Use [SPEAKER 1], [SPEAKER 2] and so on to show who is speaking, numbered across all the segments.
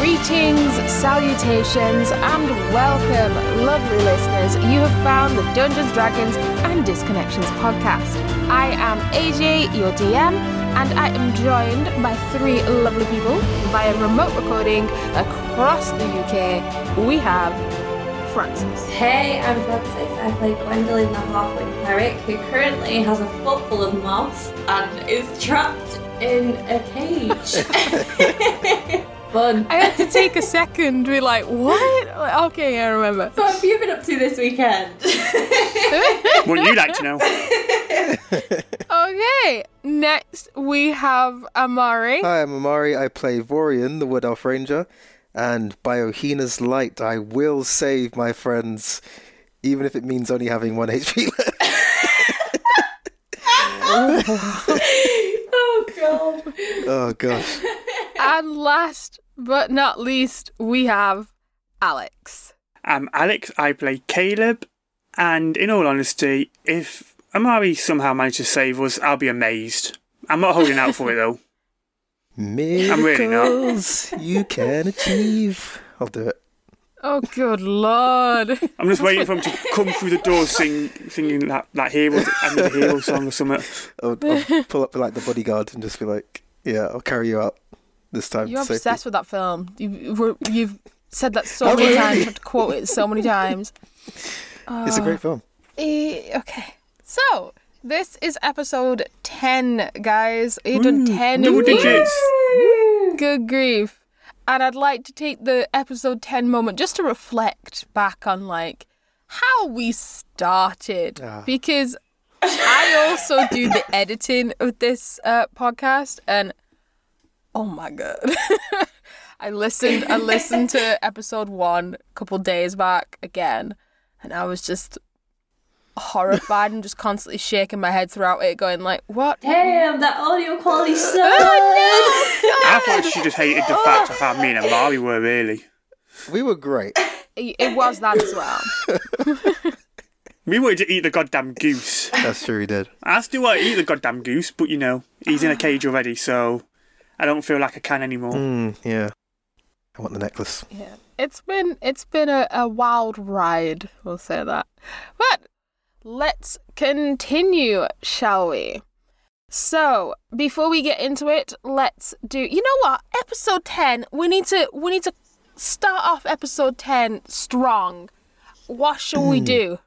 [SPEAKER 1] Greetings, salutations, and welcome, lovely listeners. You have found the Dungeons, Dragons, and Disconnections podcast. I am AJ, your DM, and I am joined by three lovely people via remote recording across the UK. We have Francis.
[SPEAKER 2] Hey, I'm Francis. I play Gwendolyn the Halfling Cleric, who currently has a foot full of moss and is trapped in a cage. Fun.
[SPEAKER 1] I had to take a second to be like, what? Like, Okay, I remember.
[SPEAKER 2] So, what have you been up to this weekend?
[SPEAKER 3] What you'd like to know.
[SPEAKER 1] Okay, next we have Amari.
[SPEAKER 4] Hi, I'm Amari. I play Vorian, the Wood Elf Ranger, and by Ohina's light, I will save my friends, even if it means only having one HP left.
[SPEAKER 2] oh, God.
[SPEAKER 4] oh gosh,
[SPEAKER 1] And last but not least, we have Alex.
[SPEAKER 3] I'm Um, Alex. I play Caleb. And in all honesty, if Amari somehow managed to save us, I'll be amazed. I'm not holding out for it though. really not.
[SPEAKER 4] miracles you can achieve. I'll do it.
[SPEAKER 1] Oh, good lord.
[SPEAKER 3] I'm just waiting for him to come through the door sing, singing that, that hero, another hero song or something.
[SPEAKER 4] I'll, I'll pull up like the bodyguard and just be like, "Yeah, I'll carry you out this time."
[SPEAKER 1] You're
[SPEAKER 4] to safety."
[SPEAKER 1] obsessed with that film. You've, you've said that so
[SPEAKER 4] Oh,
[SPEAKER 1] many
[SPEAKER 4] really?
[SPEAKER 1] times. You have to quote it so many times.
[SPEAKER 4] It's a great film.
[SPEAKER 1] Eh, okay. So, this is episode 10, guys. You've done
[SPEAKER 4] Mm.
[SPEAKER 1] 10
[SPEAKER 3] Double
[SPEAKER 1] of these.
[SPEAKER 3] digits.
[SPEAKER 1] Good grief. And I'd like to take the episode 10 moment just to reflect back on like how we started because I also do the editing of this uh, podcast and oh my god. I listened I listened to episode 1 a couple days back again and I was just horrified and just constantly shaking my head throughout it going like what
[SPEAKER 2] Damn, that audio quality sucks.
[SPEAKER 3] I thought she just hated the fact of how me and Amari were really.
[SPEAKER 4] We were great.
[SPEAKER 1] it, it was that as well.
[SPEAKER 3] We wanted to eat the goddamn goose.
[SPEAKER 4] That's true. We did.
[SPEAKER 3] I still want to eat the goddamn goose, but you know, he's in a cage already, so I don't feel like I can anymore.
[SPEAKER 4] Mm, yeah. I want the necklace.
[SPEAKER 1] Yeah. It's been it's been a, a wild ride, we'll say that. But let's continue, shall we? So, before we get into it, let's do you know what? Episode ten, we need to we need to start off episode ten strong. What shall
[SPEAKER 2] Hmm.
[SPEAKER 1] we do?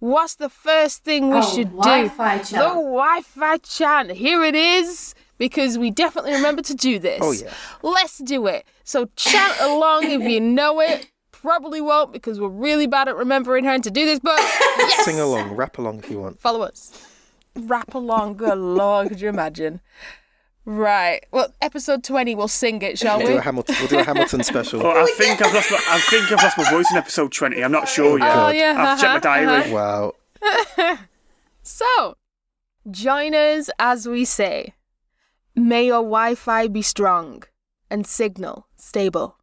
[SPEAKER 1] What's the first thing we
[SPEAKER 2] Oh,
[SPEAKER 1] should do?
[SPEAKER 2] Wi-Fi
[SPEAKER 1] The
[SPEAKER 2] chat.
[SPEAKER 1] Wi-Fi chant. Here it is, because we definitely remember to do this.
[SPEAKER 4] Oh, yeah.
[SPEAKER 1] Let's do it. So chant along if you know it. Probably won't because we're really bad at remembering how to do this, but yes,
[SPEAKER 4] Sing along, rap along if you want.
[SPEAKER 1] follow us. Rap along, good lord, could you imagine? Right. Well, episode twenty, we'll sing it, shall
[SPEAKER 4] We'll do
[SPEAKER 1] we?
[SPEAKER 4] a Hamilton. We'll do a Hamilton special.
[SPEAKER 1] Oh,
[SPEAKER 3] But Oh, I think I've lost my, I think I've lost my voice in episode twenty. I'm not sure yet.
[SPEAKER 1] Oh yeah.
[SPEAKER 3] I've checked my
[SPEAKER 1] uh-huh, uh-huh.
[SPEAKER 3] diary.
[SPEAKER 4] Wow.
[SPEAKER 1] So, join us as we say, may your Wi Fi be strong and signal stable.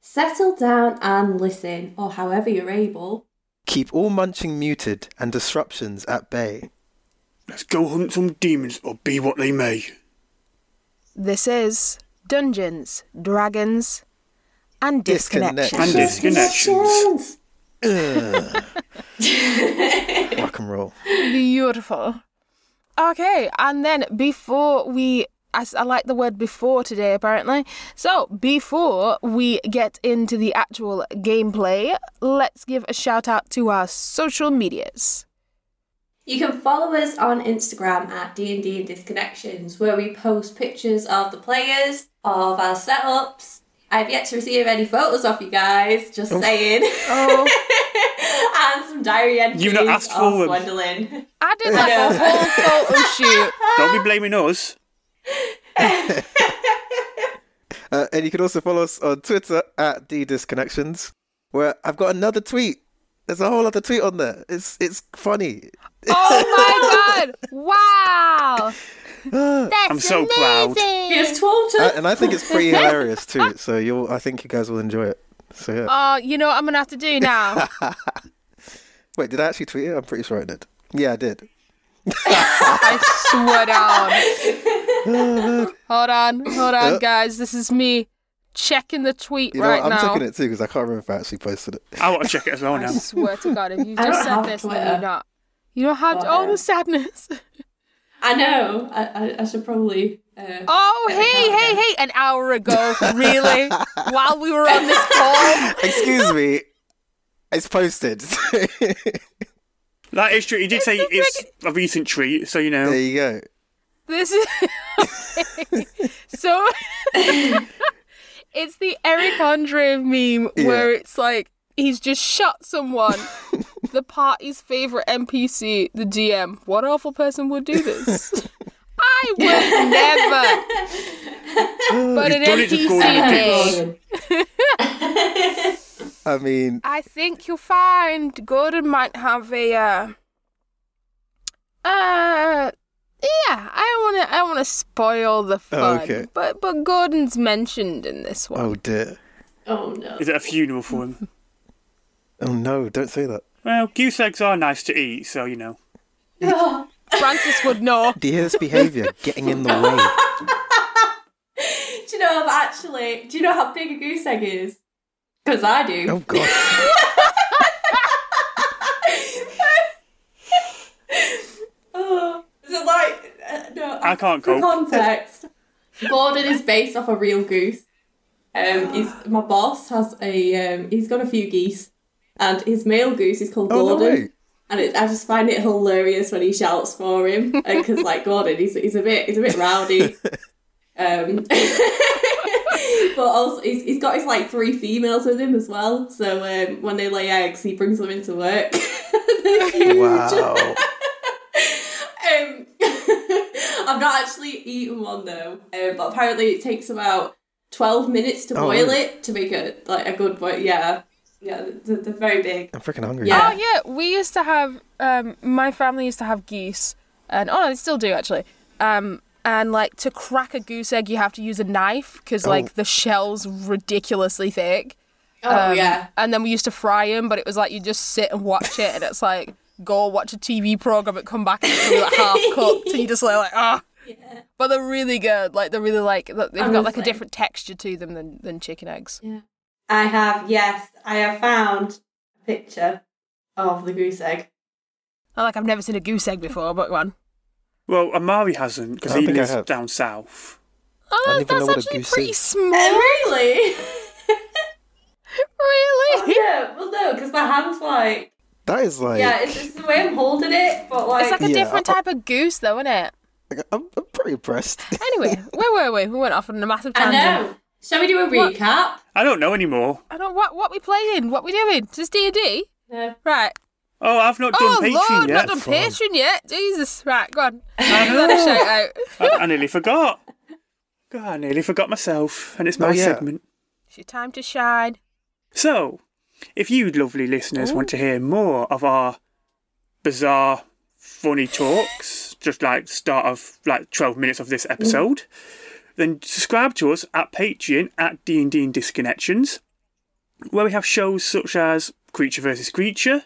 [SPEAKER 2] Settle down and listen, or however you're able.
[SPEAKER 4] Keep all munching muted and disruptions at bay.
[SPEAKER 3] Let's go hunt some demons or be what they may.
[SPEAKER 1] This is Dungeons, Dragons, and
[SPEAKER 4] Disconnect.
[SPEAKER 1] Disconnection.
[SPEAKER 3] And disconnections.
[SPEAKER 2] Connections.
[SPEAKER 4] Rock and roll.
[SPEAKER 1] Beautiful. Okay, and then before we, I, s- I like the word before today apparently. So, before we get into the actual gameplay, let's give a shout out to our social medias.
[SPEAKER 2] You can follow us on Instagram at D&D and Disconnections, where we post pictures of the players, of our setups. I've yet to receive any photos of you guys, just saying.
[SPEAKER 1] Oh.
[SPEAKER 2] and some diary entries
[SPEAKER 3] You've not asked
[SPEAKER 2] of
[SPEAKER 3] for them.
[SPEAKER 2] Gwendolyn.
[SPEAKER 1] I did like a whole photo shoot.
[SPEAKER 3] Don't be blaming us.
[SPEAKER 4] Uh, and you can also follow us on Twitter at ddisconnections, where I've got another tweet. There's a whole other tweet on there. It's it's funny.
[SPEAKER 1] Oh my god! Wow! That's
[SPEAKER 3] I'm so proud.
[SPEAKER 1] amazing.
[SPEAKER 2] It's 12 to.
[SPEAKER 4] Uh, and I think it's pretty hilarious too. So you'll, I think you guys will enjoy it. So yeah.
[SPEAKER 1] Oh, you know what I'm gonna have to do now.
[SPEAKER 4] Wait, did I actually tweet it? I'm pretty sure I did. Yeah, I did.
[SPEAKER 1] I swear down. hold on, hold on, guys. This is me checking the tweet
[SPEAKER 4] Uh. You know,
[SPEAKER 1] right
[SPEAKER 4] what? I'm
[SPEAKER 1] now.
[SPEAKER 4] checking it too because I can't remember if I actually posted it.
[SPEAKER 3] I want to check it as well now.
[SPEAKER 1] I swear to God, if you
[SPEAKER 2] I
[SPEAKER 1] just
[SPEAKER 2] don't
[SPEAKER 1] said
[SPEAKER 2] have
[SPEAKER 1] this,
[SPEAKER 2] Twitter.
[SPEAKER 1] then you're not. You don't have all
[SPEAKER 2] Whatever.
[SPEAKER 1] the sadness.
[SPEAKER 2] I know. I, I, I should probably. Uh,
[SPEAKER 1] Oh,
[SPEAKER 2] we
[SPEAKER 1] hey,
[SPEAKER 2] go
[SPEAKER 1] hey, hey! An hour ago, really? While we were on this call,
[SPEAKER 4] Excuse me. It's posted.
[SPEAKER 3] That is true. He did say it's a recent treat, so you
[SPEAKER 4] there
[SPEAKER 3] know.
[SPEAKER 4] you go.
[SPEAKER 1] this is Okay. so. it's the Eric Andre meme
[SPEAKER 4] Yeah.
[SPEAKER 1] where it's like he's just shot someone, the party's favorite NPC, the DM. What awful person would do this? I would never. but an
[SPEAKER 3] You've done it to Gordon
[SPEAKER 1] NPC may.
[SPEAKER 2] Gordon.
[SPEAKER 4] I mean,
[SPEAKER 1] I think you'll find Gordon might have a uh, uh yeah, I don't wanna I don't wanna spoil the fun.
[SPEAKER 4] Oh, okay.
[SPEAKER 1] But but Gordon's mentioned in this one.
[SPEAKER 4] oh dear.
[SPEAKER 2] Oh no.
[SPEAKER 3] Is it a funeral for him?
[SPEAKER 4] Oh no, don't say that.
[SPEAKER 3] Well, goose eggs are nice to eat, so you know.
[SPEAKER 2] Oh,
[SPEAKER 1] Francis would know.
[SPEAKER 4] Do you hear this behaviour getting in the way?
[SPEAKER 2] do you know I've actually. Do you know how big a goose egg is? Because I do.
[SPEAKER 4] Oh god.
[SPEAKER 2] Oh, is it like uh, no?
[SPEAKER 3] I can't
[SPEAKER 2] for
[SPEAKER 3] cope.
[SPEAKER 2] Context: Gordon is based off a real goose.
[SPEAKER 4] Ah.
[SPEAKER 2] Um, he's, my boss has a um, he's got a few geese, and his male goose is called
[SPEAKER 4] Oh, no
[SPEAKER 2] Gordon.
[SPEAKER 4] way.
[SPEAKER 2] and it, I just find it hilarious when he shouts for him because, like Gordon, he's, he's a bit he's a bit rowdy. um, but also he's, he's got his like three females with him as well. So um, when they lay eggs, he brings them into work. They're huge.
[SPEAKER 4] Wow.
[SPEAKER 2] Um, I've not actually eaten one though, um, but apparently it takes about twelve minutes to
[SPEAKER 4] Oh,
[SPEAKER 2] boil
[SPEAKER 4] really?
[SPEAKER 2] it to make it like a good boil. Yeah, yeah, they're, they're very big.
[SPEAKER 4] I'm freaking hungry.
[SPEAKER 2] Yeah.
[SPEAKER 1] Oh yeah, we used to have. Um, my family used to have geese, and oh, no, they still do actually. Um, and like to crack a goose egg, you have to use a knife because
[SPEAKER 4] Oh.
[SPEAKER 1] like the shell's ridiculously thick.
[SPEAKER 2] Oh
[SPEAKER 1] Um,
[SPEAKER 2] yeah,
[SPEAKER 1] And then we used to fry them, but it was like you just sit and watch it, and it's like go watch a TV program and come back and it's really, like half cooked, and you just like like ah. But they're really good. Like they're really like they've got like a
[SPEAKER 2] Honestly.
[SPEAKER 1] different texture to them than than chicken eggs.
[SPEAKER 2] I have. Yes, I have found a picture of the goose egg.
[SPEAKER 1] I like I've never seen a goose egg before, but one.
[SPEAKER 3] Well, Amari hasn't because
[SPEAKER 4] I
[SPEAKER 3] he
[SPEAKER 4] think I
[SPEAKER 3] lives
[SPEAKER 4] have.
[SPEAKER 3] down south.
[SPEAKER 1] Oh,
[SPEAKER 4] I don't
[SPEAKER 1] that's,
[SPEAKER 4] even know what a
[SPEAKER 1] actually
[SPEAKER 4] goose
[SPEAKER 1] pretty
[SPEAKER 4] is.
[SPEAKER 1] small.
[SPEAKER 2] Um, really?
[SPEAKER 1] Really?
[SPEAKER 2] yeah. Well, no, because my hand's like
[SPEAKER 4] That is like,
[SPEAKER 2] yeah, it's just the way I'm holding it, but like,
[SPEAKER 1] It's like a
[SPEAKER 4] Yeah,
[SPEAKER 1] different type of goose, though, isn't it?
[SPEAKER 4] I'm, I'm pretty impressed.
[SPEAKER 1] Anyway, where were we? We went off on a massive
[SPEAKER 2] I
[SPEAKER 1] tangent.
[SPEAKER 2] know. Shall we do a
[SPEAKER 1] What?
[SPEAKER 2] recap?
[SPEAKER 3] I don't know anymore.
[SPEAKER 1] I don't what what we playing? What we doing? Just D and D,
[SPEAKER 2] No.
[SPEAKER 1] right?
[SPEAKER 3] Oh, I've not done
[SPEAKER 1] Oh
[SPEAKER 3] Patreon
[SPEAKER 1] Lord,
[SPEAKER 3] yet.
[SPEAKER 1] not done
[SPEAKER 4] Fun.
[SPEAKER 1] Patreon yet. Jesus, right? Go on.
[SPEAKER 3] I
[SPEAKER 1] Give that a
[SPEAKER 3] know.
[SPEAKER 1] shout out.
[SPEAKER 3] I, I nearly forgot. God, I nearly forgot myself, and it's my
[SPEAKER 4] Oh, yeah.
[SPEAKER 3] segment.
[SPEAKER 1] It's your time to shine.
[SPEAKER 3] So, if you lovely listeners want to hear more of our bizarre, funny talks, just like start of like twelve minutes of this episode, then subscribe to us at Patreon at D and D and Disconnections, where we have shows such as Creature versus Creature,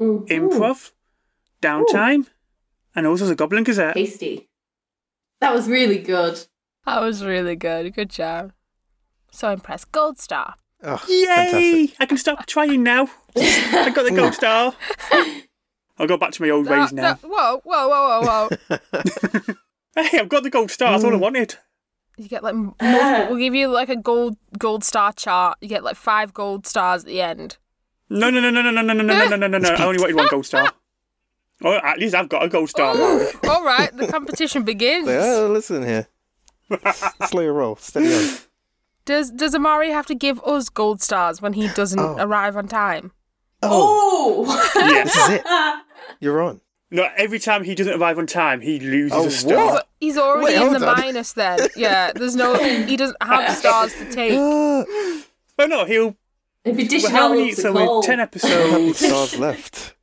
[SPEAKER 2] Mhm.
[SPEAKER 3] Improv, Downtime, and also the Goblin Gazette.
[SPEAKER 2] Tasty. That was really good.
[SPEAKER 1] That was really good. Good job. So impressed. Gold star.
[SPEAKER 4] Oh,
[SPEAKER 3] Yay!
[SPEAKER 4] fantastic.
[SPEAKER 3] I can stop trying now. I got the gold star. I'll go back to my old
[SPEAKER 1] No,
[SPEAKER 3] ways now.
[SPEAKER 1] no, whoa, whoa, whoa, whoa, whoa.
[SPEAKER 3] Hey, I've got the gold star. That's all I wanted.
[SPEAKER 1] you get like multiple. We'll give you like a gold gold star chart. You get like five gold stars at the end.
[SPEAKER 3] No, no, no, no, no, no, no, no, no, no, no, no, no. I only wanted one gold star. Oh, at least I've got a gold star. Mara.
[SPEAKER 4] Oh.
[SPEAKER 1] All right, the competition begins.
[SPEAKER 4] Like, oh, listen here. Slow your roll. Steady on.
[SPEAKER 1] Does Does Amari have to give us gold stars when he doesn't
[SPEAKER 4] Oh.
[SPEAKER 1] arrive on time?
[SPEAKER 4] Oh,
[SPEAKER 2] Oh!
[SPEAKER 3] Yes.
[SPEAKER 4] this is it. You're on.
[SPEAKER 3] No, every time he doesn't arrive on time, he loses
[SPEAKER 4] Oh,
[SPEAKER 3] a star.
[SPEAKER 4] what?
[SPEAKER 1] But He's already
[SPEAKER 4] Wait,
[SPEAKER 1] in
[SPEAKER 4] hold
[SPEAKER 1] the
[SPEAKER 4] on.
[SPEAKER 1] minus then. Yeah, there's no. He doesn't have stars to take.
[SPEAKER 4] Ah,
[SPEAKER 3] Well, no, he'll.
[SPEAKER 2] It'd be
[SPEAKER 3] Well,
[SPEAKER 2] dishing
[SPEAKER 3] how
[SPEAKER 2] out
[SPEAKER 3] many?
[SPEAKER 2] loads
[SPEAKER 3] So
[SPEAKER 2] of
[SPEAKER 3] we're
[SPEAKER 2] coal.
[SPEAKER 3] ten
[SPEAKER 4] how many
[SPEAKER 3] episodes.
[SPEAKER 4] stars left?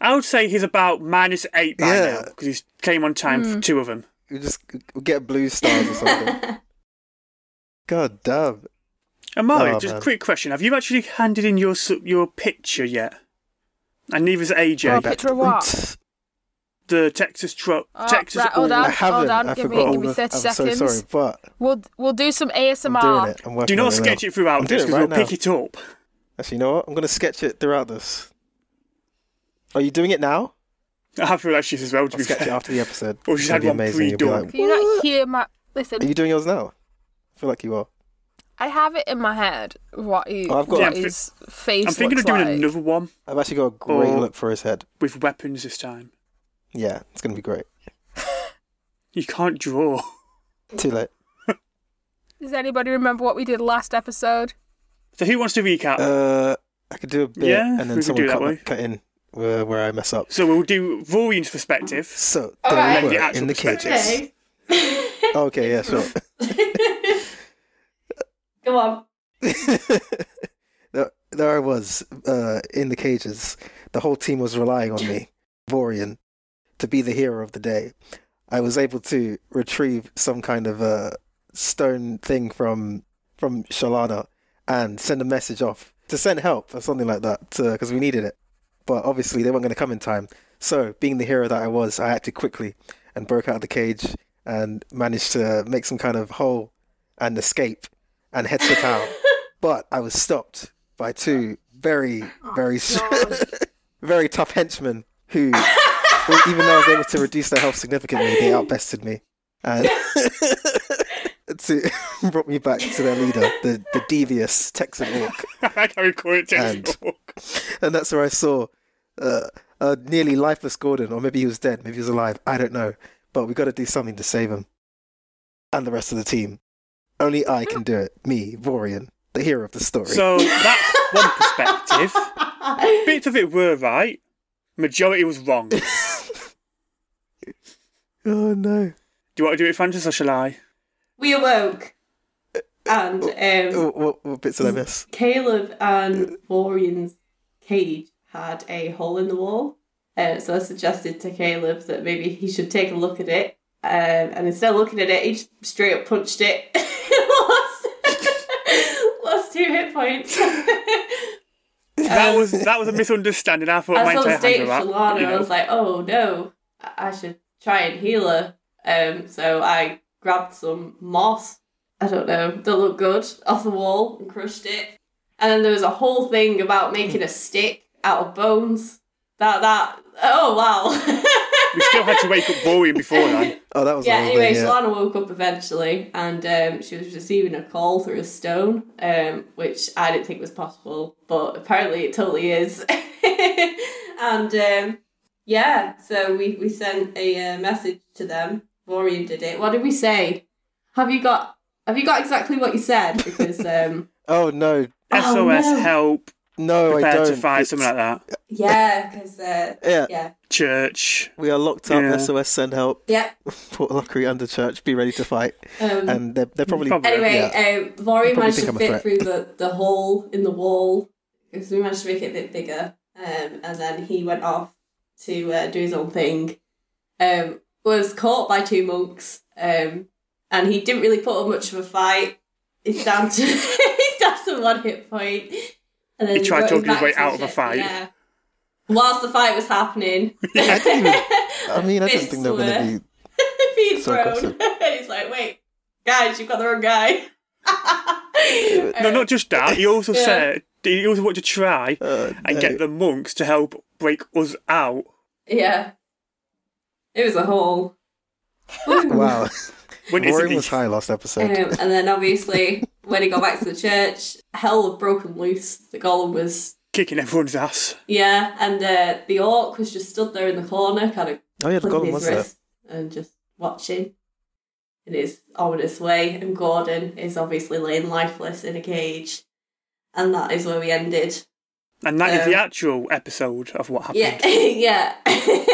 [SPEAKER 3] I would say he's about minus eight by
[SPEAKER 4] Yeah.
[SPEAKER 3] now because he came on time
[SPEAKER 1] Hmm.
[SPEAKER 3] for two of them.
[SPEAKER 4] We just we get blue stars or something. God damn.
[SPEAKER 3] Amari,
[SPEAKER 4] Oh,
[SPEAKER 3] just a
[SPEAKER 4] man.
[SPEAKER 3] quick question: Have you actually handed in your su- your picture yet? And neither's
[SPEAKER 1] Oh,
[SPEAKER 3] AJ.
[SPEAKER 1] picture of what?
[SPEAKER 4] Oops.
[SPEAKER 3] the Texas truck.
[SPEAKER 1] Oh,
[SPEAKER 3] Texas.
[SPEAKER 1] right, hold
[SPEAKER 3] Ooh.
[SPEAKER 1] on.
[SPEAKER 4] I haven't.
[SPEAKER 1] on,
[SPEAKER 4] I
[SPEAKER 1] give me-
[SPEAKER 4] forgot.
[SPEAKER 1] give me
[SPEAKER 4] all the-
[SPEAKER 1] 30
[SPEAKER 4] I'm
[SPEAKER 1] seconds.
[SPEAKER 4] so sorry, but
[SPEAKER 1] We'll we'll do some
[SPEAKER 4] I'm
[SPEAKER 1] ASMR.
[SPEAKER 4] doing it. I'm working
[SPEAKER 3] Do
[SPEAKER 4] on
[SPEAKER 3] not
[SPEAKER 4] it now.
[SPEAKER 3] sketch it
[SPEAKER 4] I'm
[SPEAKER 3] throughout
[SPEAKER 4] doing
[SPEAKER 3] this
[SPEAKER 4] it
[SPEAKER 3] because
[SPEAKER 4] right
[SPEAKER 3] we'll
[SPEAKER 4] now.
[SPEAKER 3] pick it up.
[SPEAKER 4] Actually, you know what? I'm going to sketch it throughout this. Are you doing it now?
[SPEAKER 3] I have realised this as well. To
[SPEAKER 4] I'll
[SPEAKER 3] be
[SPEAKER 4] sketch it
[SPEAKER 3] fair.
[SPEAKER 4] after the episode.
[SPEAKER 3] Or just
[SPEAKER 4] It'll
[SPEAKER 3] had
[SPEAKER 4] be
[SPEAKER 3] one
[SPEAKER 4] amazing. You'll be
[SPEAKER 3] pre-done.
[SPEAKER 4] like,
[SPEAKER 1] Can you not hear my?
[SPEAKER 4] Are
[SPEAKER 1] Listen,
[SPEAKER 4] you doing yours now? I feel like you are.
[SPEAKER 1] I have it in my head what he,
[SPEAKER 4] Oh, I've got-
[SPEAKER 1] what
[SPEAKER 3] Yeah, I'm thi-
[SPEAKER 1] his face
[SPEAKER 3] I'm thinking of
[SPEAKER 1] looks
[SPEAKER 3] doing
[SPEAKER 1] like.
[SPEAKER 3] another one
[SPEAKER 4] I've actually got a great
[SPEAKER 3] Oh.
[SPEAKER 4] look for his head.
[SPEAKER 3] with weapons this time.
[SPEAKER 4] Yeah, it's going to be great.
[SPEAKER 3] You can't draw.
[SPEAKER 4] Too late.
[SPEAKER 1] Does anybody remember what we did last episode?
[SPEAKER 3] So who wants to recap?
[SPEAKER 4] Uh, I could do a bit
[SPEAKER 3] Yeah,
[SPEAKER 4] and
[SPEAKER 3] we
[SPEAKER 4] then
[SPEAKER 3] could
[SPEAKER 4] someone
[SPEAKER 3] do that
[SPEAKER 4] cut,
[SPEAKER 3] way.
[SPEAKER 4] cut in where, where I mess up.
[SPEAKER 3] so we'll do Vorian's perspective.
[SPEAKER 4] So,
[SPEAKER 2] All
[SPEAKER 4] they
[SPEAKER 2] right.
[SPEAKER 4] were
[SPEAKER 3] The actual
[SPEAKER 4] in the cages.
[SPEAKER 3] perspective.
[SPEAKER 2] Okay.
[SPEAKER 4] Okay, yeah, sure.
[SPEAKER 2] Go on.
[SPEAKER 4] there, there I was uh, in the cages. The whole team was relying on me, Vorian, to be the hero of the day. I was able to retrieve some kind of uh, stone thing from from Shalana and send a message off to send help or something like that because we needed it. But obviously they weren't going to come in time. So, being the hero that I was, I acted quickly and broke out of the cage and managed to make some kind of hole and escape and head to town. but I was stopped by two very, very, s- very tough henchmen who, who, even though I was able to reduce their health significantly, they outbested me and to, brought me back to their leader, the, the devious Texan orc
[SPEAKER 3] I can't recall it. Texas Talk.
[SPEAKER 4] and that's where I saw uh, a nearly lifeless Gordon, or maybe he was dead, maybe he was alive. I don't know, but we got to do something to save him and the rest of the team. Only I can do it. Me, Vorian, the hero of the story.
[SPEAKER 3] So that's one perspective. Bits of it were right. Majority was wrong. Do
[SPEAKER 4] oh no!
[SPEAKER 3] you want to do it, Francis, or shall I?
[SPEAKER 2] We awoke. And
[SPEAKER 3] Oh,
[SPEAKER 2] um,
[SPEAKER 4] What, what, what bits did I miss?
[SPEAKER 2] Caleb and Florian's cage had a hole in the wall. Uh, so I suggested to Caleb that maybe he should take a look at it. Um, and instead of looking at it, he just straight up punched it. lost, lost two hit points.
[SPEAKER 3] That was that was a misunderstanding. I thought
[SPEAKER 2] I
[SPEAKER 3] my
[SPEAKER 2] saw the
[SPEAKER 3] entire
[SPEAKER 2] state of
[SPEAKER 3] hands were up,
[SPEAKER 2] Shalana
[SPEAKER 3] you
[SPEAKER 2] and I
[SPEAKER 3] know.
[SPEAKER 2] was like, oh no, I I should try and heal her. Um, so I grabbed some moss, I don't know, that looked good, off the wall and crushed it. And then there was a whole thing about making a stick out of bones. That, that, oh wow.
[SPEAKER 3] We still had to wake up Vorian before that.
[SPEAKER 4] Oh, that was
[SPEAKER 2] yeah,
[SPEAKER 4] the whole
[SPEAKER 2] anyway,
[SPEAKER 4] thing, yeah.
[SPEAKER 2] Shalana woke up eventually and um, she was receiving a call through a stone, um, which I didn't think was possible, but apparently it totally is. and um, yeah, so we, we sent a uh, message to them. Maureen did it. What did we say? Have you got have you got exactly what you said? Because um,
[SPEAKER 4] Oh no,
[SPEAKER 2] Oh,
[SPEAKER 3] SOS
[SPEAKER 2] no.
[SPEAKER 3] help.
[SPEAKER 4] no, I
[SPEAKER 3] Prepare
[SPEAKER 4] don't.
[SPEAKER 3] to fight
[SPEAKER 4] It's-
[SPEAKER 3] something like that.
[SPEAKER 2] yeah, because uh,
[SPEAKER 4] Yeah.
[SPEAKER 2] yeah,
[SPEAKER 3] Church.
[SPEAKER 4] We are locked up.
[SPEAKER 3] Yeah.
[SPEAKER 4] SOS, send help.
[SPEAKER 2] yeah.
[SPEAKER 4] Port Lockery under church. Be ready to fight.
[SPEAKER 2] Um,
[SPEAKER 4] And they're, they're probably,
[SPEAKER 3] Probably.
[SPEAKER 2] Anyway, um, Vori
[SPEAKER 4] You probably
[SPEAKER 2] managed
[SPEAKER 4] think
[SPEAKER 2] to
[SPEAKER 4] I'm a
[SPEAKER 2] fit
[SPEAKER 4] threat.
[SPEAKER 2] through the, the hole in the wall because we managed to make it a bit bigger. Um, and then he went off to uh, do his own thing. Um, was caught by two monks, um, and he didn't really put up much of a fight. He's down to he's down to one hit point. And then
[SPEAKER 3] He tried
[SPEAKER 2] wrote
[SPEAKER 3] talking his
[SPEAKER 2] back
[SPEAKER 3] way
[SPEAKER 2] to
[SPEAKER 3] out of a
[SPEAKER 2] ship,
[SPEAKER 3] fight.
[SPEAKER 2] Yeah. Whilst the fight was happening,
[SPEAKER 4] I didn't even- I mean, I didn't think they were going to be
[SPEAKER 2] being
[SPEAKER 4] So
[SPEAKER 2] thrown.
[SPEAKER 4] aggressive.
[SPEAKER 2] and he's like, wait, guys, you've got the wrong guy. Um,
[SPEAKER 3] No,
[SPEAKER 1] Uh,
[SPEAKER 3] not just that. He also
[SPEAKER 2] Yeah.
[SPEAKER 3] said he also wanted to try
[SPEAKER 4] Uh,
[SPEAKER 3] and
[SPEAKER 4] no.
[SPEAKER 3] get the monks to help break us out.
[SPEAKER 2] Yeah. It was a hole.
[SPEAKER 4] Wow.
[SPEAKER 3] When is
[SPEAKER 4] Rory
[SPEAKER 3] it?
[SPEAKER 4] was high last
[SPEAKER 2] Um,
[SPEAKER 4] episode.
[SPEAKER 2] and then obviously, when he got back to the church, hell had broken loose. The golem was,
[SPEAKER 3] kicking everyone's ass?
[SPEAKER 2] yeah, and uh, the orc was just stood there in the corner, kind of
[SPEAKER 4] oh yeah, the
[SPEAKER 2] clicking
[SPEAKER 4] golem
[SPEAKER 2] his
[SPEAKER 4] was there.
[SPEAKER 2] wrist and just watching in his ominous way. And Gordon is obviously laying lifeless in a cage. And that is where we ended.
[SPEAKER 3] And that is the
[SPEAKER 2] Um,
[SPEAKER 3] actual episode of what happened.
[SPEAKER 2] Yeah, yeah.
[SPEAKER 1] think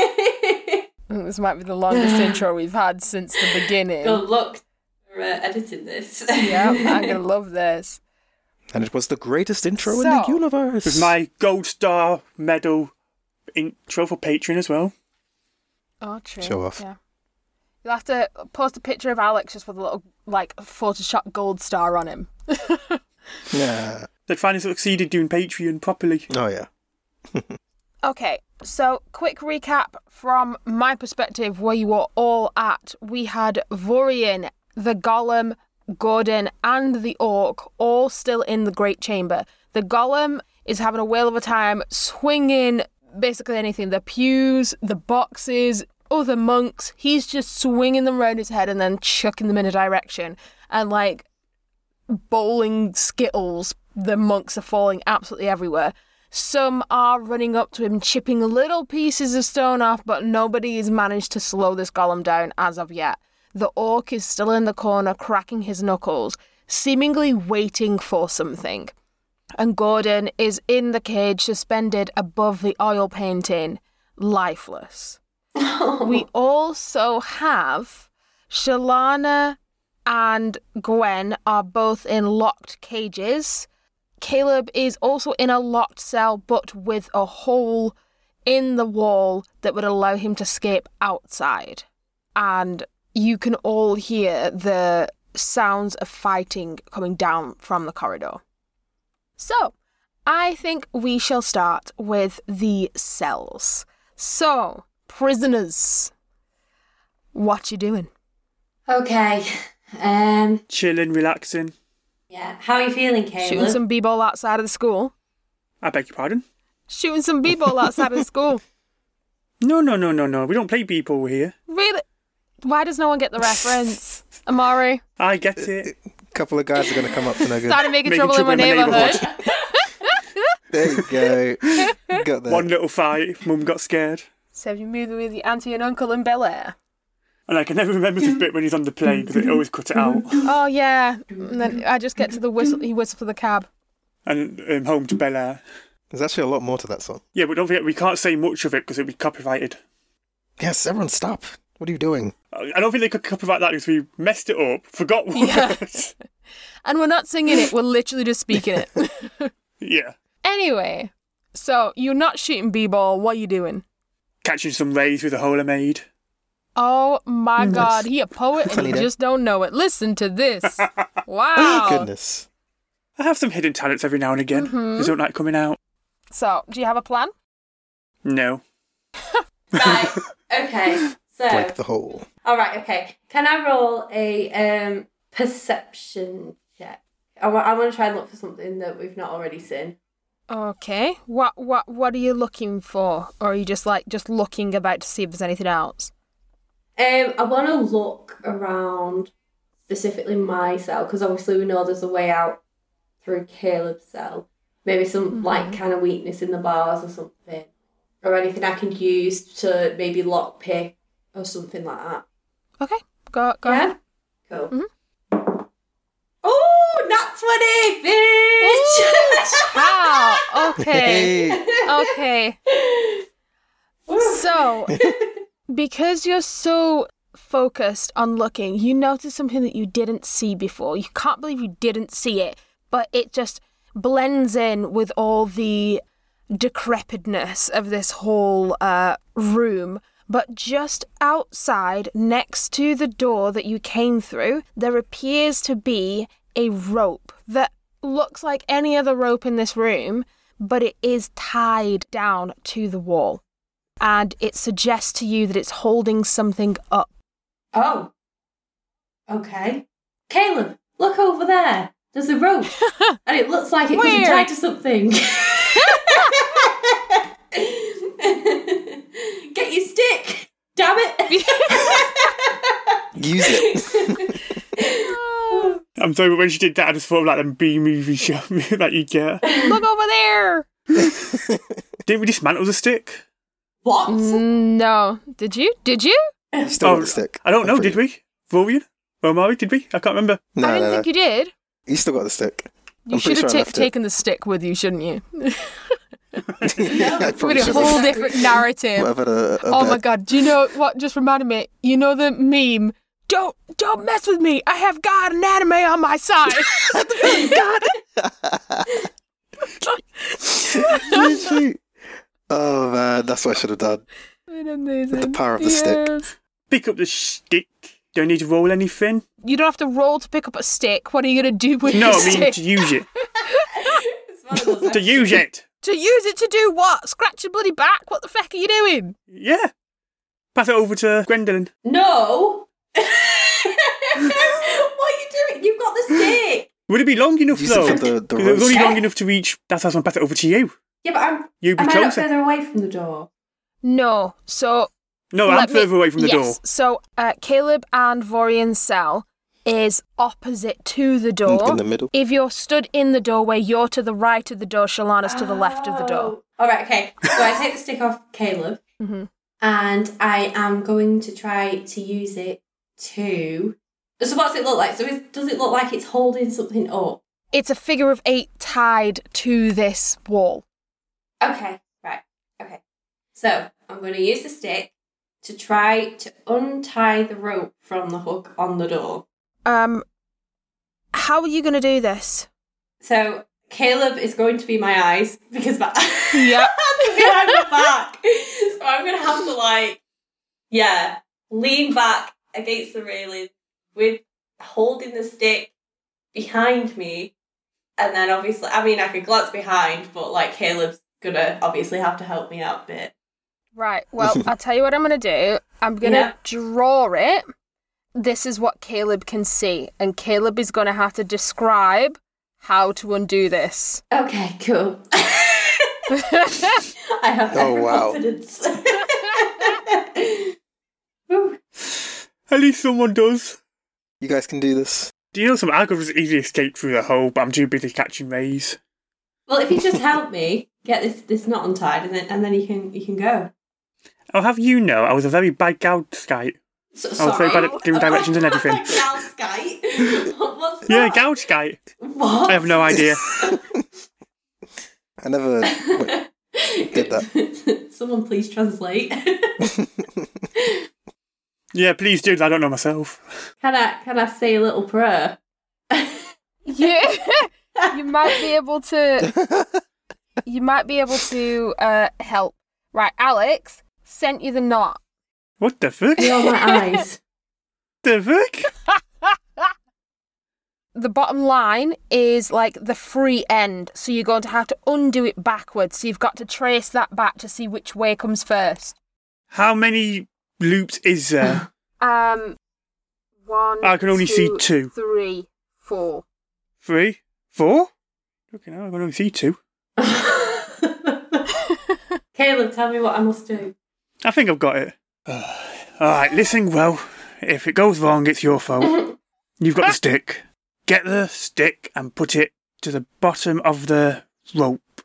[SPEAKER 1] Mm, this might be the longest intro we've had since the beginning.
[SPEAKER 2] Good luck for uh, editing this.
[SPEAKER 1] yeah, I'm gonna love this.
[SPEAKER 4] And it was the greatest intro in the
[SPEAKER 1] So-
[SPEAKER 4] universe.
[SPEAKER 3] With my gold star medal intro for Patreon as well.
[SPEAKER 1] Oh, true.
[SPEAKER 4] Show off.
[SPEAKER 1] Yeah. You'll have to post a picture of Alex just with a little like Photoshop gold star on him.
[SPEAKER 4] Yeah.
[SPEAKER 3] They'd finally succeeded doing Patreon properly.
[SPEAKER 4] Oh yeah.
[SPEAKER 1] Okay, so quick recap from my perspective where you were all at. We had Vorian, the Golem, Gordon, and the Orc all still in the Great Chamber. The Golem is having a whale of a time swinging basically anything the pews, the boxes, other monks. He's just swinging them round his head and then chucking them in a direction. And like bowling skittles. The monks are falling absolutely everywhere. Some are running up to him, chipping little pieces of stone off, but nobody has managed to slow this golem down as of yet. The orc is still in the corner, cracking his knuckles, seemingly waiting for something. And Gordon is in the cage, suspended above the oil painting, lifeless. We also have Shalana and Gwen are both in locked cages. Caleb is also in a locked cell, but with a hole in the wall that would allow him to escape outside. And you can all hear the sounds of fighting coming down from the corridor. So, I think we shall start with the cells. So, prisoners, what you doing?
[SPEAKER 2] okay. Um.
[SPEAKER 3] Chilling, relaxing.
[SPEAKER 2] Yeah. How are you feeling,
[SPEAKER 1] Shooting
[SPEAKER 2] Caleb?
[SPEAKER 1] some b-ball outside of the school.
[SPEAKER 3] I beg your pardon?
[SPEAKER 1] Shooting some b-ball outside of the school.
[SPEAKER 3] No, no, no, no, no. We don't play people here.
[SPEAKER 1] Really? Why does no one get the reference? Amari,
[SPEAKER 3] I get
[SPEAKER 4] Uh,
[SPEAKER 3] it.
[SPEAKER 4] couple of guys are gonna come up to no good.
[SPEAKER 1] started making,
[SPEAKER 3] Making
[SPEAKER 1] trouble, in my neighborhood.
[SPEAKER 4] There you go. Got
[SPEAKER 3] One
[SPEAKER 4] that.
[SPEAKER 3] little fight, mum got scared.
[SPEAKER 1] so you moved with your auntie and uncle in Bel Air.
[SPEAKER 3] And I can never remember the bit when he's on the plane because they always cut it out.
[SPEAKER 1] Oh yeah. And then I just get to the whistle. He whistled for the cab.
[SPEAKER 3] And um, home to Bel Air.
[SPEAKER 4] There's actually a lot more to that song.
[SPEAKER 3] Yeah, but don't forget, we can't say much of it because it'd be copyrighted.
[SPEAKER 4] Yes, everyone stop. What are you doing?
[SPEAKER 3] I I don't think they could copyright that because we messed it up, forgot words.
[SPEAKER 1] And we're not singing it. We're literally just speaking it.
[SPEAKER 3] yeah.
[SPEAKER 1] anyway, so you're not shooting b-ball. What are you doing?
[SPEAKER 3] Catching some rays with a hole I made.
[SPEAKER 1] Oh my God, he a poet and
[SPEAKER 4] Funny
[SPEAKER 1] he
[SPEAKER 4] day.
[SPEAKER 1] just don't know it. Listen to this.
[SPEAKER 2] Oh.
[SPEAKER 1] Wow.
[SPEAKER 4] Goodness.
[SPEAKER 3] I have some hidden talents every now and again. They don't like coming out.
[SPEAKER 1] So, do you have a plan?
[SPEAKER 3] No.
[SPEAKER 2] right. Okay. So.
[SPEAKER 4] Break the hole.
[SPEAKER 2] All right. Okay. Can I roll a um perception check? I want to try and look for something that we've not already seen.
[SPEAKER 1] Okay. What what what are you looking for? Or are you just like just looking about to see if there's anything else?
[SPEAKER 2] Um, I want to look around specifically my cell because obviously we know there's a way out through Caleb's cell. Maybe some
[SPEAKER 1] Mm-hmm.
[SPEAKER 2] like kind of weakness in the bars or something, or anything I can use to maybe lockpick or something like that.
[SPEAKER 1] Okay. Go go
[SPEAKER 2] yeah.
[SPEAKER 1] ahead. Mm-hmm.
[SPEAKER 2] Cool. Oh, that's twenty, bitch!
[SPEAKER 1] Wow. Ah, Okay.
[SPEAKER 4] Hey.
[SPEAKER 1] Okay. So because you're so focused on looking, you notice something that you didn't see before. You can't believe you didn't see it, but it just blends in with all the decrepitness of this whole uh, room. But just outside, next to the door that you came through, there appears to be a rope that looks like any other rope in this room, but it is tied down to the wall. And it suggests to you that it's holding something up.
[SPEAKER 2] oh. Okay. Caleb, look over there. There's a rope, and it looks like it could be
[SPEAKER 1] Where?
[SPEAKER 2] tied to something. Get your stick. Damn it.
[SPEAKER 4] Use it.
[SPEAKER 3] I'm sorry, but when she did that, I just thought of like them B movie show that you get.
[SPEAKER 1] Look over there!
[SPEAKER 3] Didn't we dismantle the stick?
[SPEAKER 2] what?
[SPEAKER 1] Mm. No. Did you? Did you?
[SPEAKER 4] Still
[SPEAKER 3] Oh,
[SPEAKER 4] on the stick.
[SPEAKER 3] I don't know,
[SPEAKER 4] I'm
[SPEAKER 3] did
[SPEAKER 4] free.
[SPEAKER 3] we? Vorian? Omari, did we? I can't remember.
[SPEAKER 4] No,
[SPEAKER 1] I didn't
[SPEAKER 4] no, no.
[SPEAKER 1] think you did.
[SPEAKER 4] You still got the stick.
[SPEAKER 1] You
[SPEAKER 4] I'm
[SPEAKER 1] should
[SPEAKER 4] pretty
[SPEAKER 1] have
[SPEAKER 4] sure I
[SPEAKER 1] ta-
[SPEAKER 4] left it.
[SPEAKER 1] taken the stick with you, shouldn't you?
[SPEAKER 4] I
[SPEAKER 1] With
[SPEAKER 4] probably
[SPEAKER 1] a
[SPEAKER 4] should
[SPEAKER 1] whole
[SPEAKER 4] have
[SPEAKER 1] different
[SPEAKER 4] might have
[SPEAKER 1] narrative.
[SPEAKER 4] had a, a
[SPEAKER 1] Oh my
[SPEAKER 4] bad-
[SPEAKER 1] god! Do you know what? Just reminded me. You know the meme. Don't don't mess with me. I have God and anime on my side.
[SPEAKER 2] God.
[SPEAKER 4] Did you? Oh man, that's what I should have done.
[SPEAKER 1] Amazing.
[SPEAKER 4] The power of the stick.
[SPEAKER 1] Yes.
[SPEAKER 3] Pick up the stick. Don't need to roll anything.
[SPEAKER 1] You don't have to roll to pick up a stick. What are you gonna do with
[SPEAKER 3] No,
[SPEAKER 1] your
[SPEAKER 3] I mean
[SPEAKER 1] stick?
[SPEAKER 3] to use it.
[SPEAKER 2] It's one of those
[SPEAKER 3] To use it.
[SPEAKER 1] To use it to do what? Scratch your bloody back? What the fuck are you doing?
[SPEAKER 3] Yeah. Pass it over to Gwendolyn.
[SPEAKER 2] No. what are you doing? You've got the stick.
[SPEAKER 3] Would it be long enough
[SPEAKER 4] Use
[SPEAKER 3] though?
[SPEAKER 4] it for the, the
[SPEAKER 3] 'Cause it was only
[SPEAKER 4] roast.
[SPEAKER 3] long enough to reach. That's how I'm pass it over to you.
[SPEAKER 2] Yeah, but I'm.
[SPEAKER 3] You be
[SPEAKER 2] am I not
[SPEAKER 3] closer.
[SPEAKER 2] further away from the door?
[SPEAKER 1] No. So
[SPEAKER 3] No, I'm
[SPEAKER 1] Let me-
[SPEAKER 3] further away from the
[SPEAKER 1] yes.
[SPEAKER 3] door.
[SPEAKER 1] So uh, Caleb and Vorian's cell is opposite to the door.
[SPEAKER 4] in the middle.
[SPEAKER 1] if you're stood in the doorway, you're to the right of the door. Shalana's to the left of the door.
[SPEAKER 2] Oh. All right. Okay. So I take the stick off Caleb,
[SPEAKER 1] Mhm.
[SPEAKER 2] and I am going to try to use it to. So what's it look like? So is, does it look like it's holding something up?
[SPEAKER 1] It's a figure of eight tied to this wall.
[SPEAKER 2] Okay. Right. Okay. So I'm going to use the stick to try to untie the rope from the hook on the door.
[SPEAKER 1] Um, how are you going to do this?
[SPEAKER 2] So Caleb is going to be my eyes because my
[SPEAKER 1] Yep.
[SPEAKER 2] I'm behind my back. So I'm gonna have to like yeah, lean back against the railing with holding the stick behind me. And then obviously I mean I could glance behind, but like Caleb's gonna obviously have to help me out a bit.
[SPEAKER 1] Right. Well, I'll tell you what I'm going to do. I'm going to
[SPEAKER 2] Yeah.
[SPEAKER 1] draw it. This is what Caleb can see, and Caleb is going to have to describe how to undo this.
[SPEAKER 2] Okay, cool. I have
[SPEAKER 4] Oh,
[SPEAKER 2] every
[SPEAKER 4] wow.
[SPEAKER 2] confidence.
[SPEAKER 3] At least someone does.
[SPEAKER 4] You guys can do this.
[SPEAKER 3] Do you know some algorithms easily escape through the hole, but I'm too busy catching rays.
[SPEAKER 2] Well, if you just help me get this this knot untied, and then and then you can you can go.
[SPEAKER 3] I'll have you know, I was a very bad gal scout.
[SPEAKER 2] So,
[SPEAKER 3] I was very bad at doing directions and everything.
[SPEAKER 2] Galskite. What's
[SPEAKER 3] Yeah,
[SPEAKER 2] that?
[SPEAKER 3] gal scout.
[SPEAKER 2] What?
[SPEAKER 3] I have no idea.
[SPEAKER 4] I never. wait, did
[SPEAKER 2] that. Someone please translate. can
[SPEAKER 3] Yeah, please do. I don't know myself.
[SPEAKER 2] I can I say a little prayer?
[SPEAKER 1] Yeah, you might be able to. You might be able to uh, help. Right, Alex sent you the knot.
[SPEAKER 3] What the fuck?
[SPEAKER 2] Feel my eyes.
[SPEAKER 3] the fuck?
[SPEAKER 1] the bottom line is like the free end. So you're going to have to undo it backwards. So you've got to trace that back to see which way comes first.
[SPEAKER 3] How many loops is uh, there?
[SPEAKER 1] Um, one.
[SPEAKER 3] I can only see two.
[SPEAKER 1] Three, four.
[SPEAKER 3] Three? Four? Fucking hell, I can only see two.
[SPEAKER 2] Caleb, tell me what I must do.
[SPEAKER 3] I think I've got it. Alright, listen well. If it goes wrong, it's your fault. You've got the stick. Get the stick and put it to the bottom of the rope.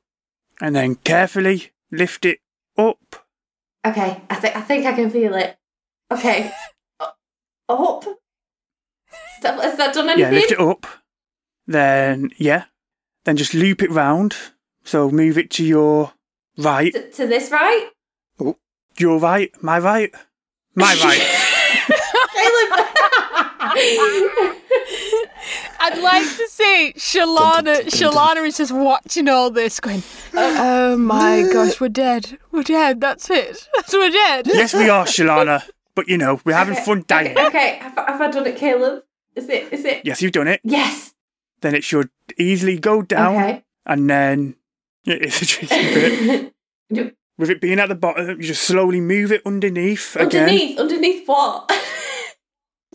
[SPEAKER 3] And then carefully lift it up.
[SPEAKER 2] Okay, I think I think I can feel it. Okay, Uh, up. Has that- Has that done
[SPEAKER 3] Yeah,
[SPEAKER 2] anything?
[SPEAKER 3] lift it up. Then, yeah. Then just loop it round. So move it to your right.
[SPEAKER 2] to, to this right,
[SPEAKER 3] Your right. My right. My right.
[SPEAKER 2] Caleb.
[SPEAKER 1] I'd like to see Shalana. Shalana is just watching all this, going, "Oh my gosh, we're dead. We're dead. That's it. That's we're dead."
[SPEAKER 3] yes, we are, Shalana. But you know, we're having fun dying.
[SPEAKER 2] okay, have, I- have I done it, Caleb? Is it? Is it?
[SPEAKER 3] Yes, you've done it.
[SPEAKER 2] Yes.
[SPEAKER 3] Then it should easily go down.
[SPEAKER 2] Okay.
[SPEAKER 3] And then yeah, it's a tricky bit.
[SPEAKER 2] Do-
[SPEAKER 3] With it being at the bottom, you just slowly move it underneath again.
[SPEAKER 2] underneath, underneath what?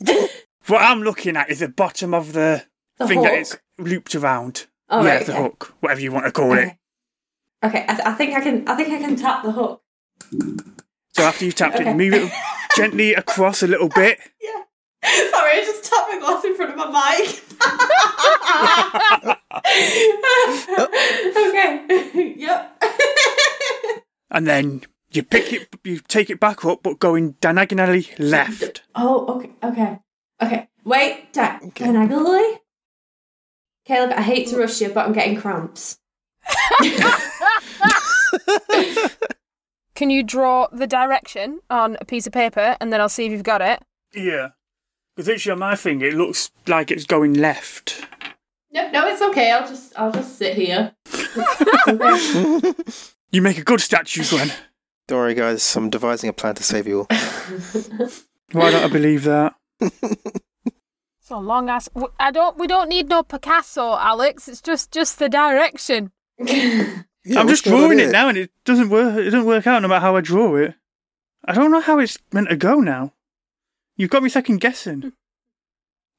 [SPEAKER 3] What I'm looking at is the bottom of the,
[SPEAKER 2] The
[SPEAKER 3] thing that
[SPEAKER 2] hook?
[SPEAKER 3] it's looped around.
[SPEAKER 2] Oh,
[SPEAKER 3] yeah,
[SPEAKER 2] right,
[SPEAKER 3] the
[SPEAKER 2] okay.
[SPEAKER 3] hook, whatever you want to call it.
[SPEAKER 2] okay. Okay, I, th- I think I can. I think I can tap the hook.
[SPEAKER 3] So after you've tapped
[SPEAKER 2] Okay.
[SPEAKER 3] it, move it gently across a little bit.
[SPEAKER 2] Yeah. Sorry, I just tapped my glass in front of my mic. okay. yep.
[SPEAKER 3] and then you pick it, you take it back up, but going diagonally left.
[SPEAKER 2] Oh, okay, okay, okay. Wait, Dad. Can I go? Caleb, I hate to rush you, but I'm getting cramps.
[SPEAKER 1] Can you draw the direction on a piece of paper and then I'll see if you've got it?
[SPEAKER 3] Yeah. Because literally on my finger, it looks like it's going left.
[SPEAKER 2] No, no, it's okay. I'll just, I'll just sit here.
[SPEAKER 3] You make a good statue, Gwen.
[SPEAKER 4] Don't worry, guys. I'm devising a plan to save you all.
[SPEAKER 3] Why don't I believe that?
[SPEAKER 1] It's a long ass. w- I don't. We don't need no Picasso, Alex. It's just just the direction.
[SPEAKER 4] Yeah,
[SPEAKER 3] I'm
[SPEAKER 4] what's
[SPEAKER 3] just
[SPEAKER 4] going on
[SPEAKER 3] drawing it
[SPEAKER 4] here?
[SPEAKER 3] now, and it doesn't work. It doesn't work out no matter how I draw it. I don't know how it's meant to go now. You've got me second guessing.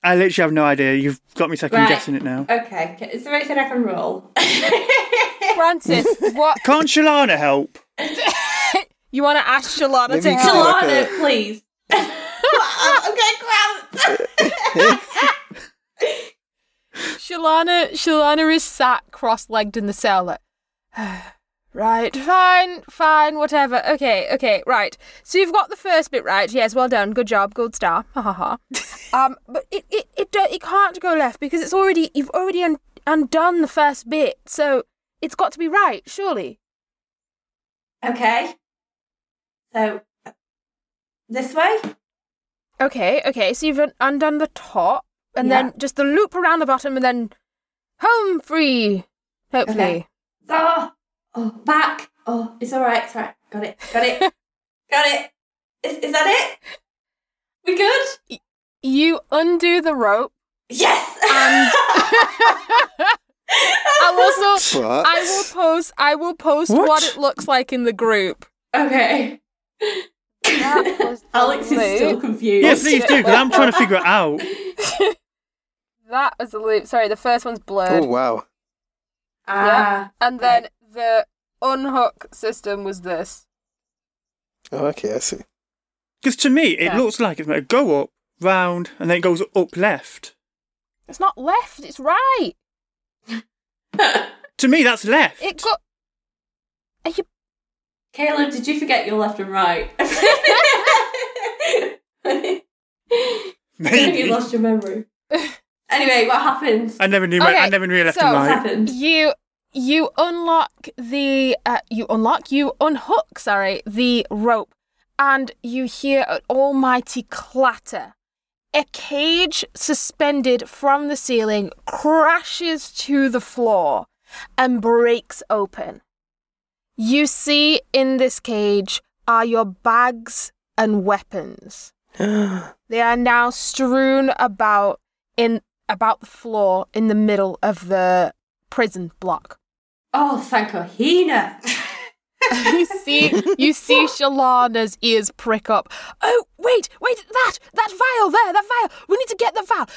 [SPEAKER 3] I literally have no idea. You've got me second
[SPEAKER 2] Right.
[SPEAKER 3] guessing it now.
[SPEAKER 2] Okay, c- is there anything I can roll?
[SPEAKER 1] Francis, what
[SPEAKER 3] Can't Shalana help?
[SPEAKER 1] you want to ask Shalana
[SPEAKER 4] Maybe
[SPEAKER 1] to
[SPEAKER 4] you
[SPEAKER 1] help?
[SPEAKER 4] could, like,
[SPEAKER 2] Solana,
[SPEAKER 4] a-
[SPEAKER 2] please. I'm getting cramps.
[SPEAKER 1] Shalana, Shalana is sat cross-legged in the cell. Like, right, fine, fine, whatever. Okay, okay, right. So you've got the first bit right. Yes, well done, good job, gold star. Ha ha ha. Um, but it it it, do, it can't go left because it's already you've already un- undone the first bit, so it's got to be right, surely.
[SPEAKER 2] Okay. So this way?
[SPEAKER 1] Okay, okay. So you've un- undone the top, and
[SPEAKER 2] Yeah.
[SPEAKER 1] then just the loop around the bottom, and then home free. Hopefully,
[SPEAKER 2] Okay. Oh, oh back. Oh, it's alright, it's alright. Got it. Got it. got it. Is, is that it? We good?
[SPEAKER 1] you undo the rope,
[SPEAKER 2] Yes!
[SPEAKER 1] and I'll also
[SPEAKER 4] But
[SPEAKER 1] I will post I will post what,
[SPEAKER 3] What?
[SPEAKER 1] it looks like in the group.
[SPEAKER 2] okay.
[SPEAKER 1] That was the
[SPEAKER 2] Alex is still
[SPEAKER 1] loop.
[SPEAKER 2] confused.
[SPEAKER 3] Yeah, please do, because I'm trying to figure it out.
[SPEAKER 1] That was the loop. Sorry, the first one's blurred,
[SPEAKER 4] oh wow,
[SPEAKER 2] Ah,
[SPEAKER 1] and then the unhook system was this.
[SPEAKER 4] oh, okay, I see.
[SPEAKER 3] Because to me, it
[SPEAKER 1] Yeah.
[SPEAKER 3] looks like it's meant to go up, round, and then it goes up left.
[SPEAKER 1] It's not left. It's right.
[SPEAKER 3] To me, that's left.
[SPEAKER 1] It got. Are you
[SPEAKER 2] Caleb, did you forget your left and right? you
[SPEAKER 3] Maybe.
[SPEAKER 2] lost your memory. Anyway, what happens?
[SPEAKER 3] I never knew. My, I
[SPEAKER 1] Okay,
[SPEAKER 3] never knew left
[SPEAKER 1] so-
[SPEAKER 3] and
[SPEAKER 2] What's
[SPEAKER 3] right.
[SPEAKER 2] happened?
[SPEAKER 1] you you unlock the uh, you unlock you unhook sorry the rope and you hear an almighty clatter a cage suspended from the ceiling crashes to the floor and breaks open you see in this cage are your bags and weapons they are now strewn about in about the floor in the middle of the prison block.
[SPEAKER 2] Oh, thank Ohina.
[SPEAKER 1] you see you see Shalana's ears prick up. Oh wait, wait, that that vial there, that vial. We need to get the vial.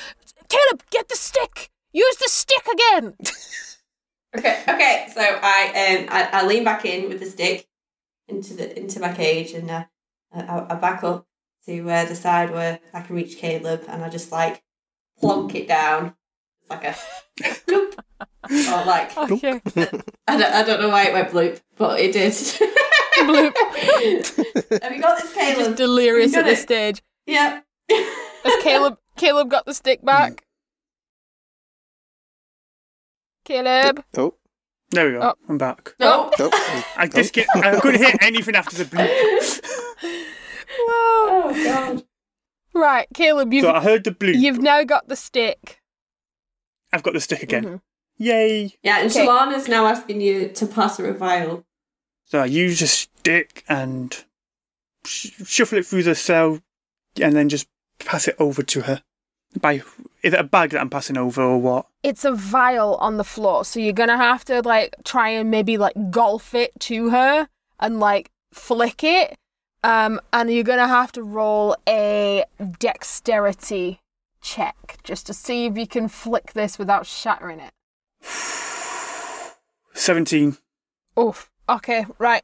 [SPEAKER 1] Caleb, get the stick. Use the stick again.
[SPEAKER 2] okay, okay. So I um I, I lean back in with the stick into the into my cage and uh, I- I, I back up to uh, the side where I can reach Caleb and I just like plonk it down like a bloop or like
[SPEAKER 1] Okay.
[SPEAKER 2] I don't, I don't know why it went bloop but it did bloop. Have you got this,
[SPEAKER 1] Just
[SPEAKER 2] Caleb?
[SPEAKER 1] delirious
[SPEAKER 2] You
[SPEAKER 1] at
[SPEAKER 2] got
[SPEAKER 1] this
[SPEAKER 2] it.
[SPEAKER 1] stage.
[SPEAKER 2] yeah.
[SPEAKER 1] Has Caleb Caleb got the stick back? Caleb.
[SPEAKER 4] Oh,
[SPEAKER 3] There we go.
[SPEAKER 1] Oh.
[SPEAKER 3] I'm back.
[SPEAKER 2] Nope.
[SPEAKER 4] oh,
[SPEAKER 3] I just get. I couldn't hear anything after the bleep.
[SPEAKER 1] Whoa.
[SPEAKER 2] Oh god.
[SPEAKER 1] Right, Caleb, you've
[SPEAKER 3] So I heard the bleep.
[SPEAKER 1] you've now got the stick.
[SPEAKER 3] I've got the stick again.
[SPEAKER 1] Mm-hmm.
[SPEAKER 3] Yay!
[SPEAKER 2] Yeah, and
[SPEAKER 1] Okay.
[SPEAKER 2] Shalana's now asking you to pass her a vial.
[SPEAKER 3] So I use a stick and sh- shuffle it through the cell, and then just pass it over to her. By is it a bag that I'm passing over or what?
[SPEAKER 1] it's a vial on the floor, so you're gonna have to like try and maybe like golf it to her and like flick it. Um, and you're gonna have to roll a dexterity check just to see if you can flick this without shattering it.
[SPEAKER 3] Seventeen.
[SPEAKER 1] Oof. Okay, right.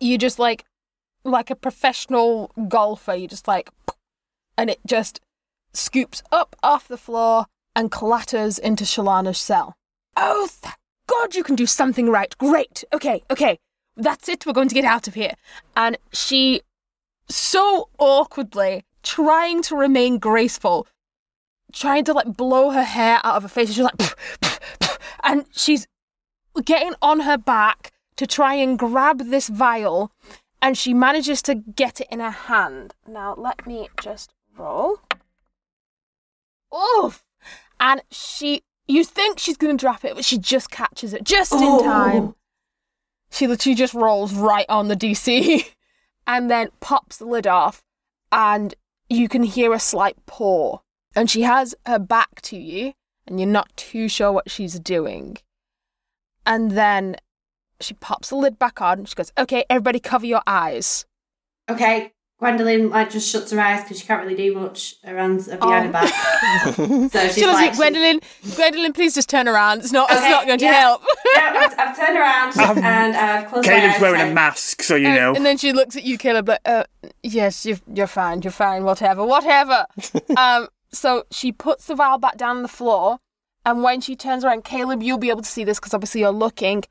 [SPEAKER 1] You just like like a professional golfer, you just like and it just scoops up off the floor and clatters into Shalana's cell. Oh, thank God you can do something right. Great. Okay, okay. That's it. We're going to get out of here. And she, so awkwardly, trying to remain graceful, trying to like blow her hair out of her face. She's like, and she's getting on her back to to try and grab this vial, and she manages to get it in her hand. Now, let me just roll. Oof! And she, you think she's going to drop it, but she just catches it just
[SPEAKER 2] Oh.
[SPEAKER 1] in time. She literally just rolls right on the DC and then pops the lid off, and you can hear a slight paw. And she has her back to you, and you're not too sure what she's doing. And then she pops the lid back on. And she goes, "Okay, everybody, cover your eyes."
[SPEAKER 2] Okay, Gwendolyn like just shuts her eyes because she can't really do much. Her hands are behind her
[SPEAKER 1] Oh.
[SPEAKER 2] back, so she's
[SPEAKER 1] She does
[SPEAKER 2] like,
[SPEAKER 1] it, Gwendolyn. Gwendolyn, please just turn around. It's not. it's
[SPEAKER 2] Okay,
[SPEAKER 1] not going to
[SPEAKER 2] yeah.
[SPEAKER 1] help.
[SPEAKER 2] No, I've, I've turned around and I've closed my
[SPEAKER 3] Um, Caleb's
[SPEAKER 2] eyes
[SPEAKER 3] wearing a
[SPEAKER 2] tight.
[SPEAKER 3] mask, so you know.
[SPEAKER 1] Oh, And then she looks at you, Caleb, like, uh, yes, you're, you're fine, you're fine, whatever, whatever. um, so she puts the vial back down on the floor, and when she turns around, Caleb, you'll be able to see this because obviously you're looking.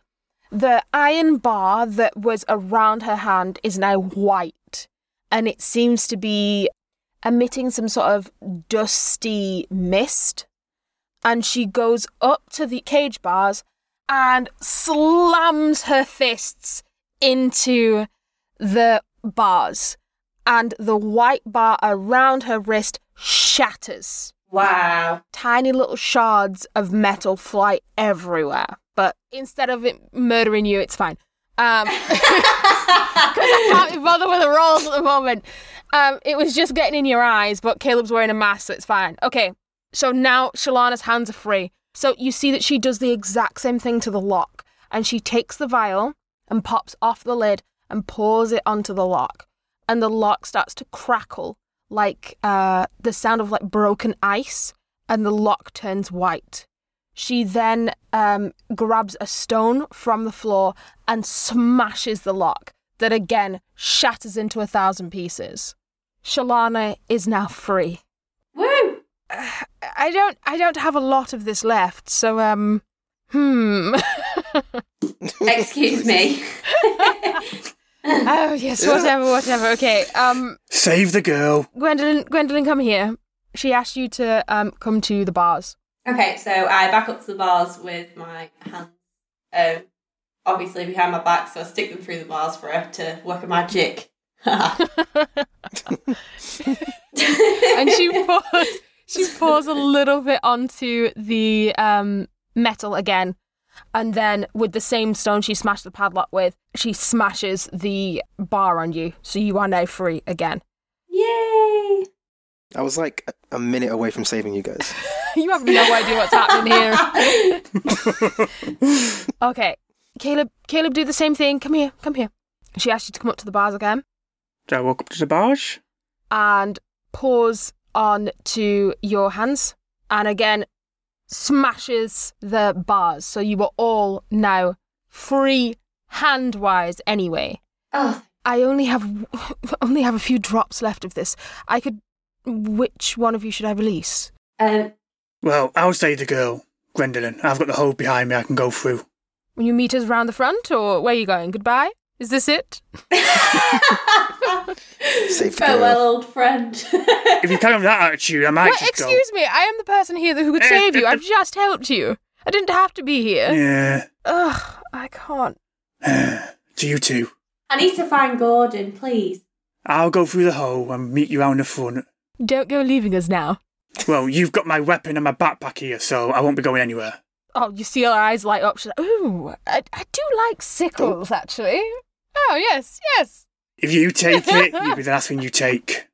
[SPEAKER 1] The iron bar that was around her hand is now white, and it seems to be emitting some sort of dusty mist. And she goes up to the cage bars and slams her fists into the bars, and the white bar around her wrist shatters.
[SPEAKER 2] Wow.
[SPEAKER 1] Tiny little shards of metal fly everywhere. But instead of it murdering you, it's fine. Um, can't be bothered with the rolls at the moment. Um, it was just getting in your eyes, but Caleb's wearing a mask, so it's fine. Okay, so now Shalana's hands are free. So you see that she does the exact same thing to the lock, and she takes the vial and pops off the lid and pours it onto the lock, and the lock starts to crackle like uh, the sound of like broken ice, and the lock turns white. She then um, grabs a stone from the floor and smashes the lock, that again shatters into a thousand pieces. Shalana is now free.
[SPEAKER 2] Woo!
[SPEAKER 1] I don't, I don't have a lot of this left, so um, hmm.
[SPEAKER 2] Excuse me.
[SPEAKER 1] oh yes, whatever, whatever. Okay, um,
[SPEAKER 3] Save the girl.
[SPEAKER 1] Gwendolyn, Gwendolyn, come here. She asked you to um come to the bars.
[SPEAKER 2] Okay, so I back up to the bars with my hands, um, obviously behind my back, so I stick them through the bars for her to work a magic.
[SPEAKER 1] and she pours she pours a little bit onto the um, metal again and then with the same stone she smashed the padlock with she smashes the bar on you so you are now free again
[SPEAKER 2] Yay!
[SPEAKER 4] I was like a minute away from saving you guys.
[SPEAKER 1] you have no idea what's happening here okay caleb caleb do the same thing come here come here she asks you to come up to the bars again
[SPEAKER 3] Do I walk up to the barge?
[SPEAKER 1] and pours on to your hands and again smashes the bars. So you are all now free hand wise anyway.
[SPEAKER 2] Oh,
[SPEAKER 1] I only have only have a few drops left of this. I could which one of you should I release?
[SPEAKER 2] um,
[SPEAKER 3] Well, I'll save the girl, Gwendolyn. I've got the hole behind me I can go through.
[SPEAKER 1] When you meet us round the front or where are you going? Goodbye? Is this it?
[SPEAKER 4] Save the
[SPEAKER 2] farewell,
[SPEAKER 4] girl.
[SPEAKER 2] old friend.
[SPEAKER 3] If you carry on that attitude, I might
[SPEAKER 1] What,
[SPEAKER 3] just
[SPEAKER 1] excuse me, I am the person here who could
[SPEAKER 3] Eh,
[SPEAKER 1] save you.
[SPEAKER 3] eh,
[SPEAKER 1] I've just helped you. I didn't have to be
[SPEAKER 3] go.
[SPEAKER 1] here.
[SPEAKER 3] Yeah.
[SPEAKER 1] Ugh, I can't.
[SPEAKER 3] To you two.
[SPEAKER 2] I need to find Gordon, please.
[SPEAKER 3] I'll go through the hole and meet you round the front.
[SPEAKER 1] Don't go leaving us now.
[SPEAKER 3] Well, you've got my weapon and my backpack here, so I won't be going anywhere.
[SPEAKER 1] Oh, you see her eyes light up. She's like, ooh, I, I do like sickles, actually. Oh, yes, yes.
[SPEAKER 3] If you take it, you'll be the last thing you take.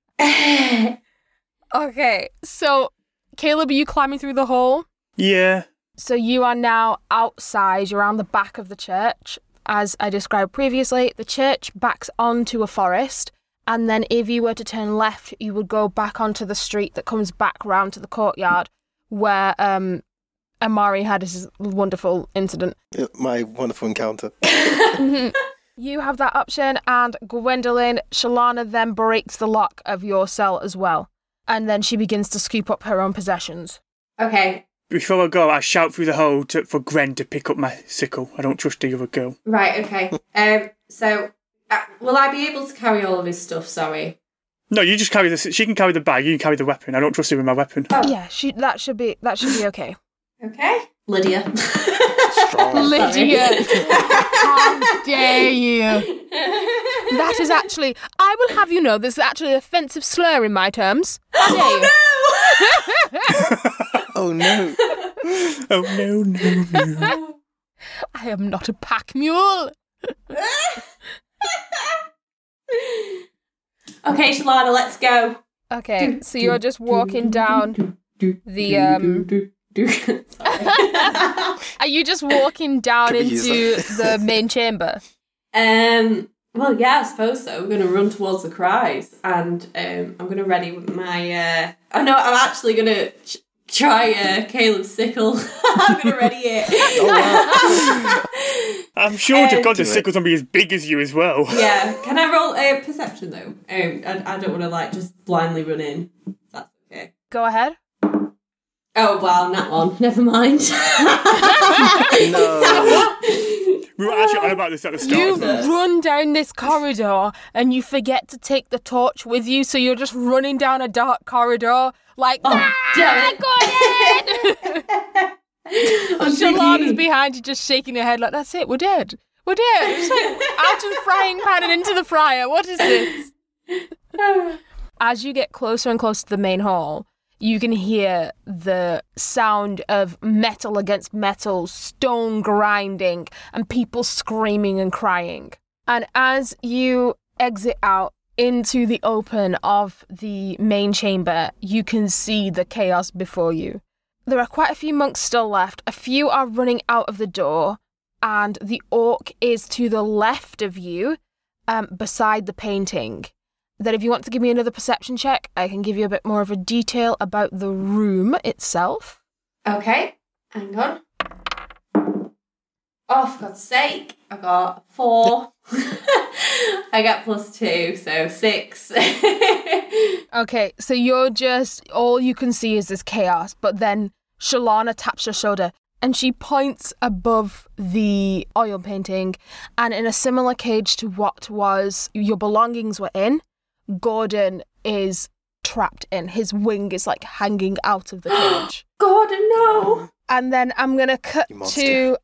[SPEAKER 1] Okay, so Caleb, are you climbing through the hole?
[SPEAKER 3] Yeah.
[SPEAKER 1] So you are now outside, you're around the back of the church. As I described previously, the church backs onto a forest. And then if you were to turn left, you would go back onto the street that comes back round to the courtyard where um, Amari had his wonderful incident.
[SPEAKER 4] My wonderful encounter.
[SPEAKER 1] You have that option, and Gwendolyn, Shalana then breaks the lock of your cell as well. And then she begins to scoop up her own possessions.
[SPEAKER 2] okay,
[SPEAKER 3] Before I go, I shout through the hole to, for Gwen to pick up my sickle. I don't trust the other girl.
[SPEAKER 2] right, okay. Um, so uh, will I be able to carry all of his stuff? Sorry.
[SPEAKER 3] No, you just carry this. She can carry the bag. You can carry the weapon. I don't trust her with my weapon.
[SPEAKER 2] Oh,
[SPEAKER 1] Yeah, she that should be that should be okay.
[SPEAKER 2] Okay, Lydia.
[SPEAKER 4] Strong.
[SPEAKER 1] Lydia, how dare you? That is actually, I will have you know, this is actually an offensive slur in my terms. How dare you?
[SPEAKER 4] oh no.
[SPEAKER 3] Oh no, no, no.
[SPEAKER 1] I am not a pack mule.
[SPEAKER 2] okay, Shalana, let's go.
[SPEAKER 1] Okay, so you're just walking down the um. Are you just walking down
[SPEAKER 4] Could we use
[SPEAKER 1] into the main chamber?
[SPEAKER 2] Um. Well, yeah, I suppose so. We're gonna run towards the cries, and um, I'm gonna ready my. Uh... Oh no, I'm actually gonna ch- try uh, Caleb's sickle. I'm gonna ready it.
[SPEAKER 3] I'm sure to
[SPEAKER 2] Um,
[SPEAKER 3] God the
[SPEAKER 4] Do it.
[SPEAKER 3] sickle's gonna be as big as you as well.
[SPEAKER 2] yeah. Can I roll a perception though? Um, I, I don't want to like just blindly run in. That's okay.
[SPEAKER 1] Go ahead.
[SPEAKER 2] Oh wow, that one. Never mind.
[SPEAKER 4] No.
[SPEAKER 3] We were actually on about this at the start.
[SPEAKER 1] You
[SPEAKER 3] as well.
[SPEAKER 1] run down this corridor and you forget to take the torch with you, so you're just running down a dark corridor like.
[SPEAKER 2] oh, damn it. I'm
[SPEAKER 1] Shalana's
[SPEAKER 2] thinking-
[SPEAKER 1] behind you, just shaking her head like, "That's it, we're dead, we're dead." It's like, out of the frying pan and into the fryer. What is this? As you get closer and closer to the main hall, you can hear the sound of metal against metal, stone grinding, and people screaming and crying. And as you exit out into the open of the main chamber, you can see the chaos before you. There are quite a few monks still left. A few are running out of the door, and the orc is to the left of you, um, beside the painting. Then, if you want to give me another perception check, I can give you a bit more of a detail about the room itself.
[SPEAKER 2] Okay, hang on. Oh, for God's sake, I got four. I got plus two, so six.
[SPEAKER 1] Okay, so you're just all you can see is this chaos, but then Shalana taps her shoulder and she points above the oil painting, and in a similar cage to what was your belongings were in, Gordon is trapped in. His wing is like hanging out of the cage.
[SPEAKER 2] Gordon, no!
[SPEAKER 1] And then I'm going to cut
[SPEAKER 4] You monster.
[SPEAKER 1] to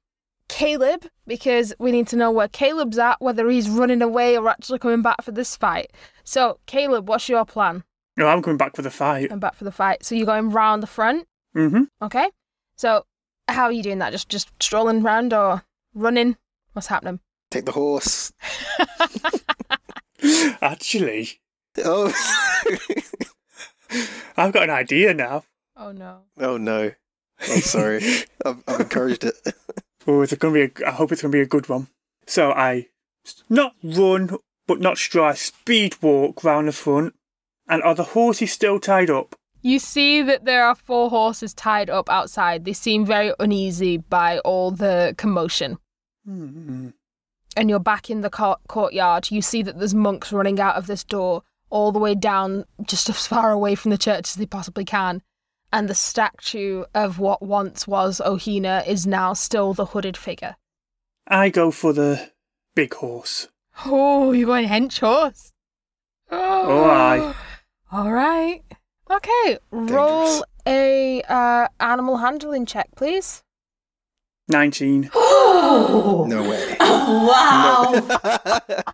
[SPEAKER 1] Caleb because we need to know where Caleb's at, whether he's running away or actually coming back for this fight. So, Caleb, what's your plan?
[SPEAKER 3] No, I'm coming back for the fight.
[SPEAKER 1] Coming back for the fight. So, you're going round the front,
[SPEAKER 3] Mm-hmm.
[SPEAKER 1] okay? So, how are you doing that? Just just strolling round or running? What's happening?
[SPEAKER 4] Take the horse.
[SPEAKER 3] Actually,
[SPEAKER 4] Oh.
[SPEAKER 3] I've got an idea now.
[SPEAKER 1] Oh no.
[SPEAKER 4] oh no. I'm sorry. I've, I've encouraged it.
[SPEAKER 3] Oh, it's gonna be. A, I hope it's gonna be a good one. So I, not run, but not try speed walk round the front. And are the horses still tied up?
[SPEAKER 1] You see that there are four horses tied up outside. They seem very uneasy by all the commotion.
[SPEAKER 3] Hmm.
[SPEAKER 1] and you're back in the cour- courtyard, you see that there's monks running out of this door all the way down, just as far away from the church as they possibly can. And the statue of what once was Ohina is now still the hooded figure.
[SPEAKER 3] I go for the big horse.
[SPEAKER 1] Oh, you're going hench horse.
[SPEAKER 3] Oh, aye.
[SPEAKER 1] All right. Okay. Roll a uh, animal handling check, please.
[SPEAKER 3] Nineteen.
[SPEAKER 2] Oh,
[SPEAKER 4] No way.
[SPEAKER 2] wow!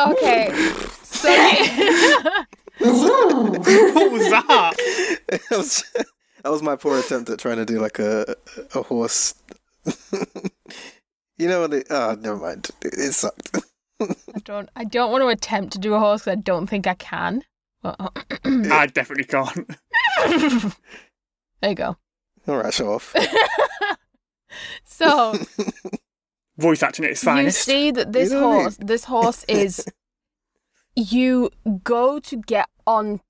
[SPEAKER 1] Okay. so
[SPEAKER 3] What was that?
[SPEAKER 4] that, was, that was my poor attempt at trying to do like a a horse. you know what? It, oh, never mind. It, it sucked.
[SPEAKER 1] I don't. I don't want to attempt to do a horse 'cause I don't think I can. Uh-uh.
[SPEAKER 3] I definitely can't.
[SPEAKER 1] There you go.
[SPEAKER 4] All right, show off.
[SPEAKER 1] So
[SPEAKER 3] Voice acting at its
[SPEAKER 1] you
[SPEAKER 3] finest.
[SPEAKER 1] see that this
[SPEAKER 4] know what I mean?
[SPEAKER 1] horse, this horse is. you go to get on,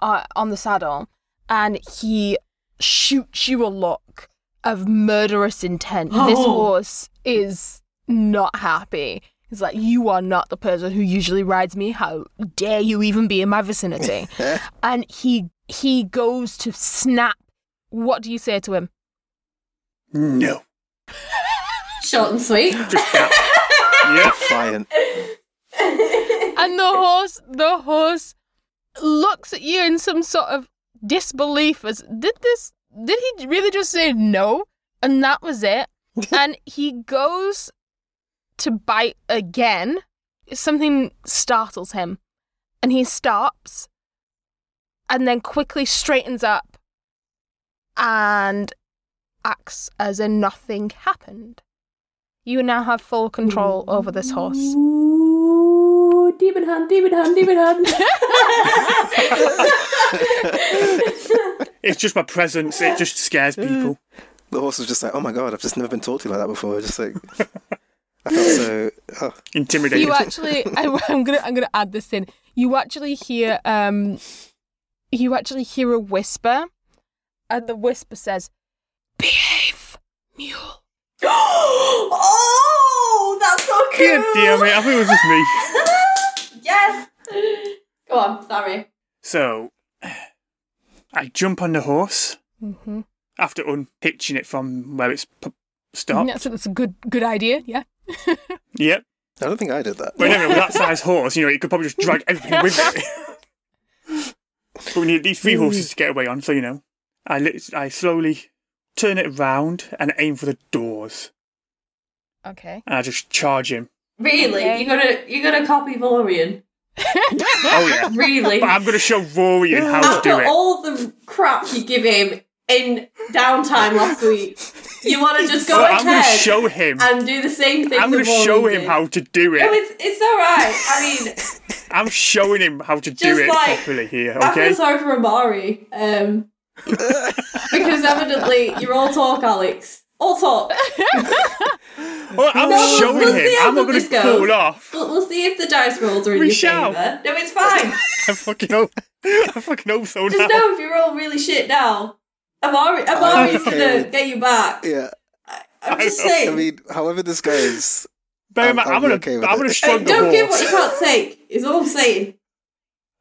[SPEAKER 1] uh, on the saddle, and he shoots you a look of murderous intent. This
[SPEAKER 2] Oh.
[SPEAKER 1] horse is not happy. He's like, you are not the person who usually rides me. How dare you even be in my vicinity? and he he goes to snap. What do you say to him?
[SPEAKER 3] No.
[SPEAKER 2] Short and sweet.
[SPEAKER 3] Just that. yeah.
[SPEAKER 4] Defiant.
[SPEAKER 1] and the horse the horse looks at you in some sort of disbelief as did this did he really just say no and that was it. and he goes to bite again. Something startles him, and he stops, and then quickly straightens up, and acts as if nothing happened. You now have full control over this horse.
[SPEAKER 2] Ooh, demon hand, demon hand, demon hand.
[SPEAKER 3] It's just my presence. It just
[SPEAKER 1] Uh.
[SPEAKER 3] scares people.
[SPEAKER 4] The horse was just like, oh my god, I've just never been talked to like that before. Just like, I felt so. Oh,
[SPEAKER 3] Intimidating.
[SPEAKER 1] You actually, I, am gonna, I'm gonna add this in. You actually hear, um, you actually hear a whisper, and the whisper says, "Behave, mule."
[SPEAKER 2] oh, that's so cool.
[SPEAKER 3] God damn it! I think it was just me.
[SPEAKER 2] yes. Go on. Sorry.
[SPEAKER 3] So, I jump on the horse
[SPEAKER 1] Mm-hmm.
[SPEAKER 3] after unhitching it from where it's p- stopped.
[SPEAKER 1] That's, that's a good, good idea. Yeah.
[SPEAKER 3] Yep.
[SPEAKER 4] I don't think I did that.
[SPEAKER 3] But anyway, with that size horse, you know, it could probably just drag everything with it. but we need at least three horses to get away on, so you know. I, lit- I slowly turn it around and aim for the doors.
[SPEAKER 1] Okay.
[SPEAKER 3] And I just charge him.
[SPEAKER 2] Really,
[SPEAKER 1] Okay.
[SPEAKER 2] you're gonna you're gonna copy Vorian?
[SPEAKER 3] Oh, yeah.
[SPEAKER 2] Really?
[SPEAKER 3] But I'm going to show Rory and how to
[SPEAKER 2] After
[SPEAKER 3] do it.
[SPEAKER 2] all the crap you give him in downtime last week, you want to just go
[SPEAKER 3] But
[SPEAKER 2] ahead
[SPEAKER 3] I'm going to show him.
[SPEAKER 2] and do the same thing.
[SPEAKER 3] I'm
[SPEAKER 2] going to
[SPEAKER 3] show him how to do
[SPEAKER 2] No,
[SPEAKER 3] it.
[SPEAKER 2] it's it's all right. I mean,
[SPEAKER 3] I'm showing him how to do
[SPEAKER 2] Just
[SPEAKER 3] it
[SPEAKER 2] like-
[SPEAKER 3] properly here,
[SPEAKER 2] I
[SPEAKER 3] okay?
[SPEAKER 2] feel sorry for Amari. Um, because evidently you're all talk, Alex. All talk.
[SPEAKER 3] Well, Oh, I'm
[SPEAKER 2] we'll-
[SPEAKER 3] showing
[SPEAKER 2] we'll
[SPEAKER 3] him.
[SPEAKER 2] see how
[SPEAKER 3] I'm not
[SPEAKER 2] good
[SPEAKER 3] going
[SPEAKER 2] this
[SPEAKER 3] to
[SPEAKER 2] goes.
[SPEAKER 3] fall off.
[SPEAKER 2] We'll, we'll see if the dice rolls are in
[SPEAKER 3] We
[SPEAKER 2] your
[SPEAKER 3] shall.
[SPEAKER 2] favour. No, it's fine.
[SPEAKER 3] I fucking hope. I fucking hope so now.
[SPEAKER 2] Just know if you're all really shit now. Amari, Amari's
[SPEAKER 4] okay
[SPEAKER 2] gonna
[SPEAKER 4] with-
[SPEAKER 2] get you back.
[SPEAKER 4] Yeah,
[SPEAKER 2] I'm just
[SPEAKER 3] I know.
[SPEAKER 2] saying.
[SPEAKER 4] I mean, however this goes,
[SPEAKER 3] Bear in
[SPEAKER 4] I'm-
[SPEAKER 3] mind,
[SPEAKER 4] I'll
[SPEAKER 3] I'm
[SPEAKER 4] be
[SPEAKER 3] gonna,
[SPEAKER 4] okay with
[SPEAKER 3] I'm gonna
[SPEAKER 4] it.
[SPEAKER 2] Hey,
[SPEAKER 3] shrug the
[SPEAKER 2] don't give what you
[SPEAKER 3] horse.
[SPEAKER 2] can't take. Is all I'm saying.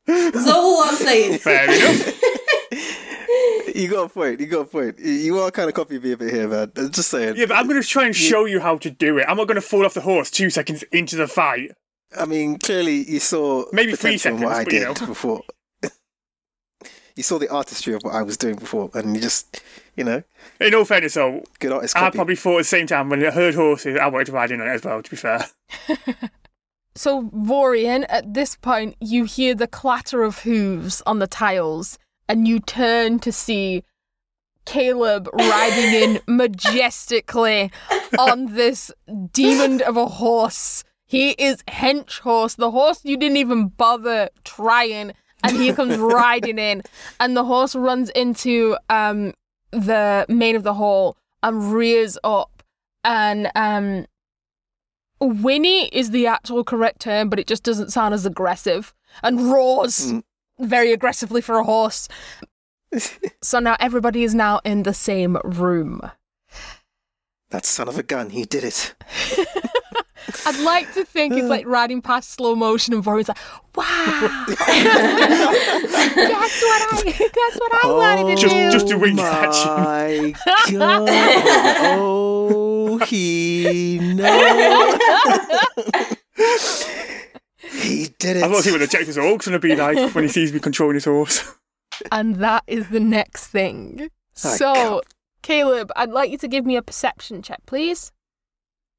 [SPEAKER 2] Is all I'm saying.
[SPEAKER 3] Fair enough.
[SPEAKER 4] you got a point. You got a point. You- You are kind of copying me a bit here, man. I'm just saying.
[SPEAKER 3] Yeah, but I'm gonna try and show you how to do it. I'm not gonna fall off the horse two seconds into the fight.
[SPEAKER 4] I mean, clearly you saw
[SPEAKER 3] Maybe three
[SPEAKER 4] potential in what
[SPEAKER 3] seconds,
[SPEAKER 4] I
[SPEAKER 3] but, you
[SPEAKER 4] did
[SPEAKER 3] know.
[SPEAKER 4] before. you saw the artistry of what I was doing before, and you just, you know,
[SPEAKER 3] In all fairness, though,
[SPEAKER 4] good artist
[SPEAKER 3] I
[SPEAKER 4] copy.
[SPEAKER 3] probably thought at the same time when I heard horses, I wanted to ride in on it as well. To be fair,
[SPEAKER 1] So, Vorian, at this point, you hear the clatter of hooves on the tiles, and you turn to see Caleb riding in majestically on this demon of a horse. He is hench horse, the horse you didn't even bother trying, and he comes riding in, and the horse runs into um, the main of the hall and rears up, and um, Winnie is the actual correct term, but it just doesn't sound as aggressive and roars
[SPEAKER 4] Mm.
[SPEAKER 1] very aggressively for a horse. so now everybody is now in the same room.
[SPEAKER 4] That son of a gun, he did it.
[SPEAKER 1] I'd like to think it's like riding past slow motion and Vorian's like, wow, that's what I, that's what I wanted to
[SPEAKER 3] Just-
[SPEAKER 1] do.
[SPEAKER 3] just a wink
[SPEAKER 4] Oh my god! Oh, he no! he did it.
[SPEAKER 3] I'm not seeing what the Jackson's orc's gonna be like when he sees me controlling his horse.
[SPEAKER 1] and that is the next thing.
[SPEAKER 4] Oh,
[SPEAKER 1] so,
[SPEAKER 4] God.
[SPEAKER 1] Caleb, I'd like you to give me a perception check, please.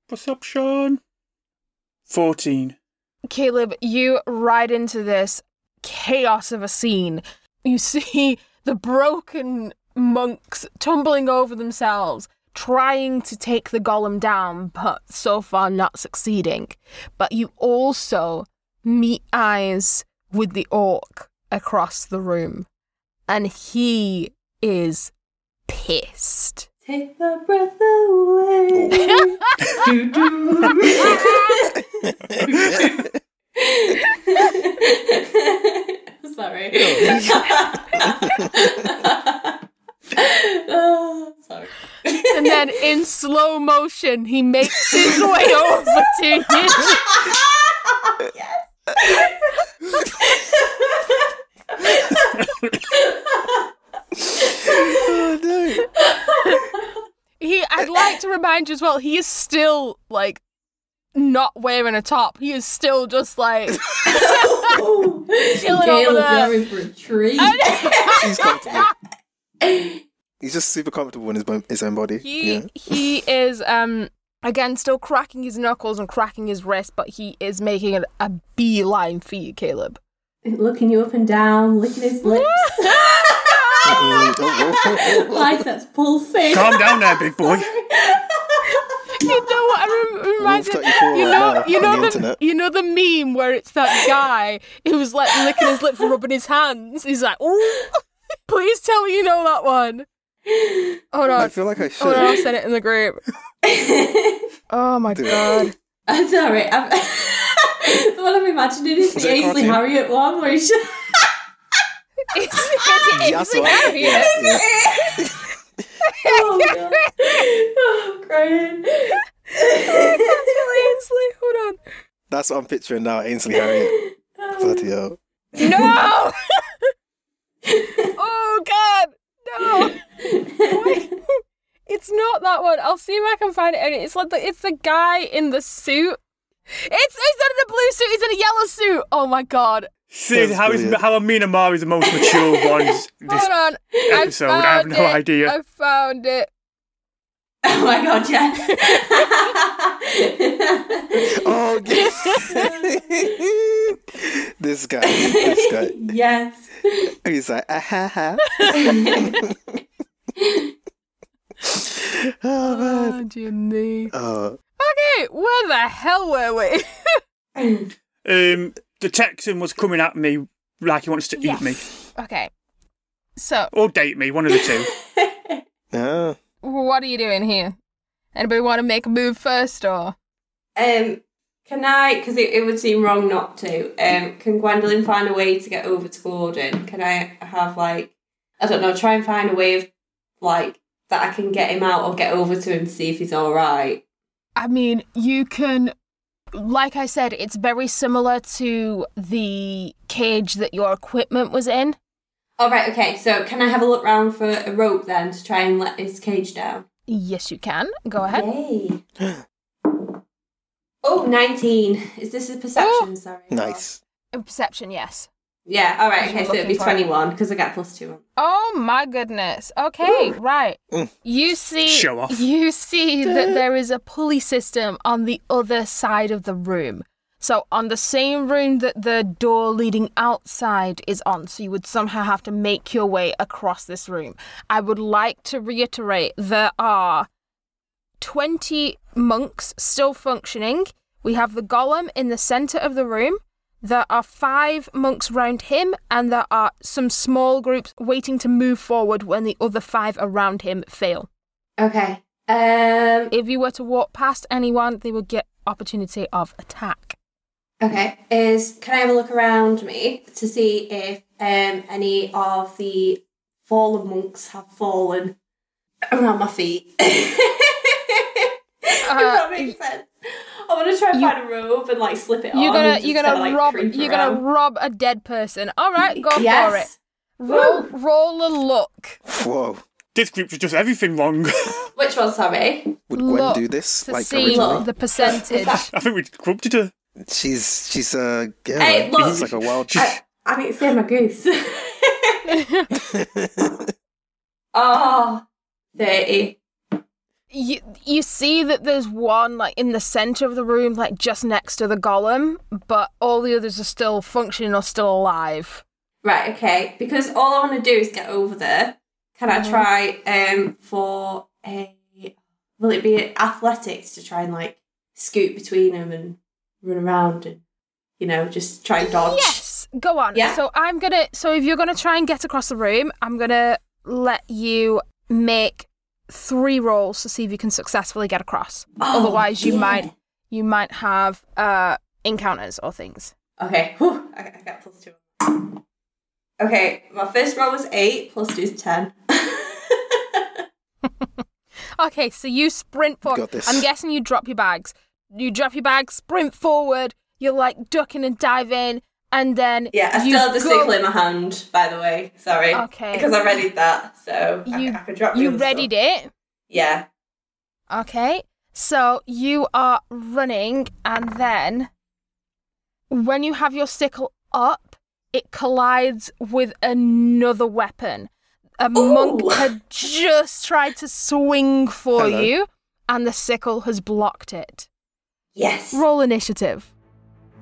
[SPEAKER 3] What's up, Sean? Fourteen.
[SPEAKER 1] Caleb, you ride into this chaos of a scene. You see the broken monks tumbling over themselves, trying to take the golem down, but so far not succeeding. But you also meet eyes with the orc across the room, and he is pissed.
[SPEAKER 2] Take my breath away. do, do. sorry. oh, sorry.
[SPEAKER 1] And then in slow motion, he makes his way over to you.
[SPEAKER 4] Oh, no.
[SPEAKER 1] He, I'd like to remind you as well. He is still like not wearing a top. He is still just like
[SPEAKER 2] Oh,
[SPEAKER 1] Chilling over
[SPEAKER 2] Gail
[SPEAKER 1] there.
[SPEAKER 2] going for a treat.
[SPEAKER 4] He's comfortable. He's just super comfortable in his, bo- his own body.
[SPEAKER 1] He
[SPEAKER 4] yeah.
[SPEAKER 1] he is um again still cracking his knuckles and cracking his wrist, but he is making a, a beeline for you, Caleb.
[SPEAKER 2] Looking you up and down, licking his lips.
[SPEAKER 4] Mm, oh, oh, oh,
[SPEAKER 2] Biceps pulsing.
[SPEAKER 3] Calm down there, big boy.
[SPEAKER 1] You know what I rem- reminds me?
[SPEAKER 4] Wolf 34
[SPEAKER 1] You
[SPEAKER 4] right
[SPEAKER 1] know,
[SPEAKER 4] now
[SPEAKER 1] you
[SPEAKER 4] on
[SPEAKER 1] know
[SPEAKER 4] the
[SPEAKER 1] the
[SPEAKER 4] internet.
[SPEAKER 1] you know the meme where it's that guy who's like licking his lips, rubbing his hands. He's like, "Ooh, please tell me you know that one." Hold
[SPEAKER 4] I
[SPEAKER 1] on,
[SPEAKER 4] feel like I should.
[SPEAKER 1] hold on, I'll send it in the group. Oh my
[SPEAKER 4] Do it.
[SPEAKER 1] god!
[SPEAKER 2] I'm sorry. I'm the one I'm imagining is
[SPEAKER 4] Was
[SPEAKER 2] the
[SPEAKER 4] it a
[SPEAKER 2] Ainsley
[SPEAKER 4] cartoon?
[SPEAKER 2] Harriet one where he's just.
[SPEAKER 1] It's, it's,
[SPEAKER 4] Yeah,
[SPEAKER 1] it's
[SPEAKER 4] so I-
[SPEAKER 1] Harriet.
[SPEAKER 4] yeah, yeah.
[SPEAKER 2] oh, God. oh, I'm crying.
[SPEAKER 1] Ainsley, hold
[SPEAKER 4] That's what I'm picturing now, Ainsley Harriet. Bloody hell.
[SPEAKER 1] on. No! oh god! No! It's not that one. I'll see if I can find it. And It's like the, it's the guy in the suit. It's he's not in a blue suit. He's in a yellow suit. Oh my god!
[SPEAKER 3] See
[SPEAKER 4] That's
[SPEAKER 3] how is
[SPEAKER 4] brilliant.
[SPEAKER 3] how Amina Mari is the most mature one this
[SPEAKER 1] Hold on.
[SPEAKER 3] episode.
[SPEAKER 1] I,
[SPEAKER 3] I,
[SPEAKER 1] found
[SPEAKER 3] have no
[SPEAKER 1] it.
[SPEAKER 3] idea.
[SPEAKER 1] I found it.
[SPEAKER 2] oh my god, yes.
[SPEAKER 4] Oh, yes. this guy. This guy.
[SPEAKER 2] yes.
[SPEAKER 4] He's like, ah ha ha. oh, man.
[SPEAKER 1] Jimmy.
[SPEAKER 4] Oh,
[SPEAKER 1] Okay, where the hell were we?
[SPEAKER 3] Um, the Texan was coming at me like he wants to eat me
[SPEAKER 1] Okay. So,
[SPEAKER 3] or date me, one of the two.
[SPEAKER 4] yeah.
[SPEAKER 1] what are you doing here? Anybody want to make a move first, or
[SPEAKER 2] Um, can I? Because it, it would seem wrong not to. Um, can Gwendolyn find a way to get over to Gordon? Can I have like I don't know? Try and find a way of like that I can get him out or get over to him to see if he's all right.
[SPEAKER 1] I mean, you can. Like I said, it's very similar to the cage that your equipment was in.
[SPEAKER 2] All right. Okay. So can I have a look round for a rope then to try and let his cage down?
[SPEAKER 1] Yes, you can. Go ahead.
[SPEAKER 2] Yay. Oh, 19. Is this a perception? Sorry.
[SPEAKER 4] Nice.
[SPEAKER 1] Uh, Perception, yes.
[SPEAKER 2] Yeah, all right.
[SPEAKER 1] That's what
[SPEAKER 2] Okay, so
[SPEAKER 1] I'm
[SPEAKER 2] it'd be
[SPEAKER 1] looking for.
[SPEAKER 2] 21 because I got plus two on.
[SPEAKER 1] Oh my goodness. Okay, right.
[SPEAKER 4] Mm.
[SPEAKER 1] You see
[SPEAKER 3] Show off.
[SPEAKER 1] you see that there is a pulley system on the other side of the room. So on the same room that the door leading outside is on, so you would somehow have to make your way across this room. I would like to reiterate there are 20 monks still functioning. We have the golem in the center of the room. There are five monks round him, and there are some small groups waiting to move forward when the other five around him fail.
[SPEAKER 2] Okay. Um.
[SPEAKER 1] If you were to walk past anyone, they would get opportunity of attack.
[SPEAKER 2] Okay. Is can I have a look around me to see if um any of the fallen monks have fallen around my feet? if
[SPEAKER 1] Uh,
[SPEAKER 2] that makes sense. I want to try and
[SPEAKER 1] you-
[SPEAKER 2] find a robe and like slip it
[SPEAKER 1] you're
[SPEAKER 2] on.
[SPEAKER 1] gonna
[SPEAKER 2] and Oh, just
[SPEAKER 1] you're gonna
[SPEAKER 2] kinda, like,
[SPEAKER 1] rob
[SPEAKER 2] creep
[SPEAKER 1] you're gonna
[SPEAKER 2] around.
[SPEAKER 1] rob a dead person. All right, go
[SPEAKER 2] yes.
[SPEAKER 1] for it. Roll roll a look.
[SPEAKER 4] Whoa.
[SPEAKER 3] this group was just everything wrong.
[SPEAKER 2] Which one, sorry?
[SPEAKER 4] Would Gwen
[SPEAKER 1] Look
[SPEAKER 4] do this?
[SPEAKER 1] to
[SPEAKER 4] Like
[SPEAKER 1] see
[SPEAKER 4] originally?
[SPEAKER 1] the percentage.
[SPEAKER 3] I think we corrupted her.
[SPEAKER 4] She's she's uh yeah,
[SPEAKER 2] Hey,
[SPEAKER 4] like,
[SPEAKER 2] look.
[SPEAKER 4] she's like a wild
[SPEAKER 2] I, I didn't see my goose. oh, 30.
[SPEAKER 1] you you see that there's one like in the center of the room, like just next to the golem, but all the others are still functioning or still alive.
[SPEAKER 2] Right, okay. Because all I want to do is get over there. Can
[SPEAKER 1] Mm-hmm.
[SPEAKER 2] I try um for a will it be athletics to try and like scoot between them and run around and you know, just try and dodge.
[SPEAKER 1] Yes, go on.
[SPEAKER 2] Yeah.
[SPEAKER 1] So I'm gonna. So if you're gonna try and get across the room, I'm gonna let you make three rolls to see if you can successfully get across.
[SPEAKER 2] Oh,
[SPEAKER 1] Otherwise, you
[SPEAKER 2] yeah.
[SPEAKER 1] might you might have uh encounters or things.
[SPEAKER 2] Okay. Whew, I, I got plus two. Okay, my first roll was eight, plus two is ten.
[SPEAKER 1] Okay, so you sprint forward.
[SPEAKER 4] got this.
[SPEAKER 1] I'm guessing you drop your bags. You drop your bags, sprint forward. You're like ducking and diving, and then
[SPEAKER 2] yeah, I
[SPEAKER 1] you
[SPEAKER 2] still have the
[SPEAKER 1] go-
[SPEAKER 2] sickle in my hand, by the way. Sorry.
[SPEAKER 1] Okay.
[SPEAKER 2] Because I readied that, so
[SPEAKER 1] You-
[SPEAKER 2] I, I could drop
[SPEAKER 1] You
[SPEAKER 2] the other
[SPEAKER 1] readied
[SPEAKER 2] stuff.
[SPEAKER 1] it.
[SPEAKER 2] Yeah.
[SPEAKER 1] Okay. So you are running, and then when you have your sickle up, it collides with another weapon. a monk had just tried to swing for
[SPEAKER 4] Hello.
[SPEAKER 1] you, and the sickle has blocked it.
[SPEAKER 2] Yes.
[SPEAKER 1] Roll initiative.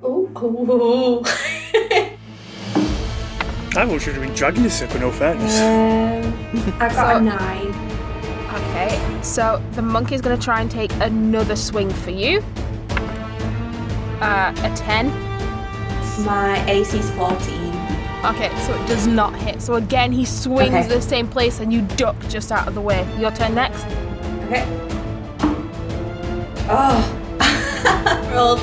[SPEAKER 2] Ooh. Ooh.
[SPEAKER 3] I would should have been dragging this up in all fairness.
[SPEAKER 2] um, I got
[SPEAKER 1] So-
[SPEAKER 2] a nine.
[SPEAKER 1] Okay, so the monkey's gonna try and take another swing for you. Uh, a 10.
[SPEAKER 2] My AC's 14.
[SPEAKER 1] Okay, so it does not hit. So again, he swings
[SPEAKER 2] Okay.
[SPEAKER 1] the same place and you duck just out of the way. Your turn next.
[SPEAKER 2] Okay. Oh, rolled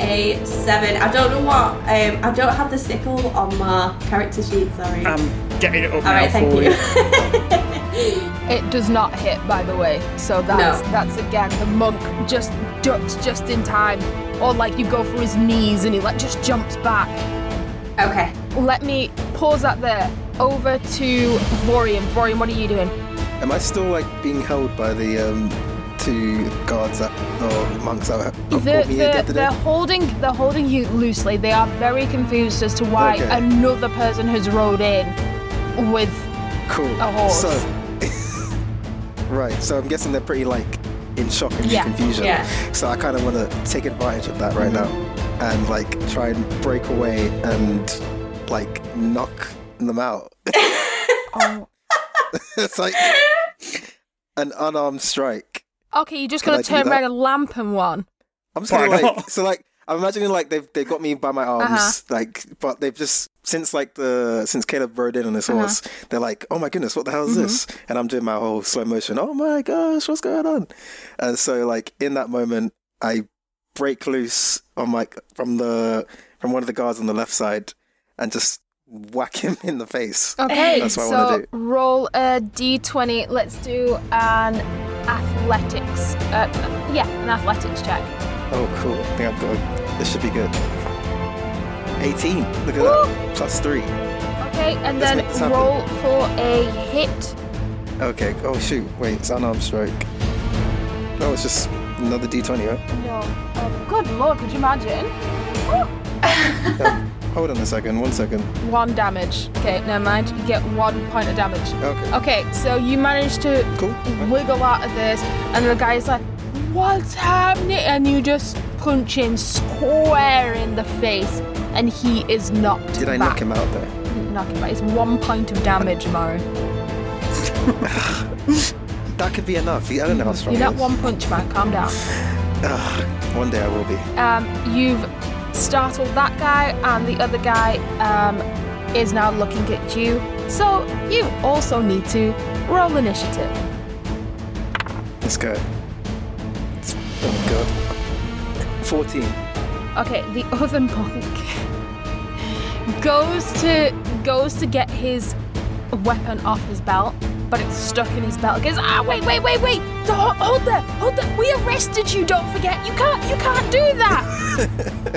[SPEAKER 2] a seven. I don't know what. Um, I don't have the sickle on my character sheet. Sorry.
[SPEAKER 3] I'm getting it up
[SPEAKER 2] All
[SPEAKER 3] now
[SPEAKER 2] right, thank
[SPEAKER 3] for
[SPEAKER 2] you.
[SPEAKER 3] you.
[SPEAKER 1] It does not hit, by the way. So that's
[SPEAKER 2] No.
[SPEAKER 1] that's again the monk just ducks just in time, or like you go for his knees and he like just jumps back.
[SPEAKER 2] okay.
[SPEAKER 1] Let me pause that there. Over to Vorian. Vorian, what are you doing?
[SPEAKER 4] Am I still like being held by the um, two guards that, or monks that
[SPEAKER 1] The,
[SPEAKER 4] have brought me here the
[SPEAKER 1] the,
[SPEAKER 4] other
[SPEAKER 1] they're
[SPEAKER 4] day?
[SPEAKER 1] holding they're holding you loosely. They are very confused as to why
[SPEAKER 4] Okay.
[SPEAKER 1] another person has rode in with.
[SPEAKER 4] Cool.
[SPEAKER 1] a horse.
[SPEAKER 4] So, right. So I'm guessing they're pretty like in shock and
[SPEAKER 1] Yeah.
[SPEAKER 4] confusion.
[SPEAKER 2] Yeah.
[SPEAKER 4] So I kind of want to take advantage of that right now and like try and break away and like knock them out.
[SPEAKER 1] Oh.
[SPEAKER 4] it's like an unarmed strike.
[SPEAKER 1] Okay, you're just
[SPEAKER 4] Can
[SPEAKER 1] gonna
[SPEAKER 4] I do
[SPEAKER 1] turn
[SPEAKER 4] that?
[SPEAKER 1] around and lamp him one.
[SPEAKER 4] I'm just
[SPEAKER 3] Why
[SPEAKER 4] gonna like
[SPEAKER 3] not?
[SPEAKER 4] so like I'm imagining like they've they've got me by my arms
[SPEAKER 1] Uh-huh.
[SPEAKER 4] like but they've just since like the since Caleb rode in on this
[SPEAKER 1] Uh-huh. Mm-hmm.
[SPEAKER 4] horse they're like oh my goodness what the hell is this and I'm doing my whole slow motion oh my gosh what's going on and so like in that moment I break loose on like from the from one of the guards on the left side and just whack him in the face
[SPEAKER 1] Okay,
[SPEAKER 4] That's what I wanna
[SPEAKER 1] so
[SPEAKER 4] do.
[SPEAKER 1] roll a d20. Let's do an athletics. Uh, yeah, an athletics check.
[SPEAKER 4] oh cool I think I've got this should be good 18 look at that plus three
[SPEAKER 1] Okay, and
[SPEAKER 4] Let's
[SPEAKER 1] then
[SPEAKER 4] make this happen.
[SPEAKER 1] roll for a hit.
[SPEAKER 4] Okay. Oh shoot. Wait. It's unarmed strike. No, Oh, it's just another d20, right?
[SPEAKER 1] No. Oh, good lord, could you imagine?
[SPEAKER 4] Um, hold on a second. One second.
[SPEAKER 1] One damage. Okay, never mind. You get one point of damage.
[SPEAKER 4] Okay.
[SPEAKER 1] Okay, so you manage to
[SPEAKER 4] Cool.
[SPEAKER 1] wiggle out of this, and the guy's like, What's happening? And you just punch him square in the face, and he is knocked
[SPEAKER 4] Did I
[SPEAKER 1] back.
[SPEAKER 4] knock him out there?
[SPEAKER 1] Knock him back. It's one point of damage, Maru.
[SPEAKER 4] That could be enough. I don't know how strong.
[SPEAKER 1] You're
[SPEAKER 4] he
[SPEAKER 1] not
[SPEAKER 4] is.
[SPEAKER 1] one punch man, calm down.
[SPEAKER 4] Ugh, one day I will be.
[SPEAKER 1] Um, you've startled that guy, and the other guy um, is now looking at you. So you also need to roll initiative.
[SPEAKER 4] Let's go. It's- Oh god. Fourteen.
[SPEAKER 1] Okay, the other monk goes to goes to get his weapon off his belt, but it's stuck in his belt. Goes, ah, wait, wait, wait, wait! Don't, hold- hold there, hold there. We arrested you. Don't forget. You can't, you can't do that.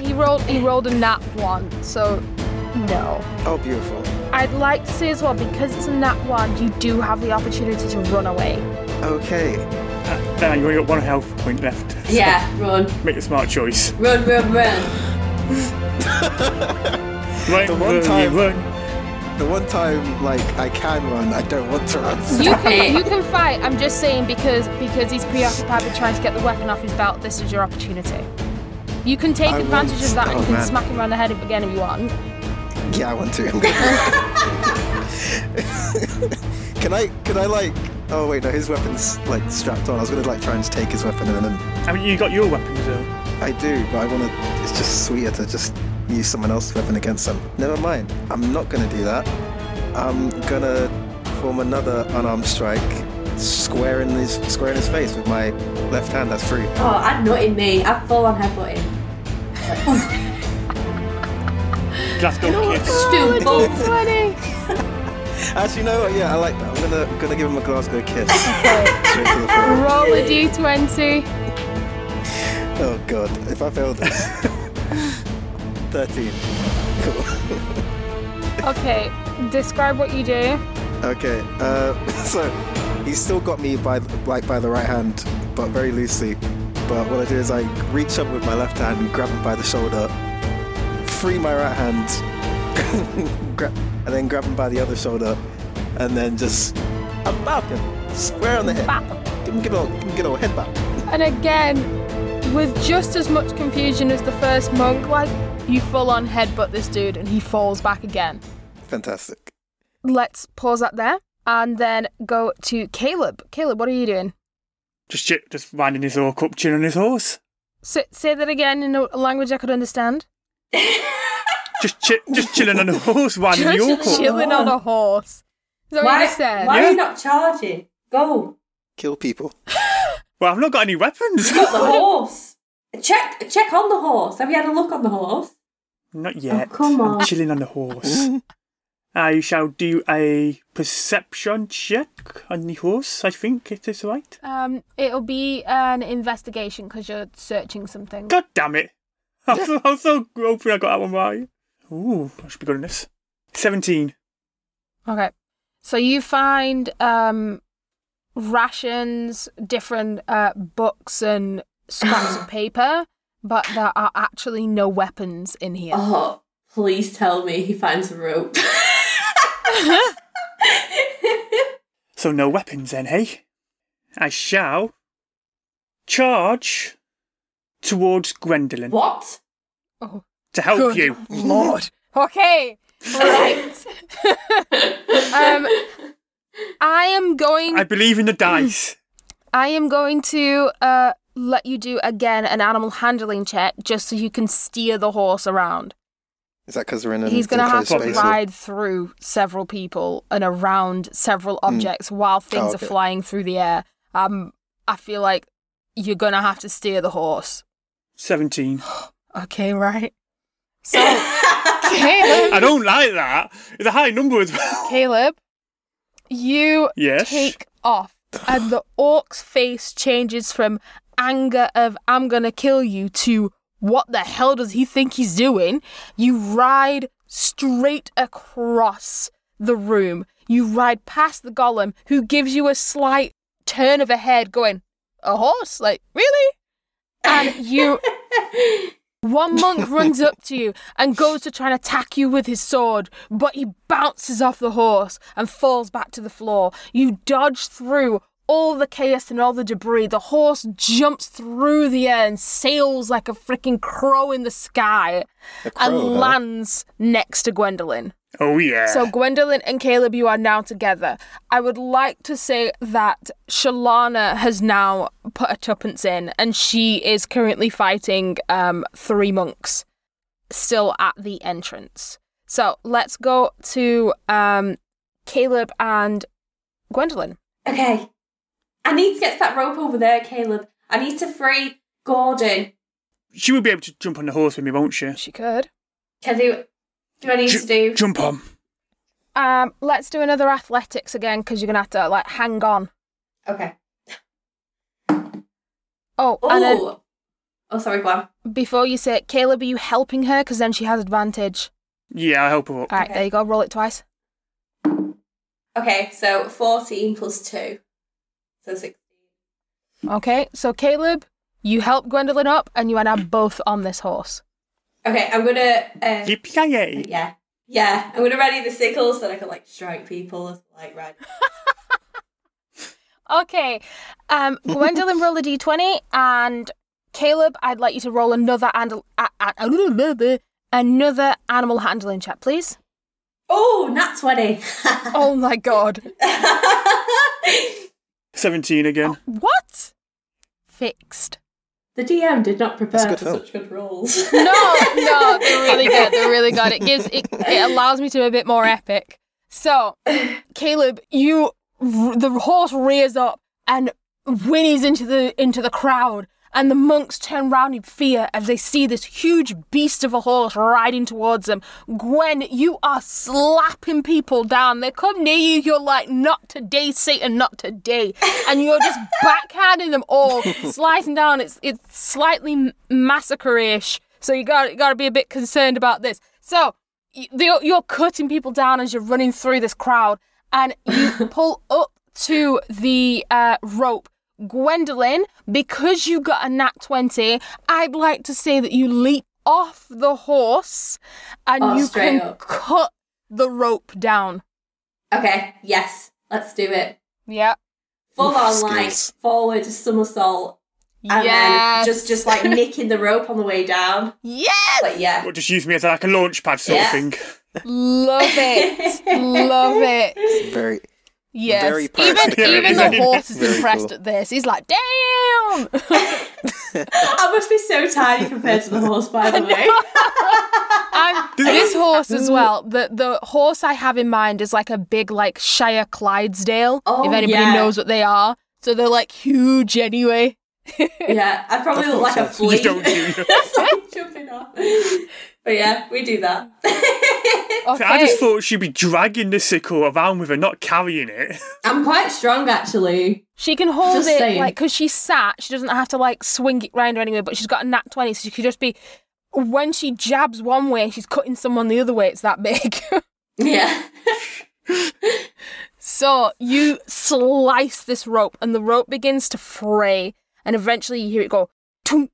[SPEAKER 1] he rolled, he rolled a nat one, so no.
[SPEAKER 4] Oh, beautiful.
[SPEAKER 1] I'd like to say as well because it's a nat one, you do have the opportunity to run away.
[SPEAKER 4] Okay.
[SPEAKER 3] Dan, Uh, you only got one health point left.
[SPEAKER 2] Yeah. Run.
[SPEAKER 3] Make a smart choice.
[SPEAKER 2] Run. Run. Run.
[SPEAKER 3] Right,
[SPEAKER 4] The one
[SPEAKER 3] run,
[SPEAKER 4] time-
[SPEAKER 3] you run.
[SPEAKER 4] The one time like I can run, I don't want to run.
[SPEAKER 1] You
[SPEAKER 2] Stop
[SPEAKER 1] can,
[SPEAKER 2] it.
[SPEAKER 1] you can fight. I'm just saying because because he's preoccupied with trying to get the weapon off his belt. This is your opportunity. You can take
[SPEAKER 4] I
[SPEAKER 1] advantage
[SPEAKER 4] won't-
[SPEAKER 1] of that. and
[SPEAKER 4] oh,
[SPEAKER 1] you can
[SPEAKER 4] man.
[SPEAKER 1] smack him around the head again if you want.
[SPEAKER 4] Yeah, I want to. I'm gonna- can I? Can I like? Oh wait, no. His weapon's like strapped on. I was gonna like try and take his weapon, and then
[SPEAKER 3] I mean, you got your weapons though.
[SPEAKER 4] I do, but I want to. It's just sweeter to just use someone else's weapon against them. Never mind. I'm not gonna do that. I'm gonna form another unarmed strike, square in his square in his face with my left hand. That's free.
[SPEAKER 2] Oh, I'm not in me. I've full on headbutted.
[SPEAKER 3] Glasgow kiss.
[SPEAKER 2] Still bumped.
[SPEAKER 4] Actually, no. Yeah, I like that. I'm gonna I'm gonna give him a Glasgow kiss. Straight to the forehead.
[SPEAKER 1] Roll a d20.
[SPEAKER 4] Oh god, if I fail this. 13. Cool.
[SPEAKER 1] Okay, describe what you do.
[SPEAKER 4] okay, uh, so he's still got me by the- like by the right hand, but very loosely. But what I do is I reach up with my left hand and grab him by the shoulder, free my right hand, gra- and then grab him by the other shoulder, and then just a falcon square on the head. Give him good old, give him good old head bop.
[SPEAKER 1] And again, with just as much confusion as the first monk, like you full on headbutt this dude and he falls back again.
[SPEAKER 4] Fantastic.
[SPEAKER 1] Let's pause that there and then go to Caleb. Caleb, what are you doing?
[SPEAKER 3] Just ju- just winding his orc up, chin on his horse.
[SPEAKER 1] Say, say that again in a a language I could understand.
[SPEAKER 3] Just chi- just chilling on a horse, winding the orc
[SPEAKER 1] Just
[SPEAKER 3] up.
[SPEAKER 1] chilling on a horse. Is that what
[SPEAKER 2] Why,
[SPEAKER 1] you just said?
[SPEAKER 2] why are
[SPEAKER 3] Yeah.
[SPEAKER 2] you not charging? Go.
[SPEAKER 4] Kill people.
[SPEAKER 3] Well, I've not got any weapons.
[SPEAKER 2] Got the horse. Check check on the horse. Have you had a look on the horse?
[SPEAKER 3] not yet.
[SPEAKER 2] Oh, come on.
[SPEAKER 3] I'm chilling on the horse. I shall do a perception check on the horse. I think it is right.
[SPEAKER 1] Um, it'll be an investigation because you're searching something.
[SPEAKER 3] God damn it! I'm so, I'm so hoping I got that one right. Ooh, I should be good in this. Seventeen.
[SPEAKER 1] Okay. So you find um, rations, different uh, books, and scraps of paper, but there are actually no weapons in here.
[SPEAKER 2] Oh, please tell me he finds a rope.
[SPEAKER 3] So no weapons then, hey? I shall charge towards Gwendolyn
[SPEAKER 2] what?
[SPEAKER 1] Oh,
[SPEAKER 3] to help
[SPEAKER 1] good
[SPEAKER 3] you.
[SPEAKER 1] Lord. Okay. Right. um, I am going.
[SPEAKER 3] I believe in the dice.
[SPEAKER 1] I am going to uh, let you do again an animal handling check just so you can steer the horse around.
[SPEAKER 4] Is that because we're in an
[SPEAKER 1] He's going to have
[SPEAKER 4] enclosed
[SPEAKER 1] to
[SPEAKER 3] space,
[SPEAKER 4] or-
[SPEAKER 1] ride through several people and around several objects while things
[SPEAKER 4] okay.
[SPEAKER 1] are flying through the air. Um, I feel like you're going to have to steer the horse.
[SPEAKER 3] Seventeen.
[SPEAKER 1] Okay, right. So, Caleb,
[SPEAKER 3] I don't like that. It's a high number as well.
[SPEAKER 1] Caleb, you
[SPEAKER 3] Yes.
[SPEAKER 1] take off, and the orc's face changes from anger of "I'm gonna kill you" to "What the hell does he think he's doing?" You ride straight across the room. You ride past the golem, who gives you a slight turn of a head, going, "A horse? Like really?" And you. One monk runs up to you and goes to try and attack you with his sword, but he bounces off the horse and falls back to the floor. You dodge through all the chaos and all the debris. The horse jumps through the air and sails like a freaking crow in the sky
[SPEAKER 4] A crow,
[SPEAKER 1] and
[SPEAKER 4] huh?
[SPEAKER 1] lands next to Gwendolyn.
[SPEAKER 3] Oh yeah.
[SPEAKER 1] So, Gwendolyn and Caleb, you are now together. I would like to say that Shalana has now put a tuppence in, and she is currently fighting um, three monks still at the entrance. So, let's go to um, Caleb and Gwendolyn.
[SPEAKER 2] Okay. I need to get that rope over there, Caleb. I need to free Gordon.
[SPEAKER 3] she will be able to jump on the horse with me, won't she?
[SPEAKER 1] She could.
[SPEAKER 2] Can I do do I need
[SPEAKER 3] Ju-
[SPEAKER 2] to do
[SPEAKER 3] Jump on.
[SPEAKER 1] Um, let's do another athletics again because you're gonna have to like hang on.
[SPEAKER 2] Okay.
[SPEAKER 1] Oh, and then
[SPEAKER 2] Oh Oh sorry, Gwen.
[SPEAKER 1] before you say it, Caleb, are you helping her? Because then she has advantage.
[SPEAKER 3] Yeah, I'll help her up.
[SPEAKER 1] All right,
[SPEAKER 2] Okay.
[SPEAKER 1] there you go. Roll it twice.
[SPEAKER 2] Okay, so fourteen plus two. So six
[SPEAKER 1] Okay, so Caleb, you help Gwendolyn up, and you are now both on this horse.
[SPEAKER 2] Okay, I'm gonna uh,
[SPEAKER 3] Yippee!
[SPEAKER 2] Yeah. Yeah. I'm gonna ready the sickle so that I can like strike people as like right.
[SPEAKER 1] Okay, um, Gwendolyn, roll a d20, and Caleb, I'd like you to roll another and another animal handling check, please.
[SPEAKER 2] Oh, nat twenty.
[SPEAKER 1] Oh my god,
[SPEAKER 3] Seventeen
[SPEAKER 2] Oh.
[SPEAKER 3] again.
[SPEAKER 1] what? Fixed.
[SPEAKER 2] the DM did not prepare
[SPEAKER 4] good
[SPEAKER 2] for
[SPEAKER 4] film.
[SPEAKER 2] such good rolls.
[SPEAKER 1] No, no, they're really good. They're really good. It gives it, it allows me to be a bit more epic. So, Caleb, you the horse rears up and whinnies into the into the crowd, and the monks turn round in fear as they see this huge beast of a horse riding towards them. Gwen, you are slapping people down. They come near you. You're like, not today, Satan, not today, and you're just backhanding them all, slicing down. It's it's slightly massacre-ish. So you got you got to be a bit concerned about this. So y- you're, you're cutting people down as you're running through this crowd, and you pull up to the uh, rope. Gwendolyn, because you got a nat 20, I'd like to say that you leap off the horse and
[SPEAKER 2] Oh,
[SPEAKER 1] you
[SPEAKER 2] straight
[SPEAKER 1] can
[SPEAKER 2] up.
[SPEAKER 1] cut the rope down.
[SPEAKER 2] Okay, yes, let's do it.
[SPEAKER 1] Yeah.
[SPEAKER 2] Full
[SPEAKER 4] Oof,
[SPEAKER 2] on like
[SPEAKER 4] skills.
[SPEAKER 2] forward somersault and
[SPEAKER 1] yes.
[SPEAKER 2] then just just like nicking the rope on the way down.
[SPEAKER 1] yes.
[SPEAKER 2] But yeah.
[SPEAKER 3] Well, just use me as like a launch pad sort
[SPEAKER 2] Yeah.
[SPEAKER 3] of thing.
[SPEAKER 1] Love it. Love it.
[SPEAKER 4] Very
[SPEAKER 1] Yes.
[SPEAKER 4] Very
[SPEAKER 1] even
[SPEAKER 4] perfect.
[SPEAKER 1] even
[SPEAKER 3] Yeah.
[SPEAKER 1] the horse is
[SPEAKER 4] Very
[SPEAKER 1] impressed
[SPEAKER 4] cool.
[SPEAKER 1] at this. He's like, damn.
[SPEAKER 2] I must be so tiny compared to the horse, by the way.
[SPEAKER 1] I'm, this horse as well. The the horse I have in mind is like a big like Shire Clydesdale.
[SPEAKER 2] Oh,
[SPEAKER 1] if anybody
[SPEAKER 2] yeah.
[SPEAKER 1] knows what they are, so they're like huge anyway.
[SPEAKER 2] Yeah, I probably
[SPEAKER 4] Of
[SPEAKER 2] look like a
[SPEAKER 4] course,
[SPEAKER 2] flea.
[SPEAKER 3] You don't do
[SPEAKER 2] It's like jumping off. But yeah, we do that.
[SPEAKER 1] Okay.
[SPEAKER 3] I just thought she'd be dragging the sickle around with her, not carrying it.
[SPEAKER 2] I'm quite strong actually.
[SPEAKER 1] She can hold
[SPEAKER 2] Just
[SPEAKER 1] it
[SPEAKER 2] saying.
[SPEAKER 1] like because she's sat. She doesn't have to like swing it round or anywhere. But she's got a nat twenty, so she could just be. When she jabs one way, she's cutting someone the other way. It's that big.
[SPEAKER 2] Yeah.
[SPEAKER 1] so you slice this rope, and the rope begins to fray, and eventually you hear it go. Toom.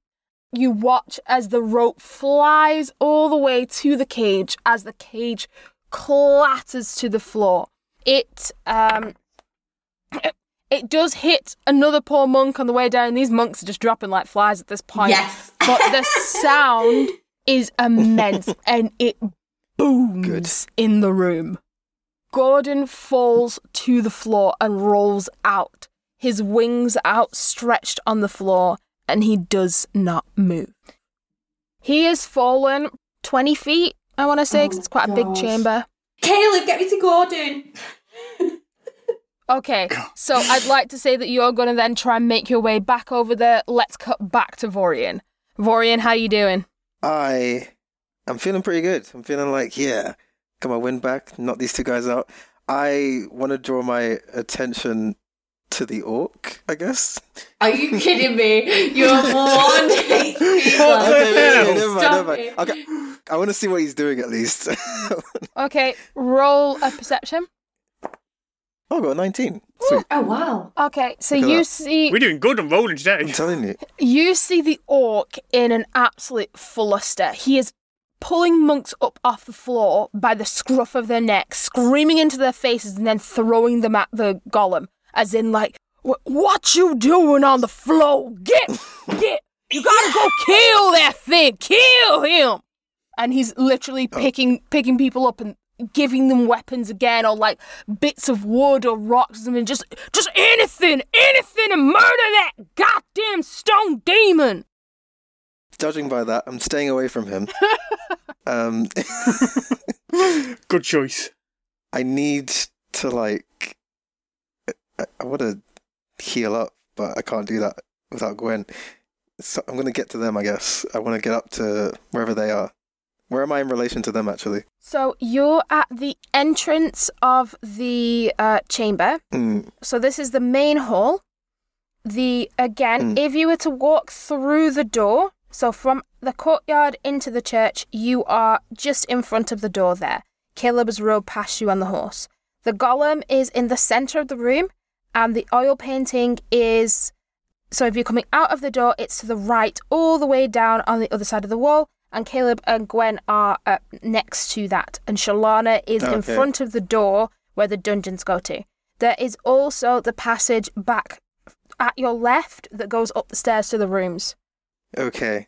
[SPEAKER 1] You watch as the rope flies all the way to the cage, as the cage clatters to the floor. It um it does hit another poor monk on the way down. These monks are just dropping like flies at this point.
[SPEAKER 2] Yes.
[SPEAKER 1] But the sound is immense and it booms in the room. Gordon falls to the floor and rolls out, his wings outstretched on the floor, and he does not move. He has fallen 20 feet, I want to say,
[SPEAKER 2] Oh
[SPEAKER 1] 'cause it's
[SPEAKER 2] my
[SPEAKER 1] quite a big
[SPEAKER 2] gosh.
[SPEAKER 1] chamber.
[SPEAKER 2] Caleb, get me to Gordon.
[SPEAKER 1] Okay, so I'd like to say that you're going to then try and make your way back over there. Let's cut back to Vorian. Vorian, how you doing?
[SPEAKER 4] I I'm feeling pretty good. I'm feeling like, yeah, got my win back, knock these two guys out. I wanna draw my attention to the orc, I guess.
[SPEAKER 2] Are you kidding me? You're warned.
[SPEAKER 3] What the hell?
[SPEAKER 4] never mind,
[SPEAKER 2] Stop
[SPEAKER 4] never mind.
[SPEAKER 2] it.
[SPEAKER 4] Okay. I wanna see what he's doing at least.
[SPEAKER 1] Okay, roll a perception.
[SPEAKER 4] oh I got a nineteen. Sweet.
[SPEAKER 2] Oh wow.
[SPEAKER 1] Okay, so
[SPEAKER 4] Look at
[SPEAKER 1] you
[SPEAKER 4] that.
[SPEAKER 1] see
[SPEAKER 3] We're doing good and rolling
[SPEAKER 4] I'm
[SPEAKER 3] today.
[SPEAKER 4] telling you.
[SPEAKER 1] you see the orc in an absolute fluster. He is pulling monks up off the floor by the scruff of their necks, screaming into their faces, and then throwing them at the golem, as in like, "Wh- "What you doing on the floor? Get, get! You gotta go kill that thing! Kill him!" And he's literally picking picking people up and giving them weapons again, or like bits of wood or rocks, or something. Just, just anything, anything, and murder that goddamn stone demon.
[SPEAKER 4] Judging by that, I'm staying away from him. um
[SPEAKER 3] Good choice.
[SPEAKER 4] I need to like. I, I want to heal up, but I can't do that without Gwen. So I'm gonna get to them, I guess. I want to get up to wherever they are. Where am I in relation to them, actually?
[SPEAKER 1] So you're at the entrance of the uh, chamber.
[SPEAKER 4] Mm,
[SPEAKER 1] So this is the main hall. The again,
[SPEAKER 4] Mm.
[SPEAKER 1] if you were to walk through the door, so from the courtyard into the church, you are just in front of the door there. Caleb has rode past you on the horse. The golem is in the center of the room, and the oil painting is. So if you're coming out of the door, it's to the right, all the way down on the other side of the wall. And Caleb and Gwen are uh, next to that, and Shalana is in
[SPEAKER 4] Okay.
[SPEAKER 1] front of the door where the dungeons go to. There is also the passage back at your left that goes up the stairs to the rooms.
[SPEAKER 4] okay.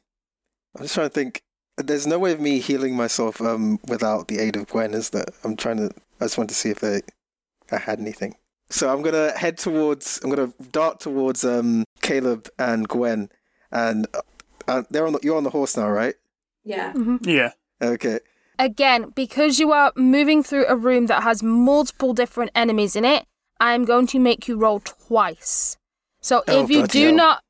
[SPEAKER 4] I'm just trying to think. There's no way of me healing myself um without the aid of Gwen, is there? I'm trying to. I just wanted to see if they, I had anything. So I'm gonna head towards. I'm gonna dart towards um Caleb and Gwen, and uh, uh, they're on. The, you're on the horse now, right?
[SPEAKER 2] Yeah.
[SPEAKER 3] Yeah.
[SPEAKER 4] Okay.
[SPEAKER 1] Again, because you are moving through a room that has multiple different enemies in it, I'm going to make you roll twice. So
[SPEAKER 4] Oh,
[SPEAKER 1] if you
[SPEAKER 4] bloody
[SPEAKER 1] do
[SPEAKER 4] hell.
[SPEAKER 1] not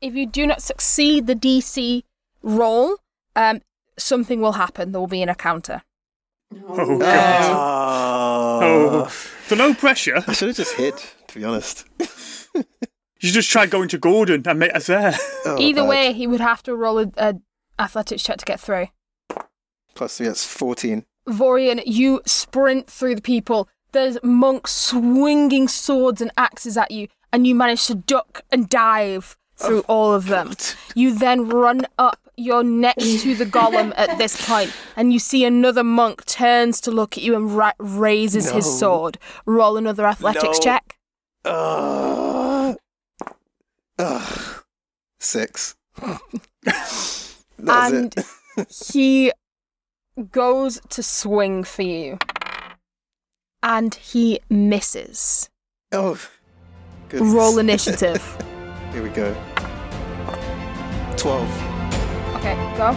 [SPEAKER 1] if you do not succeed the DC roll, um something will happen. There will be an encounter.
[SPEAKER 3] Oh,
[SPEAKER 2] no.
[SPEAKER 3] God.
[SPEAKER 4] Oh.
[SPEAKER 3] Oh. So no pressure.
[SPEAKER 4] I should have just hid, to be honest.
[SPEAKER 3] You just try going to Gordon and meet us there.
[SPEAKER 4] Oh,
[SPEAKER 1] Either
[SPEAKER 4] bad.
[SPEAKER 1] way, he would have to roll a, a athletics check to get through.
[SPEAKER 4] Plus three, that's 14.
[SPEAKER 1] Vorian, you sprint through the people. There's monks swinging swords and axes at you,
[SPEAKER 4] Oh,
[SPEAKER 1] and you manage to duck and dive through all of them. You then run up you're next to the golem at this point, and you see another monk turns to look at you and ra- raises
[SPEAKER 4] No.
[SPEAKER 1] his sword. Roll another athletics
[SPEAKER 3] No.
[SPEAKER 1] check.
[SPEAKER 4] Uh, uh, six. That's
[SPEAKER 1] and
[SPEAKER 4] it.
[SPEAKER 1] he goes to swing for you. And he misses.
[SPEAKER 4] Oh, goodness.
[SPEAKER 1] Roll initiative.
[SPEAKER 4] Here we go. Twelve.
[SPEAKER 1] okay, go.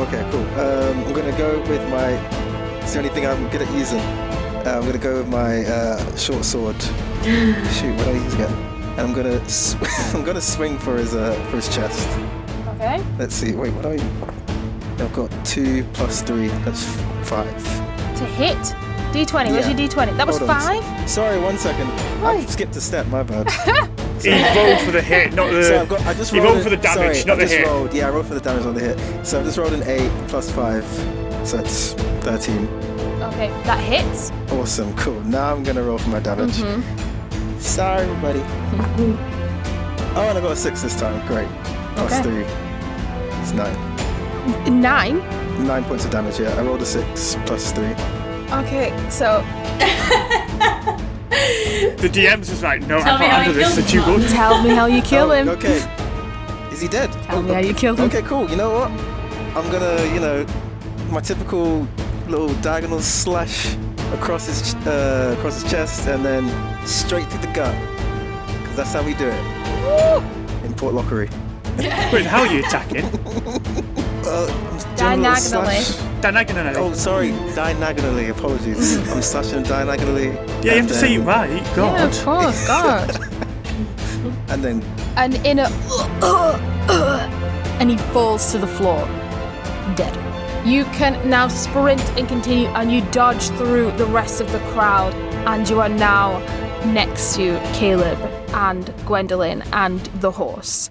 [SPEAKER 4] Okay, cool. Um, I'm gonna go with my. It's the only thing I'm good at using. Uh, I'm gonna go with my uh, short sword. Shoot, what do I use again? And I'm gonna sw- I'm gonna swing for his uh, for his chest.
[SPEAKER 1] Okay.
[SPEAKER 4] Let's see. Wait, what do I? I've got two plus three. That's five.
[SPEAKER 1] To hit. D20. Where's
[SPEAKER 4] Yeah.
[SPEAKER 1] your D20? That was
[SPEAKER 4] Hold on.
[SPEAKER 1] five?
[SPEAKER 4] Sorry, one second. I
[SPEAKER 1] Why?
[SPEAKER 4] skipped a step. My bad.
[SPEAKER 3] He rolled for the hit, not the.
[SPEAKER 4] So I've got. I just
[SPEAKER 3] he
[SPEAKER 4] rolled.
[SPEAKER 3] rolled
[SPEAKER 4] a-
[SPEAKER 3] for the damage,
[SPEAKER 4] sorry,
[SPEAKER 3] not
[SPEAKER 4] I
[SPEAKER 3] the
[SPEAKER 4] just
[SPEAKER 3] hit.
[SPEAKER 4] Rolled, yeah, I rolled for the damage on the hit. So I've just rolled an eight plus five. So that's thirteen.
[SPEAKER 1] Okay, that hits.
[SPEAKER 4] Awesome, cool. Now I'm gonna roll for my damage.
[SPEAKER 1] Mm-hmm.
[SPEAKER 4] Sorry, everybody. oh, and I got a six this time. Great. Plus
[SPEAKER 1] Okay.
[SPEAKER 4] three. It's nine.
[SPEAKER 1] Nine.
[SPEAKER 4] Nine points of damage. Yeah, I rolled a six plus three.
[SPEAKER 1] Okay, so
[SPEAKER 3] The DM's just like, no, I
[SPEAKER 2] Tell
[SPEAKER 3] can't
[SPEAKER 2] me how
[SPEAKER 3] handle
[SPEAKER 2] you
[SPEAKER 3] this.
[SPEAKER 2] killed
[SPEAKER 3] The two
[SPEAKER 2] him.
[SPEAKER 3] would.
[SPEAKER 1] tell me how you kill
[SPEAKER 4] Oh,
[SPEAKER 1] him.
[SPEAKER 4] Okay. Is he dead?
[SPEAKER 1] Tell me how you killed him.
[SPEAKER 4] Okay, cool. You know what? I'm gonna, you know, my typical little diagonal slash across his ch- uh, across his chest, and then straight through the gut. Cause that's how we do it in Port Lockery.
[SPEAKER 3] Wait, how are you attacking?
[SPEAKER 4] Uh, I'm doing a little
[SPEAKER 1] Diagonally.
[SPEAKER 4] slash-
[SPEAKER 3] Diagonally.
[SPEAKER 4] Oh, sorry, diagonally. Apologies. I'm slashing diagonally.
[SPEAKER 3] yeah, you
[SPEAKER 4] and
[SPEAKER 3] have to say
[SPEAKER 4] then-
[SPEAKER 3] you're right.
[SPEAKER 1] Yeah,
[SPEAKER 3] God.
[SPEAKER 1] of course, Oh, God.
[SPEAKER 4] And then,
[SPEAKER 1] and in a. and he falls to the floor. Dead. You can now sprint and continue, and you dodge through the rest of the crowd, and you are now next to Caleb and Gwendolyn and the horse,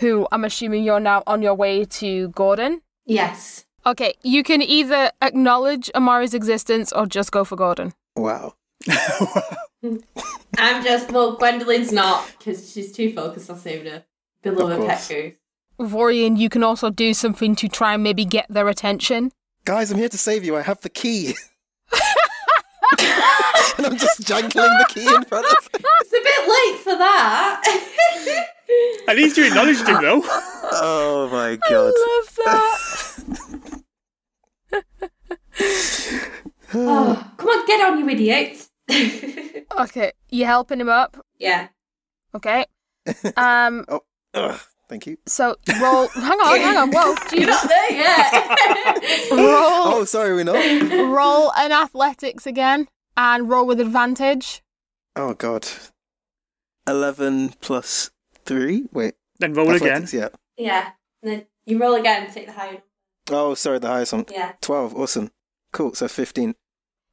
[SPEAKER 1] who I'm assuming you're now on your way to Gordon.
[SPEAKER 2] Yes.
[SPEAKER 1] Okay, you can either acknowledge Amari's existence or just go for Gordon.
[SPEAKER 4] wow.
[SPEAKER 2] I'm just, well, Gwendolyn's not, because she's too focused on saving her beloved pet
[SPEAKER 4] course.
[SPEAKER 2] goose.
[SPEAKER 1] Vorian, you can also do something to try and maybe get their attention.
[SPEAKER 4] Guys, I'm here to save you. I have the key. and I'm just jangling the key in front of
[SPEAKER 2] It's a bit late for that.
[SPEAKER 3] At least you acknowledged him, though.
[SPEAKER 4] Oh my god.
[SPEAKER 1] love that.
[SPEAKER 2] oh, come on, get on, you idiots.
[SPEAKER 1] okay, you're helping him up.
[SPEAKER 2] yeah.
[SPEAKER 1] Okay. Um.
[SPEAKER 4] Oh, ugh, thank you.
[SPEAKER 1] So roll. Hang on. Hang on. Whoa. Jesus.
[SPEAKER 2] You're not there yet.
[SPEAKER 1] Roll.
[SPEAKER 4] Oh, sorry, we know.
[SPEAKER 1] Roll an athletics again, and roll with advantage.
[SPEAKER 4] Oh god. 11 plus 3? Wait.
[SPEAKER 3] Then roll again.
[SPEAKER 4] athletics, Yeah.
[SPEAKER 2] yeah. And then you roll again, take the high.
[SPEAKER 4] Oh, sorry, the highest one.
[SPEAKER 2] Yeah.
[SPEAKER 4] 12, awesome. Cool, so 15.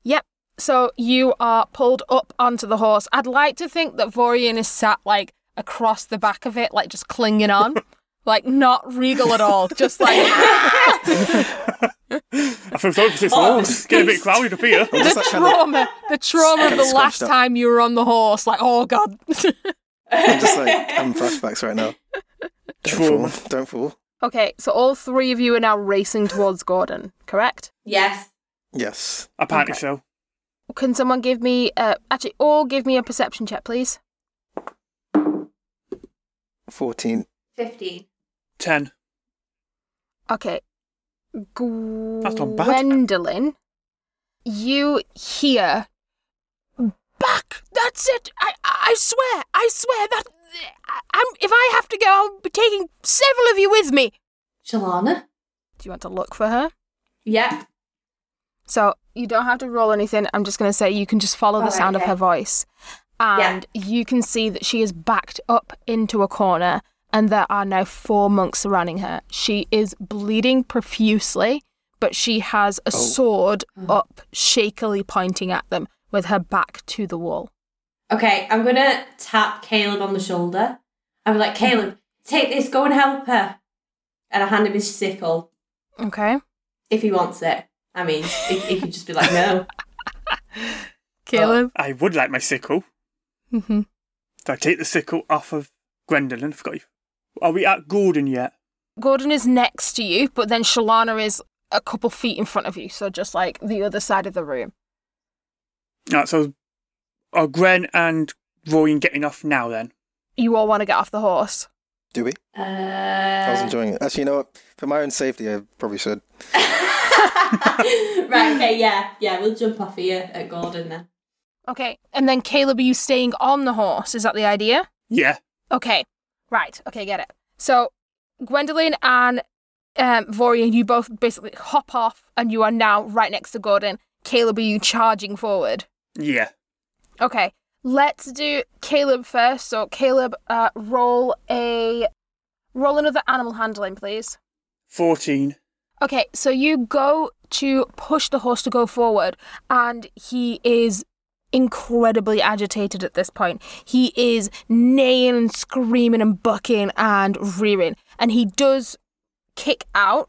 [SPEAKER 1] Yep. So you are pulled up onto the horse. I'd like to think that Vorian is sat like across the back of it, like just clinging on, like not regal at all, just like.
[SPEAKER 3] I feel sorry for this
[SPEAKER 2] Oh,
[SPEAKER 3] horse. Getting a bit crowded up here.
[SPEAKER 4] I'm just
[SPEAKER 1] the
[SPEAKER 4] like kinda-
[SPEAKER 1] trauma, the trauma of
[SPEAKER 4] Kinda
[SPEAKER 1] the last
[SPEAKER 4] scrunched up.
[SPEAKER 1] time you were on the horse. Like, oh god.
[SPEAKER 4] I'm just like having flashbacks right now. Don't
[SPEAKER 3] Trauma.
[SPEAKER 4] fall. Don't fall.
[SPEAKER 1] okay, so all three of you are now racing towards Gordon, correct?
[SPEAKER 2] Yes.
[SPEAKER 4] Yes.
[SPEAKER 3] Apparently
[SPEAKER 1] Okay.
[SPEAKER 3] so.
[SPEAKER 1] Can someone give me, uh, actually, all give me a perception check, please?
[SPEAKER 4] 14.
[SPEAKER 2] 15.
[SPEAKER 3] Ten.
[SPEAKER 1] Okay.
[SPEAKER 3] That's not bad.
[SPEAKER 1] Gwendolyn, you hear back. That's it. I I swear. I swear that I, I'm. If I have to go, I'll be taking several of you with me.
[SPEAKER 2] Shalana?
[SPEAKER 1] Do you want to look for her?
[SPEAKER 2] Yeah.
[SPEAKER 1] So you don't have to roll anything. I'm just going to say you can just follow the
[SPEAKER 2] Alright,
[SPEAKER 1] sound of
[SPEAKER 2] okay.
[SPEAKER 1] her voice. And you can see that she is backed up into a corner and there are now four monks surrounding her. She is bleeding profusely, but she has a sword
[SPEAKER 2] Mm-hmm.
[SPEAKER 1] up, shakily pointing at them with her back to the wall.
[SPEAKER 2] Okay, I'm gonna tap Caleb on the shoulder. I'm like, Caleb, take this, go and help her. And I hand him his sickle
[SPEAKER 1] Okay.
[SPEAKER 2] if he wants it. I mean, he, he could just be like, no.
[SPEAKER 1] Caleb.
[SPEAKER 3] I would like my sickle.
[SPEAKER 1] Mhm.
[SPEAKER 3] So I take the sickle off of Gwendolyn. I forgot you. Are we at Gordon yet?
[SPEAKER 1] Gordon is next to you, but then Shalana is a couple feet in front of you, so just like the other side of the room.
[SPEAKER 3] Right, so are Gren and Royan getting off now then?
[SPEAKER 1] You all want to get off the horse.
[SPEAKER 4] Do we?
[SPEAKER 2] Uh,
[SPEAKER 4] I was enjoying it. Actually, you know what? For my own safety, I probably should.
[SPEAKER 2] right, okay, yeah, yeah, we'll jump off here at Gordon then.
[SPEAKER 1] Okay. And then Caleb, are you staying on the horse? Is that the idea?
[SPEAKER 3] Yeah.
[SPEAKER 1] Okay. Right. Okay, get it. So Gwendolyn and um, Vorian, you both basically hop off and you are now right next to Gordon. Caleb, are you charging forward?
[SPEAKER 3] Yeah.
[SPEAKER 1] Okay. Let's do Caleb first. So Caleb, uh, roll a roll another animal handling, please.
[SPEAKER 3] 14.
[SPEAKER 1] Okay, so you go to push the horse to go forward, and he is incredibly agitated at this point. He is neighing and screaming and bucking and rearing, and he does kick out.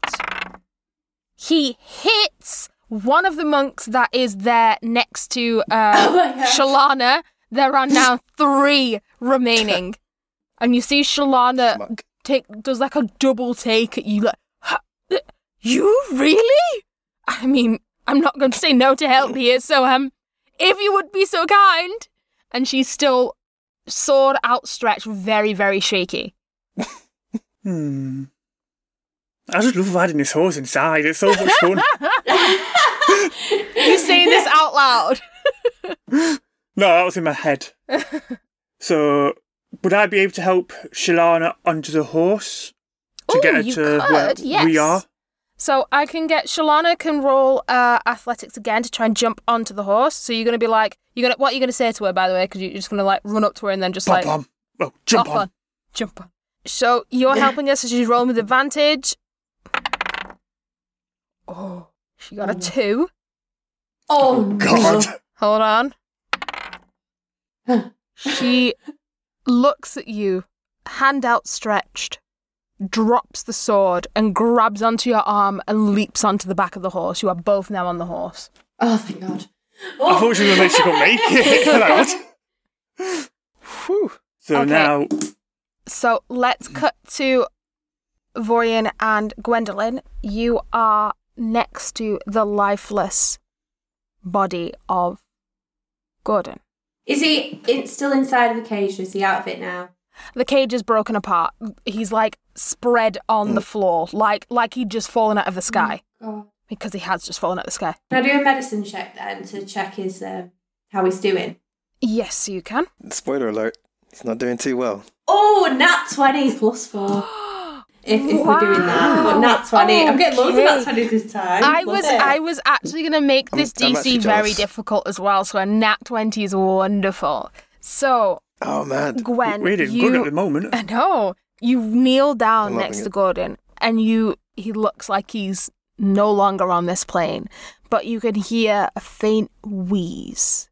[SPEAKER 1] He hits one of the monks that is there next to uh,
[SPEAKER 2] Oh my gosh.
[SPEAKER 1] Shalana. There are now three remaining, and you see Shalana
[SPEAKER 4] Smug.
[SPEAKER 1] take does like a double take at you like "Huh, th- you really i mean i'm not going to say no to help here so um if you would be so kind and she's still sword outstretched very very shaky
[SPEAKER 3] Hmm. I just love riding this horse inside. It's so much fun.
[SPEAKER 1] you saying this out loud
[SPEAKER 3] No, that was in my head. so, would I be able to help Shalana onto the horse to
[SPEAKER 1] Ooh,
[SPEAKER 3] get her
[SPEAKER 1] you
[SPEAKER 3] to where
[SPEAKER 1] could, yes.
[SPEAKER 3] we are?
[SPEAKER 1] so i can get shalana can roll uh, athletics again to try and jump onto the horse so you're going to be like you're going to what are you going to say to her by the way because you're just going to like run up to her and then just
[SPEAKER 3] Pop
[SPEAKER 1] like
[SPEAKER 3] on. Oh, jump
[SPEAKER 1] Hop
[SPEAKER 3] on.
[SPEAKER 1] Jump on. So you're helping us as she's rolling with advantage. Oh, she got a two.
[SPEAKER 2] Oh,
[SPEAKER 3] God.
[SPEAKER 1] Hold on. She looks at you, hand outstretched, drops the sword and grabs onto your arm and leaps onto the back of the horse. You are both now on the horse.
[SPEAKER 2] Oh, thank God. Oh.
[SPEAKER 3] I thought she was going to she could make it. Hello.
[SPEAKER 4] Whew.
[SPEAKER 3] so
[SPEAKER 1] Okay.
[SPEAKER 3] now,
[SPEAKER 1] So let's cut to Vorian and Gwendolyn. You are next to the lifeless body of Gordon.
[SPEAKER 2] Is he in, still inside of the cage or is he out of it now?
[SPEAKER 1] The cage is broken apart. He's like spread on the floor, like like he'd just fallen out of the sky.
[SPEAKER 2] God.
[SPEAKER 1] Because he has just fallen out of the sky.
[SPEAKER 2] Can I do a medicine check then to check his um, how he's doing?
[SPEAKER 1] Yes, you can.
[SPEAKER 4] Spoiler alert. He's not doing too well.
[SPEAKER 2] Oh, nat 20 plus 4. If, if we're doing that. But nat 20. I'm getting loads of nat
[SPEAKER 1] Oh, Okay.
[SPEAKER 2] 20s this time.
[SPEAKER 1] I
[SPEAKER 2] Love
[SPEAKER 1] was
[SPEAKER 2] it.
[SPEAKER 1] I was actually gonna make
[SPEAKER 4] I'm-
[SPEAKER 1] this
[SPEAKER 4] I'm actually
[SPEAKER 1] DC very
[SPEAKER 4] jealous.
[SPEAKER 1] difficult as well, so a Nat twenty is wonderful. So
[SPEAKER 4] Oh man.
[SPEAKER 1] Gwen
[SPEAKER 3] we're doing
[SPEAKER 1] you,
[SPEAKER 3] good at the moment.
[SPEAKER 1] I know. You kneel down
[SPEAKER 4] I'm
[SPEAKER 1] next
[SPEAKER 4] loving
[SPEAKER 1] to
[SPEAKER 4] it.
[SPEAKER 1] Gordon and you he looks like he's no longer on this plane, but you can hear a faint wheeze.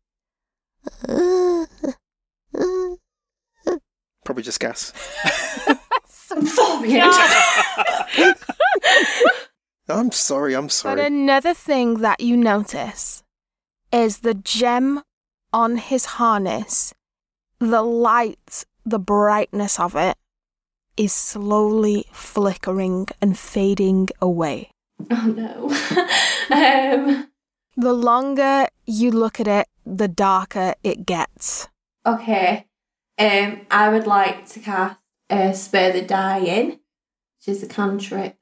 [SPEAKER 4] Probably just gas.
[SPEAKER 2] Vorian.
[SPEAKER 4] I'm sorry. I'm
[SPEAKER 1] But
[SPEAKER 4] sorry.
[SPEAKER 1] another thing that you notice is the gem on his harness, the light, the brightness of it is slowly flickering and fading away.
[SPEAKER 2] Oh no. um,
[SPEAKER 1] The longer you look at it, the darker it gets.
[SPEAKER 2] Okay. Um, I would like to cast uh, Spare the Dying, which is a cantrip.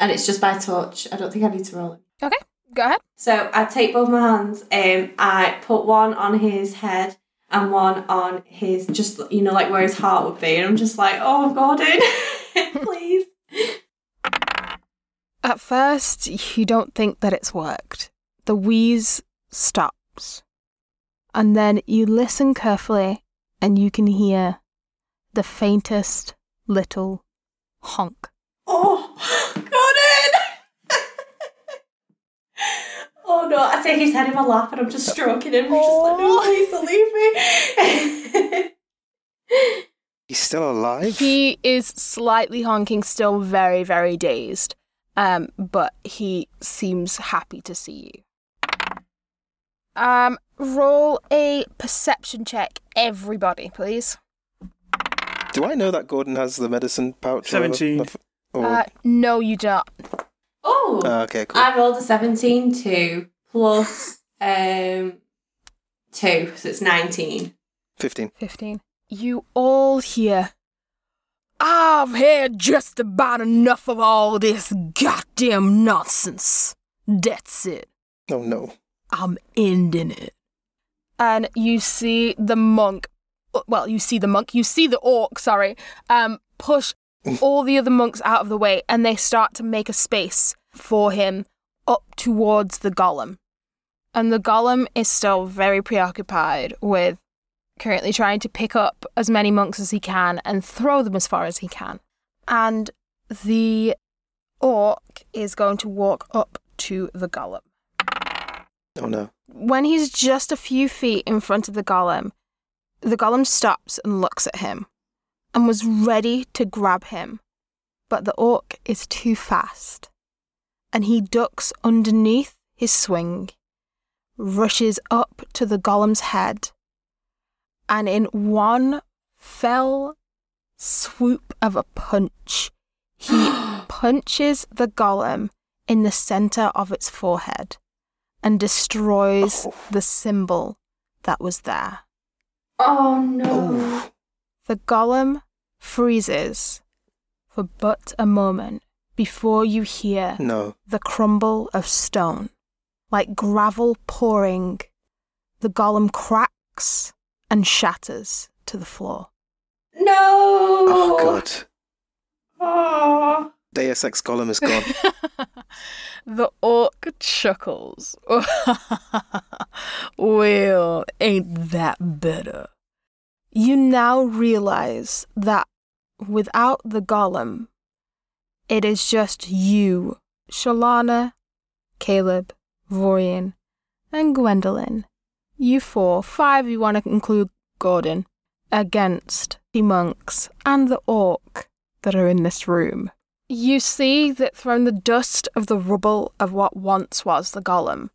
[SPEAKER 2] And it's just by touch. I don't think I need to roll it.
[SPEAKER 1] Okay, go ahead.
[SPEAKER 2] So I take both my hands, um, I put one on his head and one on his, just, you know, like where his heart would be. And I'm just like, oh, Gordon, please.
[SPEAKER 1] At first, you don't think that it's worked. The wheeze stops. And then you listen carefully and you can hear the faintest little honk.
[SPEAKER 2] Oh, Gordon! oh no, I take his head in my lap and I'm just stroking him. I'm just like, no, please don't leave me.
[SPEAKER 4] He's still alive.
[SPEAKER 1] He is slightly honking, still very, very dazed. Um, but he seems happy to see you. Um, roll a perception check, everybody, please.
[SPEAKER 4] Do I know that Gordon has the medicine pouch? or whatever?
[SPEAKER 3] 17.
[SPEAKER 4] Or-
[SPEAKER 1] Uh, no, you don't.
[SPEAKER 2] Oh,
[SPEAKER 4] Ah, okay, cool.
[SPEAKER 2] I rolled a 17 too, plus um, 2, so it's 19.
[SPEAKER 4] 15.
[SPEAKER 1] 15. You all hear. I've had just about enough of all this goddamn nonsense. That's it.
[SPEAKER 4] Oh no.
[SPEAKER 1] I'm ending it. And you see the monk, well, you see the monk, you see the orc, sorry, um, push all the other monks out of the way and they start to make a space for him up towards the golem. And the golem is still very preoccupied with currently trying to pick up as many monks as he can and throw them as far as he can. And the orc is going to walk up to the golem
[SPEAKER 4] Oh no.
[SPEAKER 1] when he's just a few feet in front of the golem, the golem stops and looks at him and was ready to grab him. But the orc is too fast and he ducks underneath his swing, rushes up to the golem's head, and in one fell swoop of a punch, he punches the golem in the center of its forehead and destroys
[SPEAKER 4] Oh.
[SPEAKER 1] the symbol that was there.
[SPEAKER 2] Oh no.
[SPEAKER 4] Oh.
[SPEAKER 1] The golem freezes for but a moment before you hear
[SPEAKER 4] No.
[SPEAKER 1] the crumble of stone, like gravel pouring. The golem cracks and shatters to the floor.
[SPEAKER 2] No.
[SPEAKER 4] Oh god.
[SPEAKER 2] Aw.
[SPEAKER 4] Deus Ex Golem is gone.
[SPEAKER 1] the orc chuckles. well, ain't that better? You now realize that without the golem, it is just you, Shalana, Caleb, Vorian, and Gwendolyn. You four, five, you want to include Gordon, against the monks and the orc that are in this room. You see that from the dust of the rubble of what once was the golem,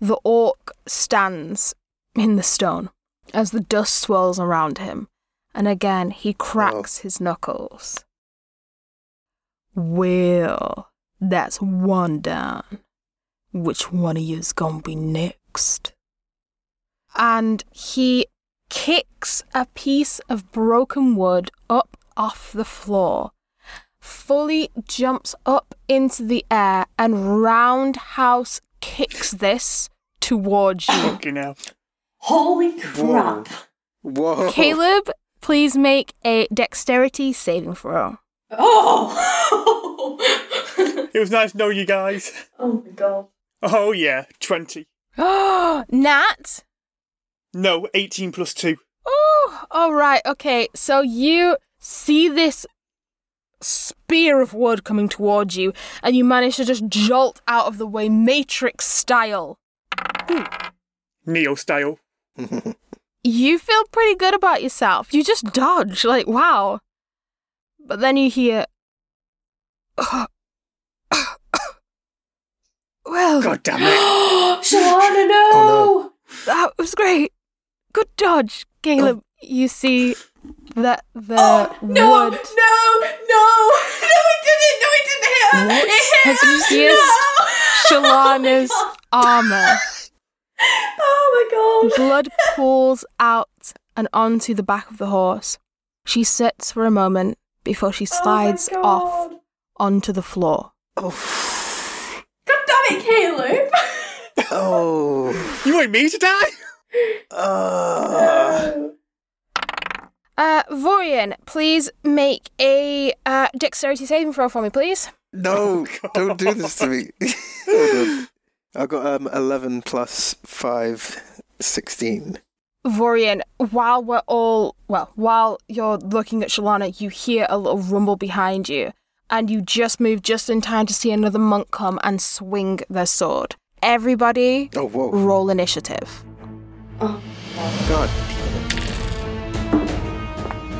[SPEAKER 1] the orc stands in the stone as the dust swirls around him, and again he cracks his knuckles. Well, that's one down. Which one of you's gonna be next? And he kicks a piece of broken wood up off the floor fully jumps up into the air and roundhouse kicks this towards you.
[SPEAKER 3] Fucking hell.
[SPEAKER 2] Holy crap.
[SPEAKER 4] Whoa.
[SPEAKER 1] Caleb, please make a dexterity saving throw.
[SPEAKER 2] Oh.
[SPEAKER 3] It was nice knowing you guys.
[SPEAKER 2] oh my god.
[SPEAKER 3] Oh yeah, 20.
[SPEAKER 1] Nat.
[SPEAKER 3] No, 18 plus 2.
[SPEAKER 1] Oh, all right. Okay. So you see this spear of wood coming towards you, and you manage to just jolt out of the way, Matrix style.
[SPEAKER 3] Neo style.
[SPEAKER 1] you feel pretty good about yourself. You just dodge, like, wow. But then you hear. well,
[SPEAKER 3] God damn it.
[SPEAKER 2] Shalana, no.
[SPEAKER 4] Oh,
[SPEAKER 1] that was great. Good dodge, Caleb. You see that the
[SPEAKER 2] Oh, no,
[SPEAKER 1] wood.
[SPEAKER 2] no, no, no, it didn't, no, it didn't hit her.
[SPEAKER 1] What
[SPEAKER 2] It hit
[SPEAKER 1] has
[SPEAKER 2] her.
[SPEAKER 1] pierced
[SPEAKER 2] no.
[SPEAKER 1] Shalana's
[SPEAKER 2] Oh
[SPEAKER 1] armor.
[SPEAKER 2] my god.
[SPEAKER 1] Blood pools out and onto the back of the horse. She sits for a moment before she slides
[SPEAKER 2] oh my
[SPEAKER 1] off
[SPEAKER 2] God.
[SPEAKER 1] onto the floor.
[SPEAKER 4] oh.
[SPEAKER 2] God damn it, Caleb.
[SPEAKER 4] Oh.
[SPEAKER 3] You want me to die?
[SPEAKER 4] Ah.
[SPEAKER 1] Uh, Vorian, please make a uh, dexterity saving throw for me, please.
[SPEAKER 4] no. Don't do this to me. Hold on. I got um 11 plus 5 16.
[SPEAKER 1] Vorian, while we're all, well, while you're looking at Shalana, you hear a little rumble behind you, and you just move just in time to see another monk come and swing their sword. Everybody,
[SPEAKER 4] Oh whoa.
[SPEAKER 1] roll initiative.
[SPEAKER 4] God.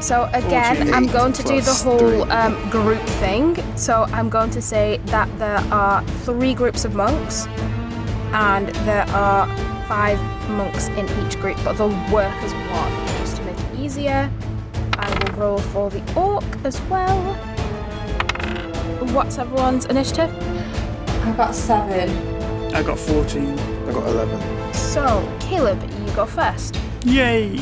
[SPEAKER 1] So again, I'm
[SPEAKER 4] 48
[SPEAKER 1] going to do the
[SPEAKER 4] plus
[SPEAKER 1] whole
[SPEAKER 4] three.
[SPEAKER 1] um, group thing. So I'm going to say that there are three groups of monks, and there are five monks in each group, but they'll work as one just to make it easier. I will roll for the orc as well. What's everyone's initiative?
[SPEAKER 2] I've got seven.
[SPEAKER 3] I got 14.
[SPEAKER 4] I got 11.
[SPEAKER 1] So, Caleb, you go first.
[SPEAKER 3] Yay!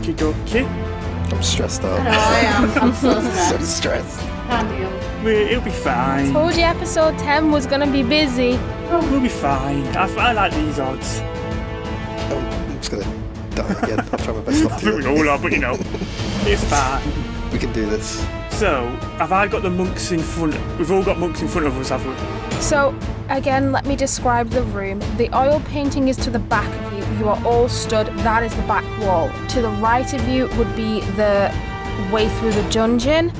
[SPEAKER 3] Okey-dokey.
[SPEAKER 4] I'm stressed
[SPEAKER 2] I know
[SPEAKER 4] out.
[SPEAKER 2] I am. I'm so
[SPEAKER 4] so
[SPEAKER 2] stressed.
[SPEAKER 4] stressed.
[SPEAKER 2] Can't deal.
[SPEAKER 3] We- It'll be fine.
[SPEAKER 1] Told you episode 10 was gonna be busy.
[SPEAKER 3] We'll be fine. I, I like these odds.
[SPEAKER 4] I'm, Oh, I'm just gonna die again. I'll try my best
[SPEAKER 3] I
[SPEAKER 4] not
[SPEAKER 3] think we
[SPEAKER 4] to.
[SPEAKER 3] all are, but you know, it's fine.
[SPEAKER 4] We can do this.
[SPEAKER 3] So, have I got the monks in front? We've all got monks in front of us, have we?
[SPEAKER 1] So, again, let me describe the room. The oil painting is to the back of you. You are all stood, that is the back wall. To the right of you would be the way through the dungeon.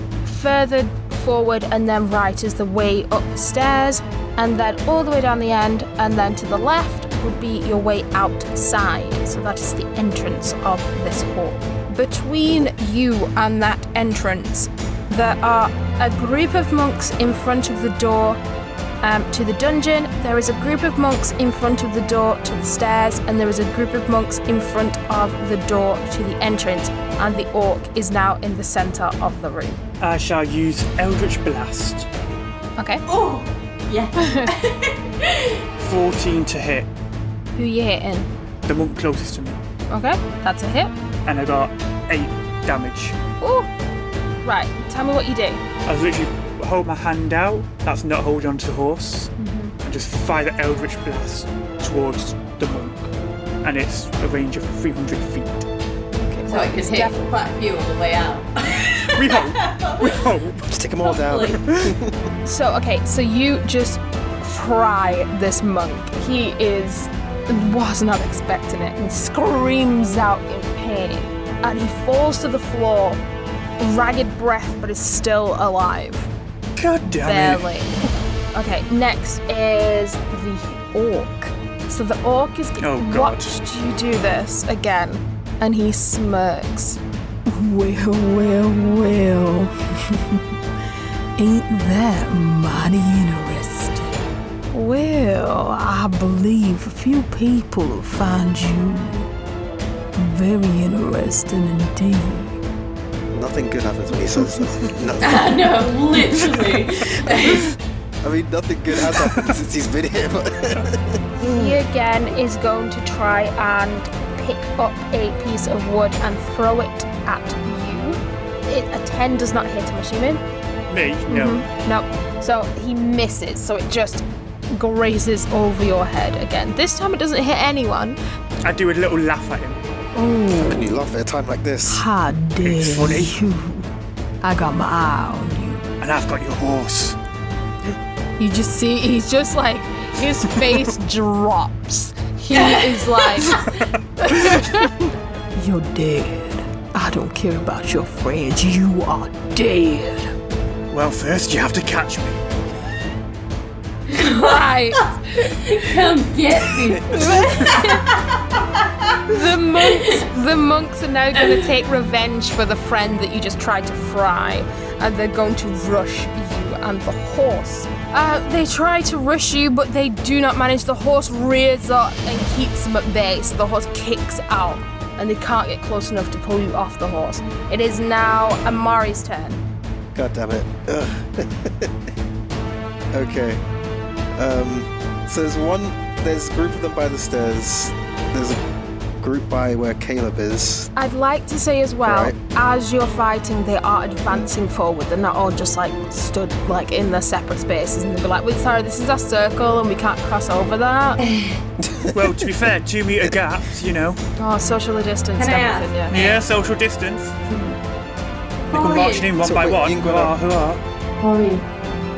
[SPEAKER 1] Further forward and then right is the way up the stairs, and then all the way down the end, and then to the left would be your way outside. So, that is the entrance of this hall. Between you and that entrance, there are a group of monks in front of the door um, to the dungeon. There is a group of monks in front of the door to the stairs, and there is a group of monks in front of the door to the entrance. And the orc is now in the centre of the room.
[SPEAKER 3] I shall use Eldritch Blast.
[SPEAKER 1] Okay.
[SPEAKER 2] Oh, yeah.
[SPEAKER 3] 14 to hit
[SPEAKER 1] Who you hitting?
[SPEAKER 3] the monk closest to me,
[SPEAKER 1] Okay, that's a hit.
[SPEAKER 3] and I got 8 damage.
[SPEAKER 1] Ooh. Right. Tell me what you do.
[SPEAKER 3] I was literally hold my hand out, that's not holding onto the horse, and just fire the Eldritch Blast towards the monk. And it's a range of 300 feet.
[SPEAKER 2] So I could
[SPEAKER 1] It's
[SPEAKER 2] hit
[SPEAKER 1] def-
[SPEAKER 2] quite a few on the way out.
[SPEAKER 3] We hope. we hope.
[SPEAKER 4] Just take them all down.
[SPEAKER 2] Hopefully.
[SPEAKER 1] So okay, so you just fry this monk. He is was not expecting it and screams out in pain. And he falls to the floor, ragged breath, but is still alive.
[SPEAKER 3] God damn it.
[SPEAKER 1] Barely. Okay, next is the orc. So the orc is
[SPEAKER 3] Oh, God.
[SPEAKER 1] watched you do this again, and he smirks. Well, well, well. Ain't that mighty interesting? Well, I believe a few people will find you very interesting indeed.
[SPEAKER 4] Nothing good happens when he says that. Nothing.
[SPEAKER 2] I know, literally.
[SPEAKER 4] I mean, nothing good has happened since he's been here. But
[SPEAKER 1] He again is going to try and pick up a piece of wood and throw it at you. It, a 10 does not hit, I'm assuming.
[SPEAKER 3] Me? No.
[SPEAKER 1] Mm-hmm. No. So he misses, so it just grazes over your head again. This time it doesn't hit anyone.
[SPEAKER 3] I do a little laugh at him.
[SPEAKER 4] Can you laugh at a time like this?
[SPEAKER 5] How dare
[SPEAKER 3] It's funny.
[SPEAKER 5] you? I got my eye on you.
[SPEAKER 3] And I've got your horse.
[SPEAKER 1] You just see he's just like, his face drops. He is like,
[SPEAKER 5] You're dead. I don't care about your friends. You are dead.
[SPEAKER 3] Well, first you have to catch me.
[SPEAKER 1] right.
[SPEAKER 2] Come get me.
[SPEAKER 1] The monks, the monks are now going to take revenge for the friend that you just tried to fry, and they're going to rush you and the horse. Uh, they try to rush you, but they do not manage. The horse rears up and keeps them at bay, so the horse kicks out, and they can't get close enough to pull you off the horse. It is now Amari's turn.
[SPEAKER 4] God damn it. Ugh. okay. Um, so there's one. There's a group of them by the stairs. There's a group by where Caleb is.
[SPEAKER 1] I'd like to say as well,
[SPEAKER 4] Right.
[SPEAKER 1] as you're fighting, they are advancing forward. They're not all just like stood like in their separate spaces, and they'll be like, "Wait, sorry, this is our circle, and we can't cross over that."
[SPEAKER 3] Well, to be fair, two metre gaps, you know.
[SPEAKER 1] oh, socially distanced,
[SPEAKER 2] Can I
[SPEAKER 1] everything. Yeah.
[SPEAKER 3] Yeah, social distance. They
[SPEAKER 2] How
[SPEAKER 3] come
[SPEAKER 2] are
[SPEAKER 3] marching
[SPEAKER 2] you?
[SPEAKER 3] in one
[SPEAKER 4] So
[SPEAKER 3] by
[SPEAKER 4] wait,
[SPEAKER 3] one. Ah,
[SPEAKER 4] you ain't
[SPEAKER 3] Who
[SPEAKER 4] gonna-
[SPEAKER 3] are, who are?
[SPEAKER 2] How are you?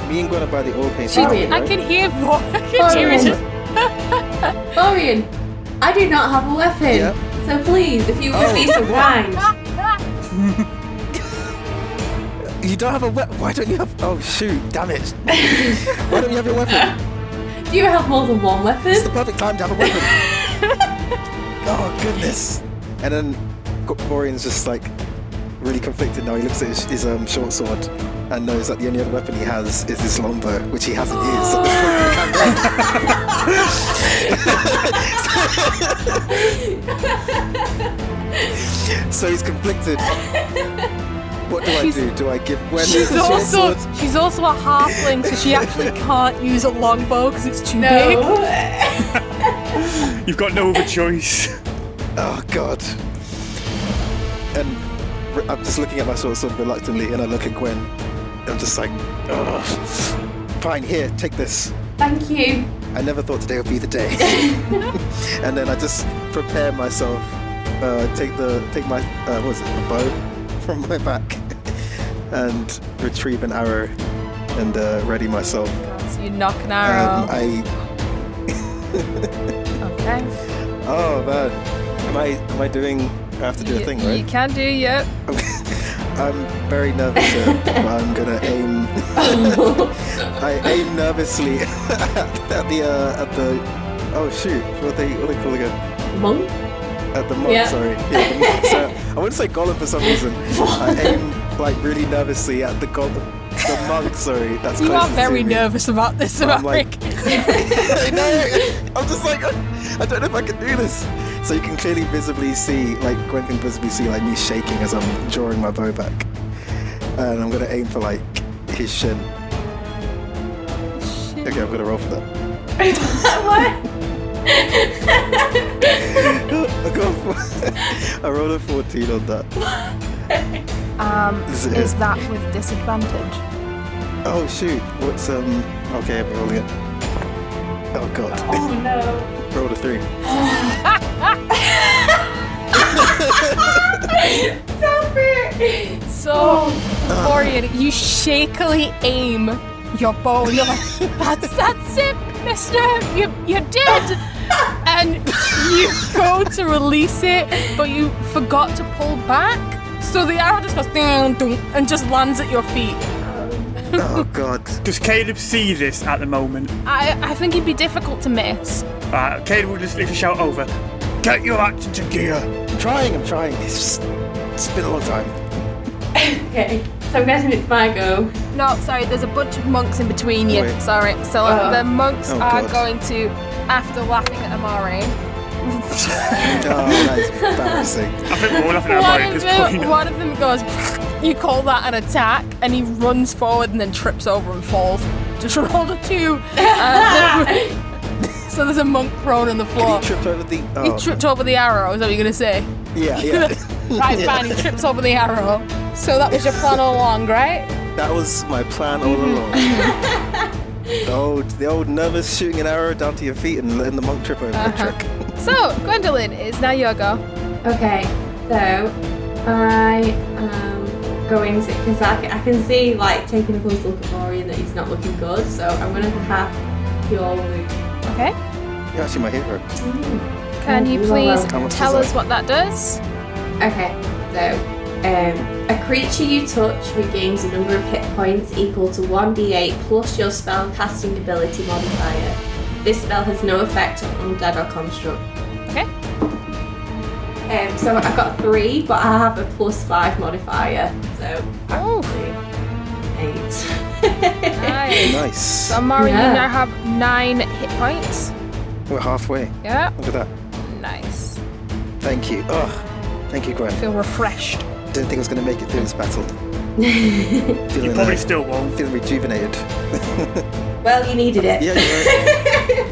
[SPEAKER 4] Me and Gwen are by the old place.
[SPEAKER 2] She-
[SPEAKER 4] now,
[SPEAKER 2] I
[SPEAKER 1] I
[SPEAKER 4] right?
[SPEAKER 1] can hear more. I can hear it.
[SPEAKER 2] Orion, Orion, I do not have a weapon.
[SPEAKER 4] Yep.
[SPEAKER 2] So please, if you would be so kind.
[SPEAKER 4] Oh, You don't have a weapon. Why don't you have? Oh shoot! Damn it! Why don't you have your weapon?
[SPEAKER 2] Do you have more than one
[SPEAKER 4] It's the
[SPEAKER 2] weapon?
[SPEAKER 4] perfect time to have a weapon. oh goodness! And then G- Gorian's just like really conflicted now. He looks at his, his um, short sword and knows that the only other weapon he has is his longbow, which he hasn't used. at the front of the campaign. so he's conflicted. What do I
[SPEAKER 1] She's-
[SPEAKER 4] do? Do I give Gwen
[SPEAKER 5] She's
[SPEAKER 4] the short
[SPEAKER 5] also
[SPEAKER 4] sword?
[SPEAKER 5] she's also a halfling, so she actually can't use a longbow because it's too big.
[SPEAKER 3] ah. You've got no other choice.
[SPEAKER 4] Oh god. And r- I'm just looking at my sword sort of reluctantly, and I look at Gwen. I'm just like, Ugh. fine, here, take this.
[SPEAKER 2] Thank you.
[SPEAKER 4] I never thought today would be the day. and then I just prepare myself, uh, take the take my uh, what is it, the bow from my back, and retrieve an arrow, and uh, ready myself.
[SPEAKER 1] So you knock an
[SPEAKER 4] Um,
[SPEAKER 1] arrow.
[SPEAKER 4] I
[SPEAKER 1] okay.
[SPEAKER 4] oh man, am I am I doing? I have to do a
[SPEAKER 1] You-
[SPEAKER 4] thing,
[SPEAKER 1] You
[SPEAKER 4] right?
[SPEAKER 1] can do, yep.
[SPEAKER 4] I'm very nervous, here, but I'm gonna aim. I aim nervously at the uh, at the oh shoot, what they what they call again?
[SPEAKER 2] Monk?
[SPEAKER 4] At the monk,
[SPEAKER 2] Yeah.
[SPEAKER 4] sorry. Yeah, the monk. so I wouldn't say golem for some reason. I aim like really nervously at the golem. The monk, sorry. That's
[SPEAKER 5] You are
[SPEAKER 4] closest to
[SPEAKER 5] very
[SPEAKER 4] me.
[SPEAKER 5] nervous about this,
[SPEAKER 4] I'm
[SPEAKER 5] Eric.
[SPEAKER 4] like- I know. I'm just like I don't know if I can do this. So you can clearly visibly see, like Gwen can visibly see, like me shaking as I'm drawing my bow back, and I'm gonna aim for like his shin. Okay, I'm gonna roll for that.
[SPEAKER 2] what?
[SPEAKER 4] I got a four- I rolled a 14 on that.
[SPEAKER 1] Um,
[SPEAKER 4] Is it-
[SPEAKER 1] is that with disadvantage?
[SPEAKER 4] Oh shoot! What's um? Okay, I'm rolling it. Oh god!
[SPEAKER 2] Oh no.
[SPEAKER 4] rolled a three.
[SPEAKER 2] Stop it!
[SPEAKER 1] So, Orion, you shakily aim your bow, and you're like, "That's that's it, Mister. You you did." And you go to release it, but you forgot to pull back, so the arrow just goes ding dong and just lands at your feet.
[SPEAKER 4] Oh god!
[SPEAKER 3] Does Caleb see this at the moment?
[SPEAKER 1] I I think it'd be difficult to miss.
[SPEAKER 3] Uh, Caleb will just literally shout over, Get your act into gear!
[SPEAKER 4] I'm trying. I'm trying. It's just it's been a long time.
[SPEAKER 2] Okay, so I'm guessing it's my go.
[SPEAKER 1] No, sorry. There's a bunch of monks in between you.
[SPEAKER 4] Wait.
[SPEAKER 1] Sorry. So
[SPEAKER 2] Oh.
[SPEAKER 1] the monks
[SPEAKER 4] Oh,
[SPEAKER 1] are
[SPEAKER 4] God.
[SPEAKER 1] going to, after laughing at Amare,
[SPEAKER 4] Oh, that is embarrassing.
[SPEAKER 3] I think we're all laughing at
[SPEAKER 1] One
[SPEAKER 3] Amari at
[SPEAKER 1] of,
[SPEAKER 3] this
[SPEAKER 1] them,
[SPEAKER 3] point.
[SPEAKER 1] one of them goes, you call that an attack, and he runs forward and then trips over and falls. Just rolled a two. and- so there's a monk prone on the floor.
[SPEAKER 4] He tripped over the.
[SPEAKER 1] He
[SPEAKER 4] Oh,
[SPEAKER 1] tripped over the arrow, is that what you're going to say?
[SPEAKER 4] yeah, yeah.
[SPEAKER 1] right, fine, he trips over the arrow. So that was your plan all along, right?
[SPEAKER 4] That was my plan all
[SPEAKER 1] Mm-hmm.
[SPEAKER 4] along. the old, the old nervous shooting an arrow down to your feet and letting the monk trip over
[SPEAKER 1] Uh-huh.
[SPEAKER 4] the trick.
[SPEAKER 1] So, Gwendolyn, it's now your go.
[SPEAKER 2] Okay, so I am going to because I, c- I can see like taking a close look at Maury and that he's not looking good. So I'm gonna have your loot.
[SPEAKER 1] Okay.
[SPEAKER 4] You're actually my hero.
[SPEAKER 1] Can you
[SPEAKER 2] You're
[SPEAKER 1] please
[SPEAKER 2] welcome.
[SPEAKER 4] How much
[SPEAKER 1] tell
[SPEAKER 4] is
[SPEAKER 1] us what that does?
[SPEAKER 2] Okay, so um, a creature you touch regains a number of hit points equal to 1d8 plus your spell casting ability modifier. This spell has no effect on undead or construct.
[SPEAKER 1] Okay.
[SPEAKER 2] Um, so I got three, but I have a plus five modifier, so
[SPEAKER 1] Oh,
[SPEAKER 2] actually eight.
[SPEAKER 1] nice.
[SPEAKER 4] Nice.
[SPEAKER 1] So, Mari,
[SPEAKER 2] Yeah.
[SPEAKER 1] you now have nine hit points.
[SPEAKER 4] We're halfway.
[SPEAKER 1] Yeah.
[SPEAKER 4] Look at that.
[SPEAKER 1] Nice.
[SPEAKER 4] Thank you. Oh, thank you, Gwen.
[SPEAKER 1] Feel refreshed.
[SPEAKER 4] Didn't think I was going to make it through this battle.
[SPEAKER 3] You
[SPEAKER 4] feeling,
[SPEAKER 3] probably
[SPEAKER 4] uh,
[SPEAKER 3] still won't.
[SPEAKER 4] feeling rejuvenated.
[SPEAKER 2] well, you needed it.
[SPEAKER 4] Yeah, you're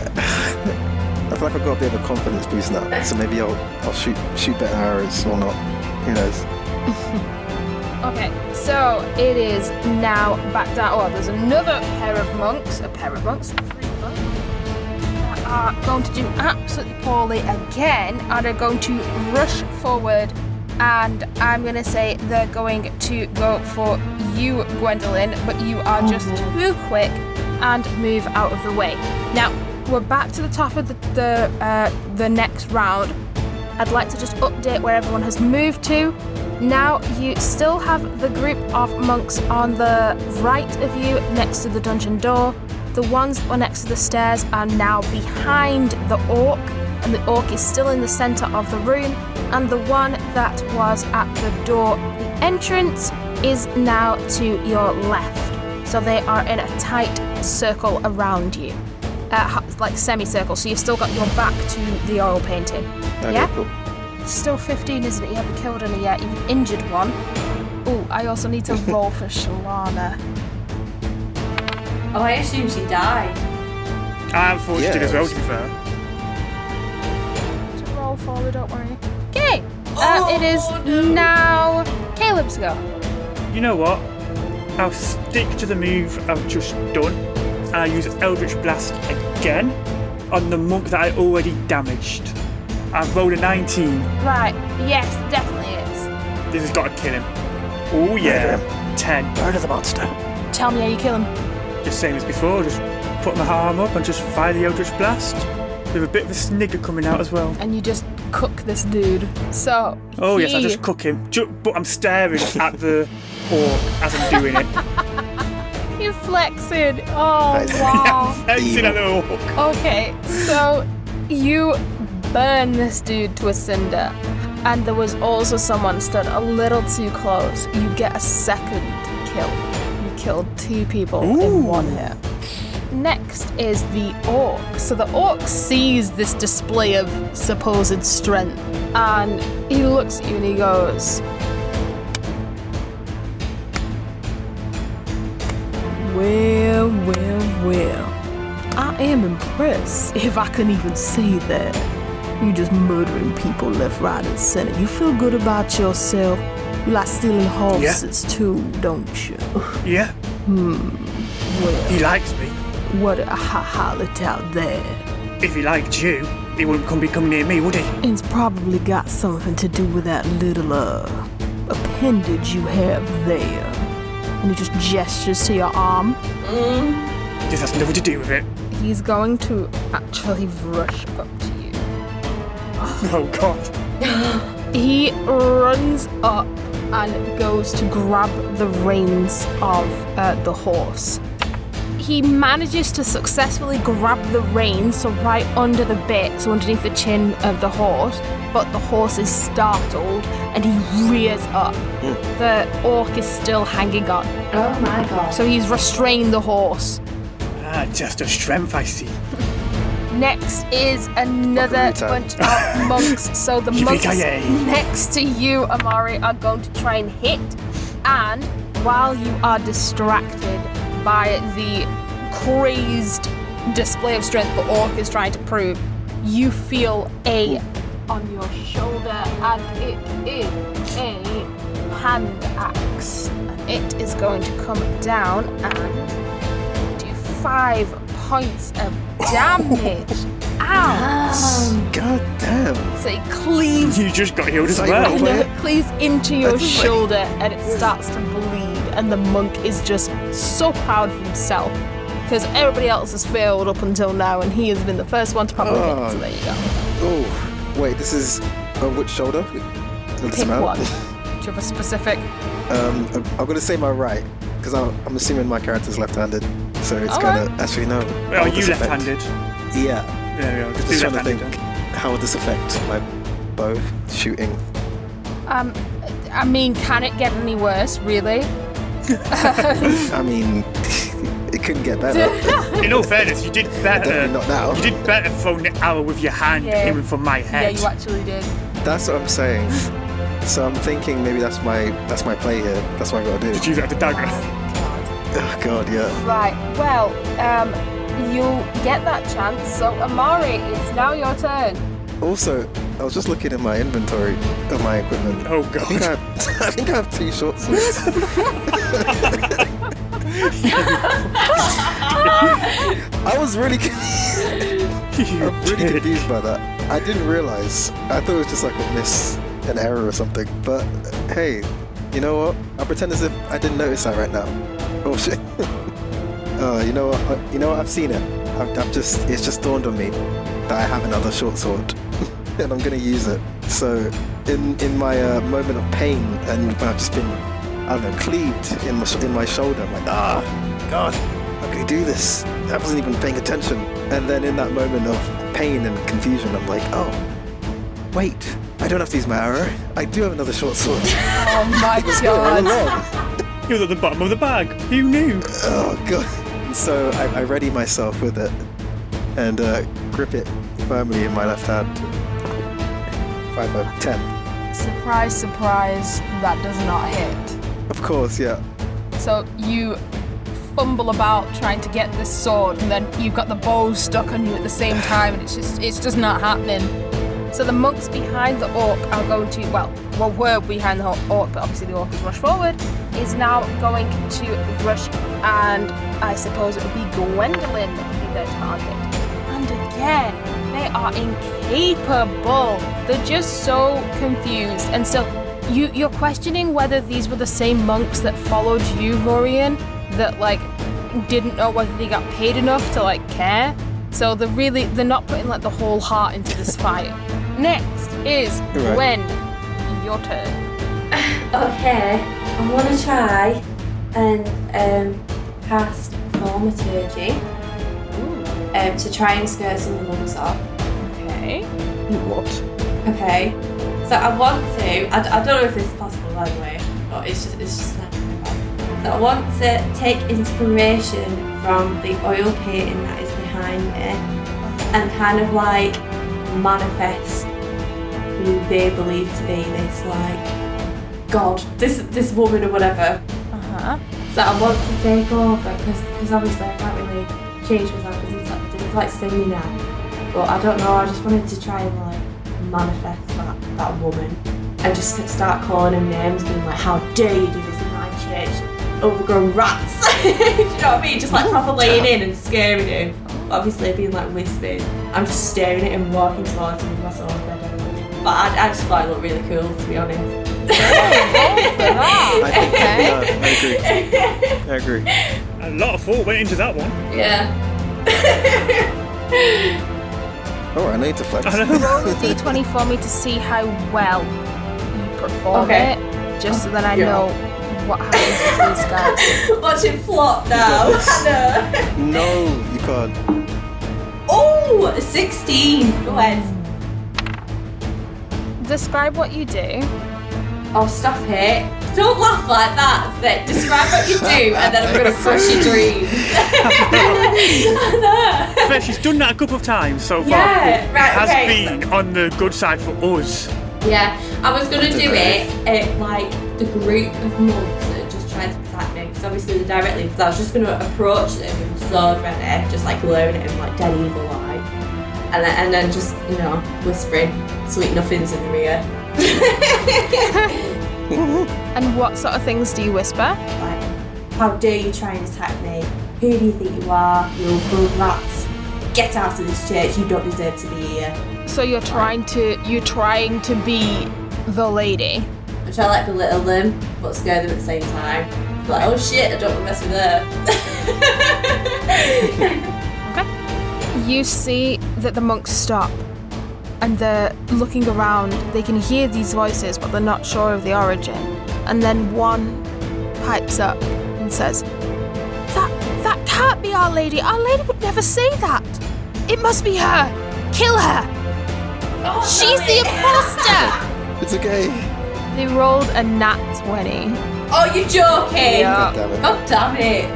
[SPEAKER 4] I feel like I've got a bit of a confidence boost now, so maybe I'll I'll shoot shoot better arrows or not. Who knows?
[SPEAKER 1] Okay, so it is now back down. Oh, there's another pair of monks, a pair of monks, three monks, that are going to do absolutely poorly again and are going to rush forward. And I'm going to say they're going to go for you, Gwendolyn, but you are just too quick and move out of the way. Now, we're back to the top of the, the, uh, the next round. I'd like to just update where everyone has moved to. Now you still have the group of monks on the right of you next to the dungeon door. The ones that were next to the stairs are now behind the orc, and the orc is still in the centre of the room. And the one that was at the door, the entrance, is now to your left. So they are in a tight circle around you, uh, ha- like semicircle. So you've still got your back to the oil painting.
[SPEAKER 4] Okay,
[SPEAKER 1] yeah?
[SPEAKER 4] cool.
[SPEAKER 1] Still 15, isn't it? You haven't killed any yet. You've injured one. Oh, I also need to roll for Shalana.
[SPEAKER 2] Oh, I assume she died.
[SPEAKER 3] I am fortunate
[SPEAKER 4] Yeah,
[SPEAKER 3] as well,
[SPEAKER 4] it's-
[SPEAKER 3] to be fair.
[SPEAKER 1] To roll forward, don't worry. Okay. Uh, it is now Caleb's go.
[SPEAKER 3] You know what? I'll stick to the move I've just done, and I use Eldritch Blast again on the monk that I already damaged. I've rolled a 19.
[SPEAKER 1] Right. Yes, definitely is.
[SPEAKER 3] This has got to kill him. Oh yeah, 10.
[SPEAKER 4] Murder the monster.
[SPEAKER 1] Tell me how you kill him.
[SPEAKER 3] Just same as before, just put my arm up and just fire the Eldritch Blast. With a bit of a snigger coming out as well.
[SPEAKER 6] and you just cook this dude. So
[SPEAKER 3] Oh yes, I
[SPEAKER 6] he-
[SPEAKER 3] just cook him. Ju- But I'm staring at the orc as I'm doing it.
[SPEAKER 1] You flexing. Oh
[SPEAKER 4] Nice.
[SPEAKER 1] wow.
[SPEAKER 3] Flexing at the orc.
[SPEAKER 1] okay. So you burn this dude to a cinder, and there was also someone stood a little too close. You get a second kill. You killed two people in one hit.
[SPEAKER 6] next is the orc. So the orc sees this display of supposed strength and he looks at you and he goes, Well, well, well. I am impressed if I can even say that. You're just murdering people left, right, and center. You feel good about yourself. You like stealing horses too, don't you?
[SPEAKER 3] Yeah. He likes me.
[SPEAKER 6] What a ha ha let out there.
[SPEAKER 3] If he liked you, he wouldn't come be coming near me, would he?
[SPEAKER 6] It's probably got something to do with that little uh, appendage you have there. And he just gestures to your arm.
[SPEAKER 3] This has nothing to do with it.
[SPEAKER 1] He's going to actually rush up to you.
[SPEAKER 3] Oh god.
[SPEAKER 1] He runs up and goes to grab the reins of uh, the horse. He manages to successfully grab the reins, so right under the bit, so underneath the chin of the horse, but the horse is startled and he rears up. The orc is still hanging on,
[SPEAKER 2] Oh my god.
[SPEAKER 1] so he's restrained the horse.
[SPEAKER 3] Ah, just a strength I see.
[SPEAKER 1] Next is another
[SPEAKER 4] Fuckaroo
[SPEAKER 1] bunch of monks. So the monks
[SPEAKER 3] Yippee-ki-yay.
[SPEAKER 1] next to you, Amari, are going to try and hit. And while you are distracted by the crazed display of strength the orc is trying to prove, you feel a on your shoulder, and it is a hand axe. And it is going to come down and do five points of damage. Ouch!
[SPEAKER 4] God damn.
[SPEAKER 1] So it cleaves
[SPEAKER 3] You just got healed as
[SPEAKER 4] Sorry,
[SPEAKER 3] well.
[SPEAKER 1] and
[SPEAKER 4] Where?
[SPEAKER 1] it cleaves into your
[SPEAKER 4] That's like-
[SPEAKER 1] shoulder and it starts to bleed and the monk is just so proud of himself because everybody else has failed up until now and he has been the first one to probably hit so there you go
[SPEAKER 4] Oh, wait. This is on which shoulder? This
[SPEAKER 1] pick
[SPEAKER 4] amount?
[SPEAKER 1] one do you have a specific
[SPEAKER 4] Um, I'm, I'm gonna say my right because I'm, I'm assuming my character's left-handed, so it's
[SPEAKER 1] Oh,
[SPEAKER 4] gonna actually no.
[SPEAKER 3] Well,
[SPEAKER 4] how
[SPEAKER 3] Are
[SPEAKER 4] would
[SPEAKER 3] Oh, you
[SPEAKER 4] this affect-
[SPEAKER 3] left-handed?
[SPEAKER 4] Yeah.
[SPEAKER 3] Yeah, yeah, just
[SPEAKER 4] Just
[SPEAKER 3] do
[SPEAKER 4] trying to
[SPEAKER 3] left-handed.
[SPEAKER 4] think. How would this affect my bow shooting?
[SPEAKER 1] um I mean can it get any worse really
[SPEAKER 4] I mean, it couldn't get better.
[SPEAKER 3] then. In all fairness, you did better.
[SPEAKER 4] Definitely not now.
[SPEAKER 3] You did better throwing the arrow with your hand
[SPEAKER 1] Yeah.
[SPEAKER 3] aiming for my head.
[SPEAKER 1] actually did
[SPEAKER 4] that's what I'm saying. So I'm thinking maybe that's my that's my play here. That's what I gotta do.
[SPEAKER 3] Just use it at the dagger.
[SPEAKER 4] Oh god, yeah.
[SPEAKER 1] right well um you get that chance so Amari it's now your turn
[SPEAKER 4] Also, I was just looking at my inventory of my equipment.
[SPEAKER 3] Oh
[SPEAKER 4] I think I,
[SPEAKER 3] god.
[SPEAKER 4] have, I think I have two short swords. I was really con-
[SPEAKER 3] You
[SPEAKER 4] I'm really
[SPEAKER 3] did.
[SPEAKER 4] confused by that. I didn't realize. I thought it was just like a miss, an error or something. But uh, hey, you know what? I pretend as if I didn't notice that right now. Oh shit. uh, you know what? I, you know what? I've seen it. I've, I've just it's just dawned on me that I have another short sword, and I'm gonna use it. So in in my uh, moment of pain and when I've just been I don't know cleaved in my sh- in my shoulder, I'm like ah god. How can you do this? I wasn't even paying attention. And then in that moment of pain and confusion, I'm like, oh, wait, I don't have to use my arrow. I do have another short sword.
[SPEAKER 6] Oh my
[SPEAKER 4] All
[SPEAKER 6] god.
[SPEAKER 4] along.
[SPEAKER 3] He was at the bottom of the bag. Who knew?
[SPEAKER 4] Oh god! And so I, I ready myself with it and uh, grip it firmly in my left hand, Five out of ten.
[SPEAKER 7] Surprise, surprise, that does not hit.
[SPEAKER 4] Of course, yeah.
[SPEAKER 7] So you fumble about trying to get this sword, and then you've got the bow stuck on you at the same time, and it's just it's just not happening.
[SPEAKER 1] So the monks behind the orc are going to, well, well, were behind the orc, but obviously the orc has rushed forward, is now going to rush, and I suppose it would be Gwendolyn that would be their target. And again, they are incapable. They're just so confused. And so you, you're questioning whether these were the same monks that followed you, Vorian, that like didn't know whether they got paid enough to like care. So they're really, they're not putting like the whole heart into this fight. Next is
[SPEAKER 4] You're right.
[SPEAKER 1] Gwen. Your turn.
[SPEAKER 2] Okay, I want to try and um, cast Thaumaturgy um, to try and scare some of the monks off.
[SPEAKER 1] Okay.
[SPEAKER 4] What?
[SPEAKER 2] Okay, so I want to. I, d- I don't know if this is possible, by the way, but it's just it's just. an idea. So I want to take inspiration from the oil painting that is behind me, and kind of like manifest who they believe to be this like god, this this woman or whatever.
[SPEAKER 1] Uh huh.
[SPEAKER 2] So I want to take over because obviously I can't really change myself because it's like, it's like singing now. But I don't know. I just wanted to try and like manifest that, that woman and just start calling her names, being like, "How dare you do this in my church? Overgrown rats!" do you know what I mean? Just like proper laying in and scaring him. Obviously being like whispered. I'm just staring at him, walking towards him with my sword. But I, I just thought it looked really cool, to be honest.
[SPEAKER 4] I think, yeah, I agree. I agree.
[SPEAKER 3] A lot of thought went into that one.
[SPEAKER 2] Yeah.
[SPEAKER 4] Oh, I need to flex.
[SPEAKER 3] I know.
[SPEAKER 1] Roll a d20 for me to see how well you perform
[SPEAKER 2] Okay.
[SPEAKER 1] it, just so that I
[SPEAKER 2] Yeah.
[SPEAKER 1] know what happens to these guys.
[SPEAKER 2] Watch it flop now.
[SPEAKER 4] You've got
[SPEAKER 2] Hannah.
[SPEAKER 4] no, you can't.
[SPEAKER 2] Oh, 16. Go ahead.
[SPEAKER 1] Describe what you do.
[SPEAKER 2] Oh, stop it. Don't laugh like that. Then Describe what you do, and then I'm going to crush your dreams. Hannah.
[SPEAKER 3] Fair, she's done that a couple of times so far.
[SPEAKER 2] Yeah,
[SPEAKER 3] It
[SPEAKER 2] right,
[SPEAKER 3] Has
[SPEAKER 2] okay.
[SPEAKER 3] been on the good side for us.
[SPEAKER 2] Yeah, I was going to do it at like the group of monks that had just tried to attack me. Because obviously they're directly, because I was just going to approach them with my sword ready, just like glaring at him like dead evil eye. And then, and then just, you know, whispering sweet nothings in the ear.
[SPEAKER 1] And what sort of things do you whisper?
[SPEAKER 2] Like, how dare you try and attack me? Who do you think you are? You're all rats. Get out of this church. You don't deserve to be here.
[SPEAKER 1] So you're trying to you're trying to be the lady.
[SPEAKER 2] I try like belittle them, but scare them at the same time. Like, oh shit, I don't want to mess with her.
[SPEAKER 1] You see that the monks stop and they're looking around. They can hear these voices, but they're not sure of the origin. And then one pipes up and says, "That that can't be our lady. Our lady would never say that. It must be her. Kill her. She's the imposter."
[SPEAKER 4] It's okay.
[SPEAKER 1] They rolled a nat 20.
[SPEAKER 2] oh, you're joking.
[SPEAKER 4] God damn it.
[SPEAKER 2] God damn it.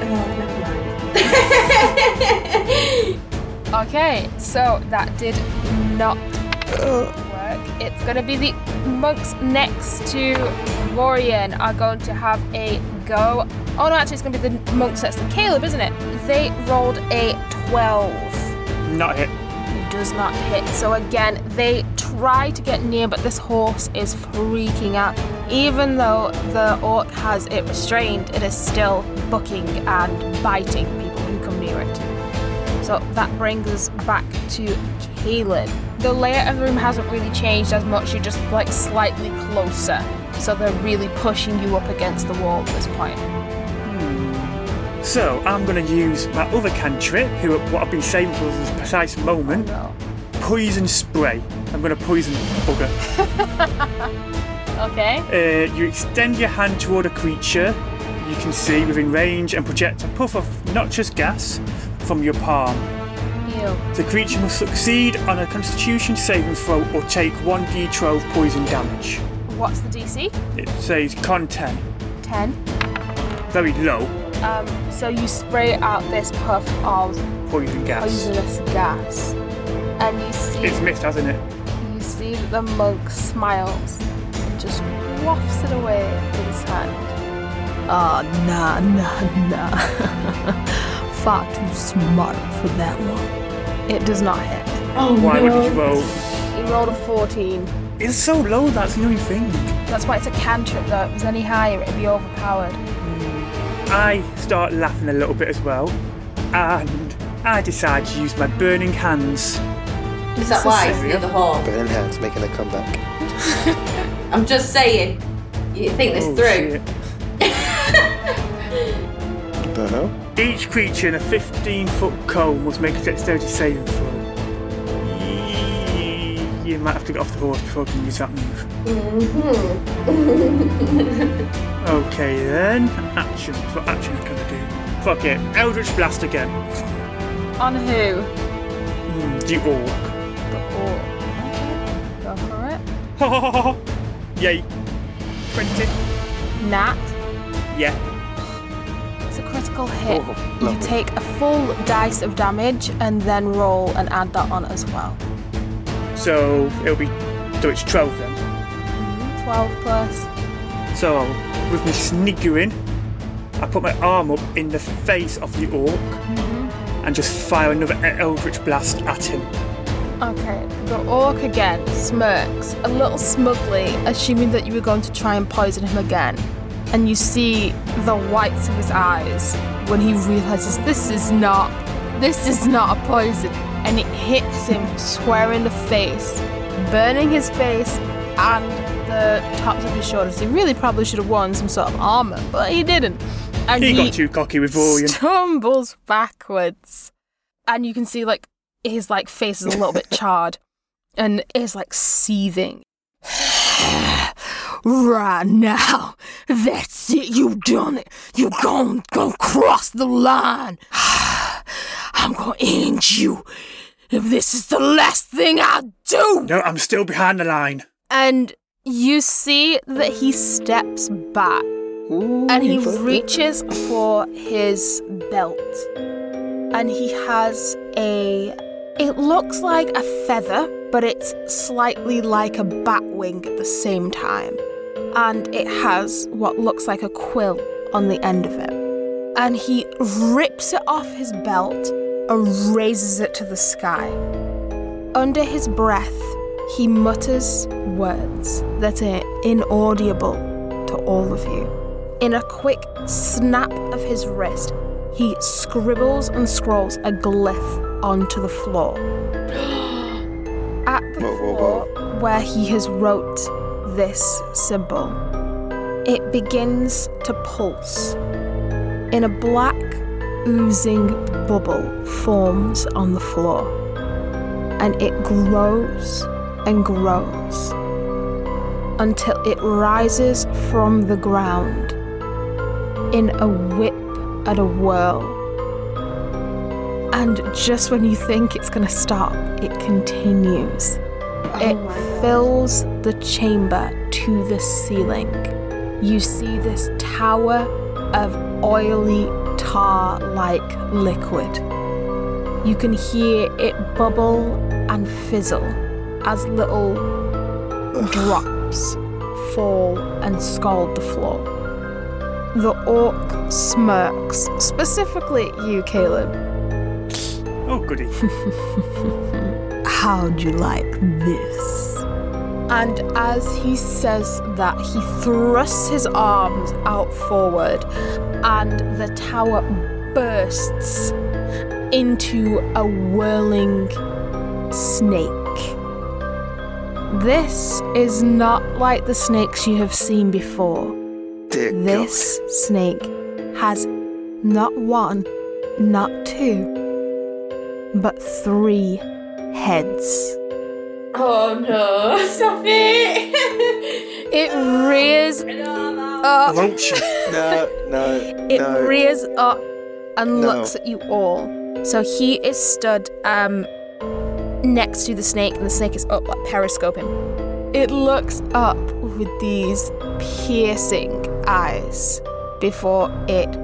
[SPEAKER 2] Oh, never mind.
[SPEAKER 1] Okay, so that did not work. It's gonna be the monks next to Vorian are going to have a go. Oh no, actually, it's gonna be the monks next to Caleb, isn't it? They rolled a 12.
[SPEAKER 3] Not hit.
[SPEAKER 1] It does not hit. So again, they try to get near, but this horse is freaking out. Even though the orc has it restrained, it is still bucking and biting people who come near it. So that brings us back to Caleb. The layout of the room hasn't really changed as much, you're just like slightly closer. So they're really pushing you up against the wall at this point.
[SPEAKER 3] So I'm going to use my other cantrip, who what I've been saving for this precise
[SPEAKER 2] Oh,
[SPEAKER 3] moment. Poison spray. I'm going to poison bugger.
[SPEAKER 1] Okay.
[SPEAKER 3] Uh, you extend your hand toward a creature you can see within range and project a puff of noxious gas from your palm.
[SPEAKER 1] Ew.
[SPEAKER 3] The creature must succeed on a constitution saving throw or take 1d12 poison damage.
[SPEAKER 1] What's the DC?
[SPEAKER 3] It says con 10,
[SPEAKER 1] 10.
[SPEAKER 3] very low
[SPEAKER 1] Um, so you spray out this puff of
[SPEAKER 3] poison gas.
[SPEAKER 1] poisonous gas, and you see
[SPEAKER 3] It's missed, hasn't it?
[SPEAKER 1] you see that the monk smiles and just wafts it away with his hand.
[SPEAKER 8] Ah, nah, nah, nah. Far too smart for that one.
[SPEAKER 1] It does not hit.
[SPEAKER 2] Oh
[SPEAKER 3] Why
[SPEAKER 2] no.
[SPEAKER 3] would you roll?
[SPEAKER 1] He rolled a 14.
[SPEAKER 3] It's so low, that's the only thing.
[SPEAKER 1] That's why it's a cantrip though. If it was any higher, it'd be overpowered.
[SPEAKER 3] I start laughing a little bit as well, and I decide to use my burning hands.
[SPEAKER 2] Is that why it's near the hall?
[SPEAKER 4] Burning hands making a comeback.
[SPEAKER 2] I'm just saying. You think this
[SPEAKER 3] Oh,
[SPEAKER 2] through?
[SPEAKER 4] The hell?
[SPEAKER 3] shit. Each creature in a 15 foot cone must make a dexterity saving throw. Ye- You might have to get off the horse before I can use that move. okay then, actions. What actions can I do? Fuck it, Eldritch Blast again.
[SPEAKER 1] On who?
[SPEAKER 3] Mm, The orc.
[SPEAKER 1] The orc. Go for it.
[SPEAKER 3] Yay. 20.
[SPEAKER 1] Nat.
[SPEAKER 3] Yeah.
[SPEAKER 1] It's a critical hit.
[SPEAKER 4] Oh,
[SPEAKER 1] you
[SPEAKER 4] lovely.
[SPEAKER 1] take a full dice of damage and then roll and add that on as well.
[SPEAKER 3] So it'll be. So it's 12 then.
[SPEAKER 1] 12 plus.
[SPEAKER 3] So with me sniggering, I put my arm up in the face of the orc and just fire another Eldritch Blast at him.
[SPEAKER 1] Okay, the orc again smirks a little smugly, assuming that you were going to try and poison him again. And you see the whites of his eyes when he realizes this is not, this is not a poison. And it hits him square in the face, burning his face and the tops of his shoulders. He really probably should have worn some sort of armor, but he didn't. And
[SPEAKER 3] He got too cocky with Vorian.
[SPEAKER 1] stumbles backwards and you can see like his like face is a little bit charred and is like seething
[SPEAKER 8] Right now. That's it. You done it. You gone, gone cross the line. I'm gonna end you. If this is the last thing I do.
[SPEAKER 3] No, I'm still behind the line.
[SPEAKER 1] and you see that he steps back
[SPEAKER 4] Ooh,
[SPEAKER 1] and he
[SPEAKER 4] fucker.
[SPEAKER 1] reaches for his belt and he has a it looks like a feather but it's slightly like a bat wing at the same time and it has what looks like a quill on the end of it and he rips it off his belt and raises it to the sky under his breath he mutters words that are inaudible to all of you in a quick snap of his wrist, he scribbles and scrolls a glyph onto the floor. At the
[SPEAKER 4] Whoa, whoa,
[SPEAKER 1] floor where he has wrote this symbol, it begins to pulse. In a black, oozing bubble forms on the floor, and it grows and grows until it rises from the ground in a whip and a whirl. And just when you think it's going to stop, it continues. it fills the chamber to the ceiling. You see this tower of oily tar like liquid. You can hear it bubble and fizzle as little drops fall and scald the floor. The orc smirks, specifically at you, Caleb.
[SPEAKER 3] Oh, goody.
[SPEAKER 8] How'd you like this?
[SPEAKER 1] And as he says that, he thrusts his arms out forward, and the tower bursts into a whirling snake. This is not like the snakes you have seen before.
[SPEAKER 4] Dear God.
[SPEAKER 1] This snake has not one, not two, but three heads.
[SPEAKER 2] Oh no! Stop it!
[SPEAKER 1] It rears up.
[SPEAKER 3] Won't she?
[SPEAKER 4] No, no,
[SPEAKER 1] Oh. It
[SPEAKER 4] no.
[SPEAKER 1] rears up and
[SPEAKER 4] No.
[SPEAKER 1] looks at you all. So he is stood um, next to the snake, and the snake is up, like periscoping. It looks up with these piercing eyes before it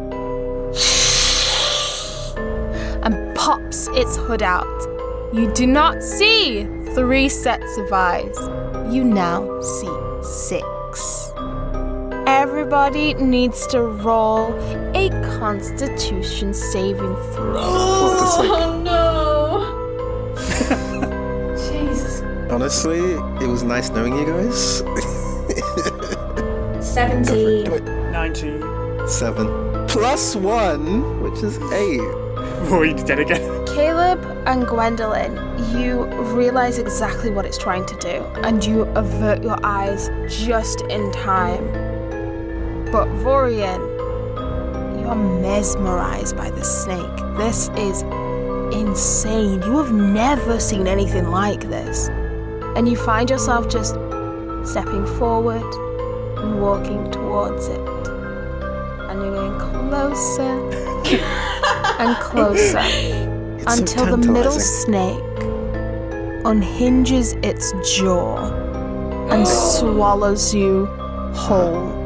[SPEAKER 1] and pops its hood out. You do not see three sets of eyes. You now see six. Everybody needs to roll a constitution saving throw.
[SPEAKER 2] Oh no! Jesus.
[SPEAKER 4] Honestly, it was nice knowing you guys.
[SPEAKER 2] 17.
[SPEAKER 3] 19.
[SPEAKER 4] Seven. Plus one, which is eight.
[SPEAKER 3] Roy's Oh, dead again.
[SPEAKER 9] Caleb and Gwendolyn, you realize exactly what it's trying to do, and you avert your eyes just in time. But Vorian, you are mesmerized by the snake. This is insane. You have never seen anything like this. And you find yourself just stepping forward and walking towards it. And you're getting closer and closer
[SPEAKER 4] It's so
[SPEAKER 9] until the middle
[SPEAKER 4] tantalizing.
[SPEAKER 9] snake unhinges its jaw and swallows you whole.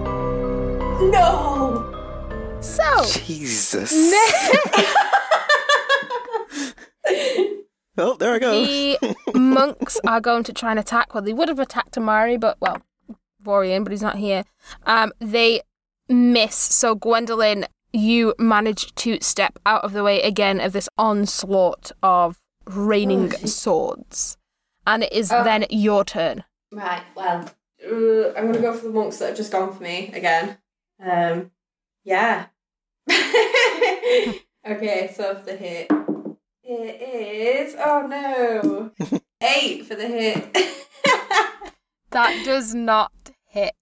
[SPEAKER 2] No!
[SPEAKER 1] So,
[SPEAKER 4] Jesus. oh, there I go.
[SPEAKER 1] the monks are going to try and attack. Well, they would have attacked Amari, but well, Vorian, but he's not here. Um, they miss. So Gwendolyn, you manage to step out of the way again of this onslaught of raining
[SPEAKER 2] Oh, she-
[SPEAKER 1] swords, and it is
[SPEAKER 2] Oh.
[SPEAKER 1] then your turn.
[SPEAKER 2] Right, well, uh, I'm gonna go for the monks that have just gone for me again. Um, yeah. okay, so for the hit, it is. Oh no! Eight for the hit.
[SPEAKER 1] That does not hit.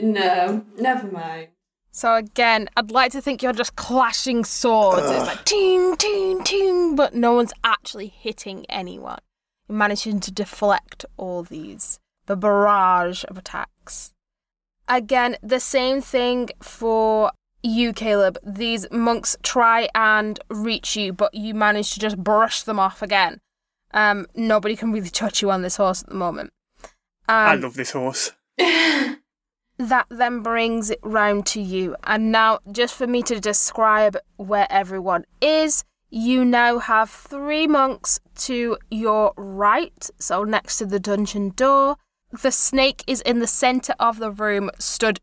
[SPEAKER 2] no, never mind.
[SPEAKER 1] So again, I'd like to think you're just clashing swords. It's like ting, ting, ting, but no one's actually hitting anyone. You're managing to deflect all these the barrage of attacks. Again, the same thing for you, Caleb. These monks try and reach you, but you manage to just brush them off again. Um, nobody can really touch you on this horse at the moment.
[SPEAKER 3] I
[SPEAKER 1] Um,
[SPEAKER 3] love this horse.
[SPEAKER 1] that then brings it round to you. And now, just for me to describe where everyone is, you now have three monks to your right, so next to the dungeon door. The snake is in the centre of the room, stood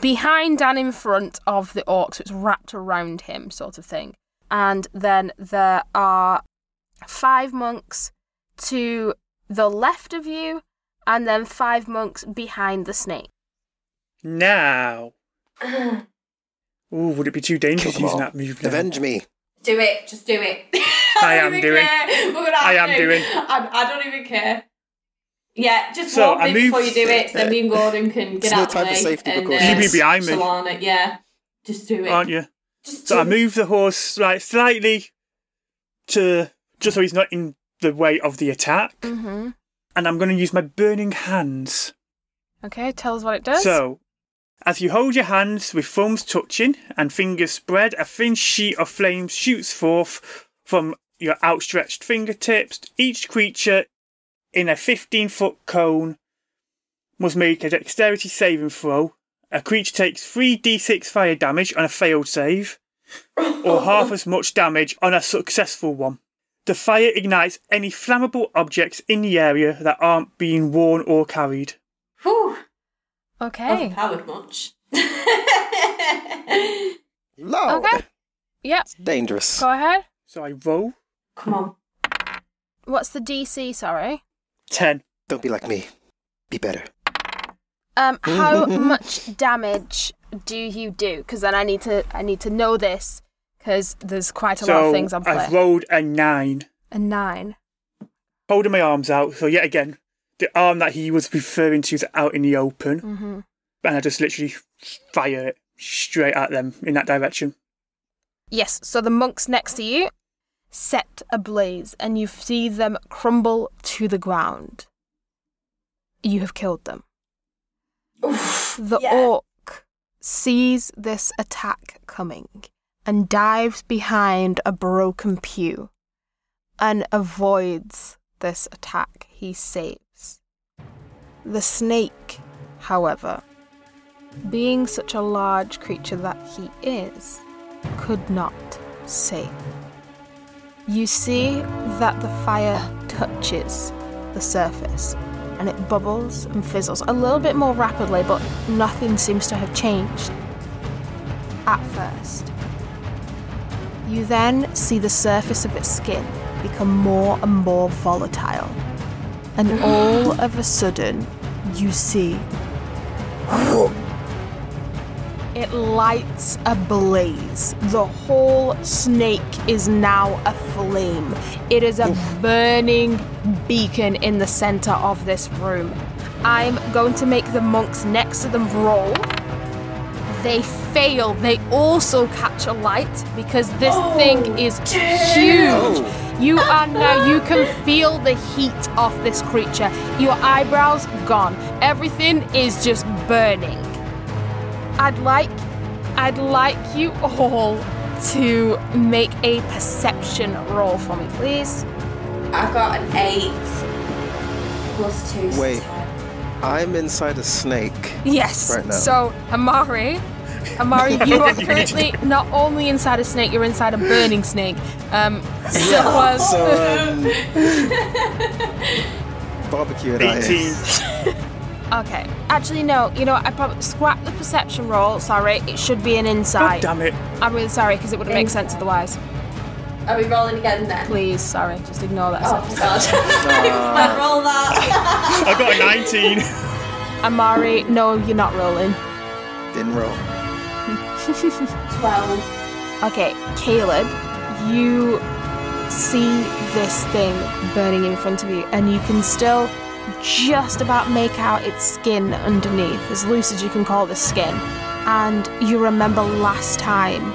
[SPEAKER 1] behind and in front of the orc, so it's wrapped around him, sort of thing. And then there are five monks to the left of you, and then five monks behind the snake.
[SPEAKER 3] Now. Ooh, would it be too
[SPEAKER 4] Kill
[SPEAKER 3] dangerous
[SPEAKER 4] them all.
[SPEAKER 3] using that move now?
[SPEAKER 4] Avenge me.
[SPEAKER 2] Do it, just do it.
[SPEAKER 3] I am doing. I am doing.
[SPEAKER 2] I, I don't even care. Yeah, just
[SPEAKER 3] So,
[SPEAKER 2] warn
[SPEAKER 3] I
[SPEAKER 2] me before
[SPEAKER 3] move-
[SPEAKER 2] you do it, so then me and Gordon can get
[SPEAKER 4] It's no
[SPEAKER 2] out of the
[SPEAKER 4] time for
[SPEAKER 2] way.
[SPEAKER 4] safety
[SPEAKER 2] and,
[SPEAKER 4] precautions.
[SPEAKER 3] You'd be behind me.
[SPEAKER 2] Solana, yeah. Just do it.
[SPEAKER 3] Aren't you?
[SPEAKER 2] Just
[SPEAKER 3] So
[SPEAKER 2] do
[SPEAKER 3] I move the horse like slightly to just so he's not in the way of the attack.
[SPEAKER 1] Mm-hmm.
[SPEAKER 3] And I'm going to use my burning hands.
[SPEAKER 1] Okay, tell us what it does.
[SPEAKER 3] So, as you hold your hands with thumbs touching and fingers spread, a thin sheet of flame shoots forth from your outstretched fingertips. Each creature in a 15 foot cone must make a dexterity saving throw. A creature takes 3d6 fire damage on a failed save, or half as much damage on a successful one. The fire ignites any flammable objects in the area that aren't being worn or carried.
[SPEAKER 2] Whew,
[SPEAKER 1] okay.
[SPEAKER 2] not powered much.
[SPEAKER 4] Lord.
[SPEAKER 1] Okay. Yep.
[SPEAKER 4] Dangerous.
[SPEAKER 1] Go ahead.
[SPEAKER 3] So I roll
[SPEAKER 2] Come on.
[SPEAKER 1] What's the DC? Sorry.
[SPEAKER 3] 10.
[SPEAKER 4] Don't be like me. Be better.
[SPEAKER 1] Um, how much damage do you do? Because then I need to I need to know this because there's quite a lot of things on play.
[SPEAKER 3] I've rolled a nine,
[SPEAKER 1] a nine.
[SPEAKER 3] holding my arms out. So yet again, the arm that he was referring to is out in the open,
[SPEAKER 1] Mm-hmm.
[SPEAKER 3] and I just literally fire it straight at them in that direction.
[SPEAKER 1] Yes. So the monks next to you set ablaze, and you see them crumble to the ground. You have killed them. The
[SPEAKER 2] Yeah.
[SPEAKER 1] orc sees this attack coming and dives behind a broken pew and avoids this attack he saves. The snake, however, being such a large creature that he is, could not save. You see that the fire touches the surface, and it bubbles and fizzles a little bit more rapidly, but nothing seems to have changed at first. You then see the surface of its skin become more and more volatile, and all of a sudden, you see it lights a blaze. The whole snake is now aflame. It is a burning beacon in the center of this room. I'm going to make the monks next to them roll. They fail. They also catch a light because this thing is huge. You are now, you can feel the heat of this creature. Your eyebrows gone. Everything is just burning. I'd like I'd like you all to make a perception roll for me, please.
[SPEAKER 2] I got an eight plus two. so
[SPEAKER 4] Wait.
[SPEAKER 2] ten.
[SPEAKER 4] I'm inside a snake.
[SPEAKER 1] Yes.
[SPEAKER 4] Right now.
[SPEAKER 1] so Amari Amari, you are currently not only inside a snake, you're inside a burning snake. Um so was
[SPEAKER 4] So, um, barbecue it out
[SPEAKER 3] 18.
[SPEAKER 4] here. uh,
[SPEAKER 1] Okay. Actually no, you know what, I probably scrap the perception roll, sorry. It should be an
[SPEAKER 3] God
[SPEAKER 1] insight.
[SPEAKER 3] damn it.
[SPEAKER 1] I'm really sorry because it wouldn't make sense otherwise.
[SPEAKER 2] Are we rolling again then?
[SPEAKER 1] Please, sorry, just ignore that.
[SPEAKER 2] Oh my god. I roll that.
[SPEAKER 3] I got a 19.
[SPEAKER 1] Amari, no, you're not rolling.
[SPEAKER 4] Didn't roll.
[SPEAKER 2] Twelve.
[SPEAKER 1] Okay, Caleb, you see this thing burning in front of you, and you can still just about make out its skin underneath, as loose as you can call the skin. And you remember last time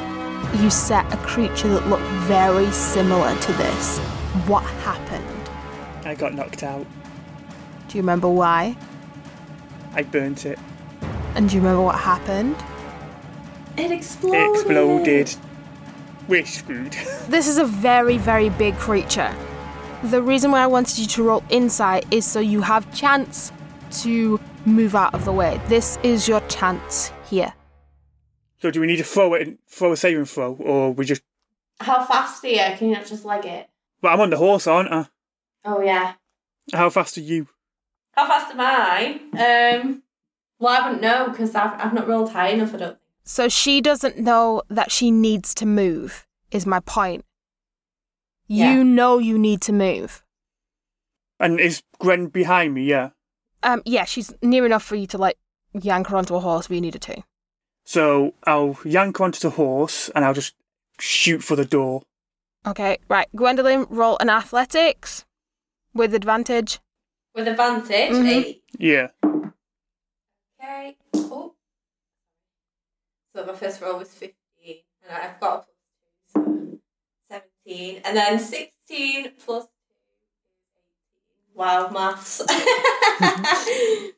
[SPEAKER 1] you set a creature that looked very similar to this. What happened?
[SPEAKER 3] I got knocked out.
[SPEAKER 1] Do you remember why?
[SPEAKER 3] I burnt it.
[SPEAKER 1] And do you remember what happened?
[SPEAKER 2] It exploded.
[SPEAKER 3] It exploded. We're screwed.
[SPEAKER 1] This is a very, very big creature. The reason why I wanted you to roll insight is so you have chance to move out of the way. This is your chance here.
[SPEAKER 3] so do we need to throw it and throw a saving throw, or we just?
[SPEAKER 2] How fast are you? Can you not just leg it?
[SPEAKER 3] Well, I'm on the horse, aren't I?
[SPEAKER 2] Oh yeah.
[SPEAKER 3] How fast are you?
[SPEAKER 2] How fast am I? Um. Well, I wouldn't know because I've, I've not rolled high enough. I don't.
[SPEAKER 1] So she doesn't know that she needs to move, is my point.
[SPEAKER 2] Yeah.
[SPEAKER 1] You know you need to move.
[SPEAKER 3] And is Gren behind me? Yeah.
[SPEAKER 1] Um, yeah, she's near enough for you to like yank her onto a horse if you needed to.
[SPEAKER 3] So I'll yank onto the horse and I'll just shoot for the door.
[SPEAKER 1] Okay, right. Gwendolyn, roll an athletics with advantage.
[SPEAKER 2] With advantage.
[SPEAKER 1] Mhm.
[SPEAKER 2] Eight.
[SPEAKER 3] Yeah.
[SPEAKER 2] Okay. Oh. So my first roll was fifteen, and I've got a plus two, so seventeen, and then sixteen plus. Wow, maths.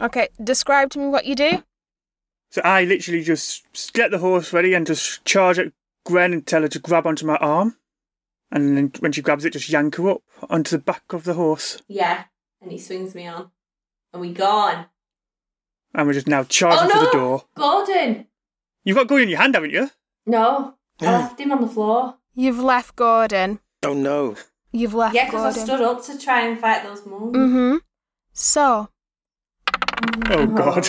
[SPEAKER 1] Okay, describe to me what you do.
[SPEAKER 3] So I literally just s- get the horse ready and just charge at Gren and tell her to grab onto my arm. And then when she grabs it, just yank her up onto the back of the horse.
[SPEAKER 2] yeah, and he swings me on, and we gone. Oh,
[SPEAKER 3] And we're just now charging for the door.
[SPEAKER 2] Gordon!
[SPEAKER 3] You've got gold in your hand, haven't you?
[SPEAKER 2] No, I left him on the floor.
[SPEAKER 1] You've left Gordon.
[SPEAKER 4] Oh no.
[SPEAKER 1] You've left
[SPEAKER 2] yeah,
[SPEAKER 1] Gordon.
[SPEAKER 2] because I stood up to try and fight those monks.
[SPEAKER 1] Mm-hmm. So
[SPEAKER 3] Oh, God.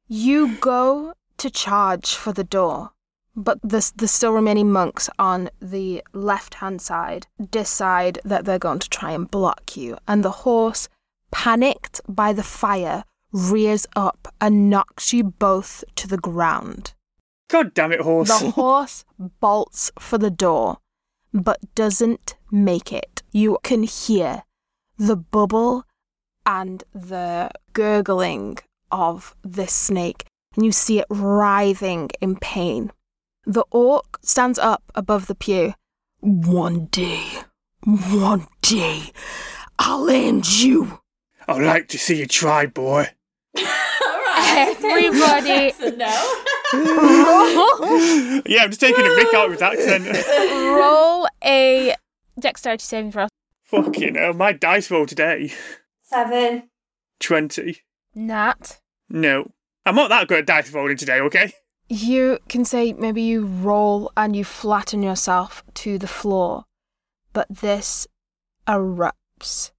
[SPEAKER 1] you go to charge for the door, but the the still remaining monks on the left hand side decide that they're going to try and block you, and the horse, panicked by the fire, rears up and knocks you both to the ground.
[SPEAKER 3] God damn it, horse.
[SPEAKER 1] The horse bolts for the door, but doesn't make it. You can hear the bubble and the gurgling of this snake, and you see it writhing in pain. The orc stands up above the pew.
[SPEAKER 10] One day, one day, I'll end you.
[SPEAKER 3] I'd like to see you try, boy.
[SPEAKER 2] Alright.
[SPEAKER 1] Everybody-
[SPEAKER 2] no.
[SPEAKER 3] Yeah, I'm just taking a mick out of his accent.
[SPEAKER 1] Roll a dexterity saving throw.
[SPEAKER 3] Fucking hell, my dice roll today.
[SPEAKER 2] Seven.
[SPEAKER 3] 20.
[SPEAKER 1] Nat.
[SPEAKER 3] No. I'm not that good at dice rolling today, okay?
[SPEAKER 1] You can say maybe you roll and you flatten yourself to the floor, but this erupts.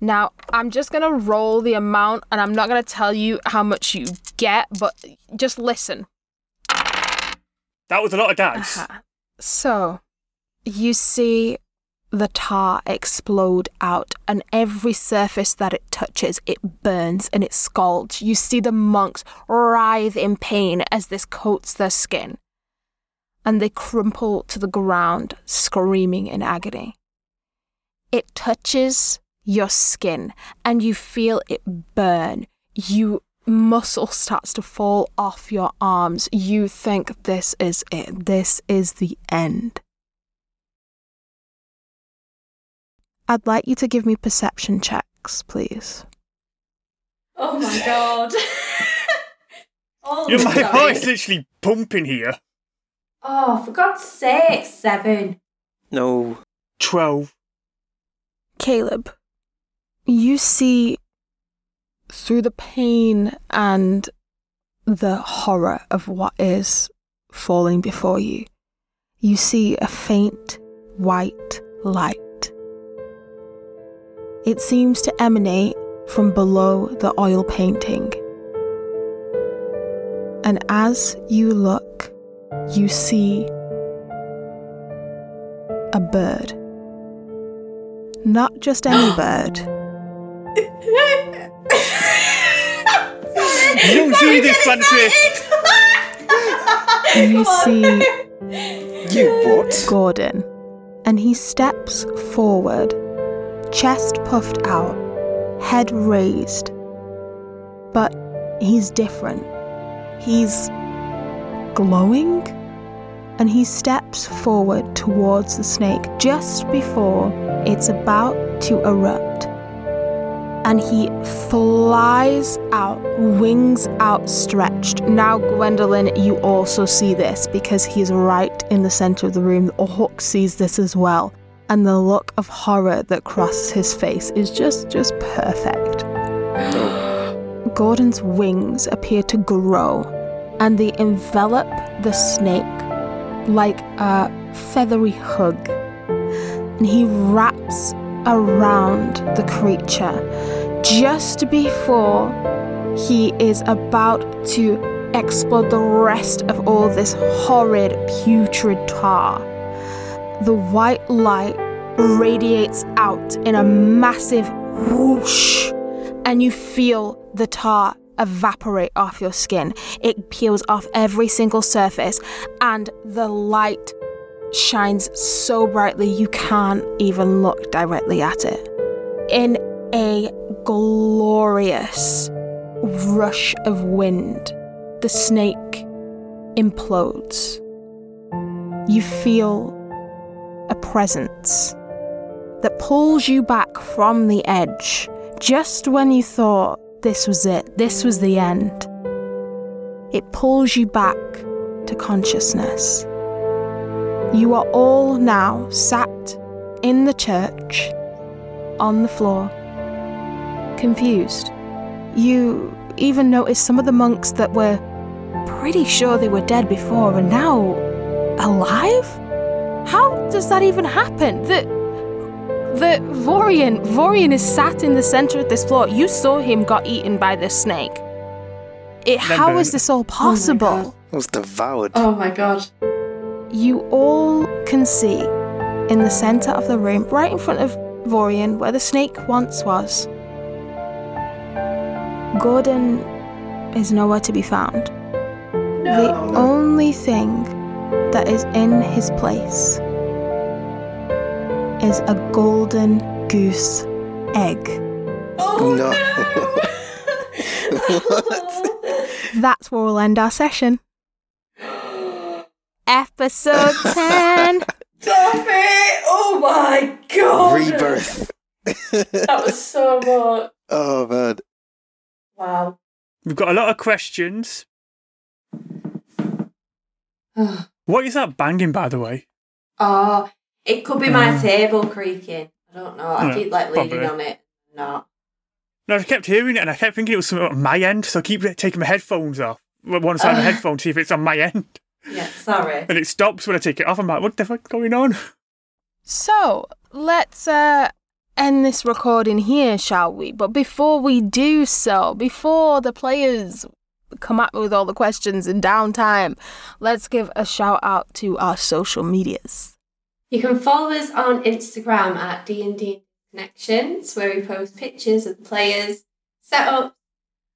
[SPEAKER 1] Now, I'm just going to roll the amount and I'm not going to tell you how much you get, but just listen.
[SPEAKER 3] That was a lot of dice.
[SPEAKER 1] Uh-huh. So, you see the tar explode out, and every surface that it touches, it burns and it scalds. You see the monks writhe in pain as this coats their skin, and they crumple to the ground, screaming in agony. It touches your skin, and you feel it burn. You muscle starts to fall off your arms. You think this is it. This is the end. I'd like you to give me perception checks, please.
[SPEAKER 2] Oh my god. oh,
[SPEAKER 3] Yeah, my
[SPEAKER 2] sorry.
[SPEAKER 3] heart's literally pumping here.
[SPEAKER 2] Oh, for God's sake, seven.
[SPEAKER 4] No.
[SPEAKER 3] 12.
[SPEAKER 1] Caleb, you see through the pain and the horror of what is falling before you, you see a faint white light. It seems to emanate from below the oil painting. And as you look, you see a bird. Not just any bird.
[SPEAKER 3] You don't do this, Francis.
[SPEAKER 1] You see
[SPEAKER 4] You what?
[SPEAKER 1] Gordon, and he steps forward, chest puffed out, head raised. But he's different. He's glowing, and he steps forward towards the snake just before it's about to erupt. And he flies out, wings outstretched. Now, Gwendolyn, you also see this because he's right in the center of the room. Hawk sees this as well. And the look of horror that crosses his face is just, just perfect. Gordon's wings appear to grow and they envelop the snake like a feathery hug. And he wraps around the creature just before he is about to explode the rest of all this horrid, putrid tar. The white light radiates out in a massive whoosh, and you feel the tar evaporate off your skin. It peels off every single surface, and the light shines so brightly you can't even look directly at it. In a glorious rush of wind, the snake implodes. You feel a presence that pulls you back from the edge just when you thought this was it, this was the end. It pulls you back to consciousness. You are all now sat in the church on the floor, confused. You even notice some of the monks that were pretty sure they were dead before are now alive? How does that even happen? That the Vorian Vorian is sat in the center of this floor. You saw him got eaten by this snake. It, how
[SPEAKER 3] burnt.
[SPEAKER 1] is this all possible?
[SPEAKER 4] I was devoured.
[SPEAKER 2] Oh my god.
[SPEAKER 1] you all can see in the center of the room, right in front of Vorian, where the snake once was. Gordon is nowhere to be found. The only thing that is in his place is a golden goose egg.
[SPEAKER 2] Oh
[SPEAKER 4] No.
[SPEAKER 2] no.
[SPEAKER 1] That's where we'll end our session. Episode 10.
[SPEAKER 2] Stop it! Oh my
[SPEAKER 1] Oh,
[SPEAKER 2] god.
[SPEAKER 4] Rebirth.
[SPEAKER 2] That was so much.
[SPEAKER 4] oh man.
[SPEAKER 2] Wow.
[SPEAKER 3] We've got a lot of questions.
[SPEAKER 2] Ah,
[SPEAKER 3] What is that banging, by the way?
[SPEAKER 2] oh, it could be my table creaking. I don't know. I
[SPEAKER 3] Yeah,
[SPEAKER 2] keep like leaning
[SPEAKER 3] probably.
[SPEAKER 2] on it. Not.
[SPEAKER 3] No, I kept hearing it and I kept thinking it was something on my end, so I keep taking my headphones off. One side of my headphones, see if it's on my end.
[SPEAKER 2] Yeah, sorry.
[SPEAKER 3] And it stops when I take it off. I'm like, what the fuck's going on?
[SPEAKER 1] So let's uh, end this recording here, shall we? But before we do so, before the players come at me with all the questions in downtime, let's give a shout out to our social medias.
[SPEAKER 2] You can follow us on Instagram at D&D Connections, where we post pictures of players, setups,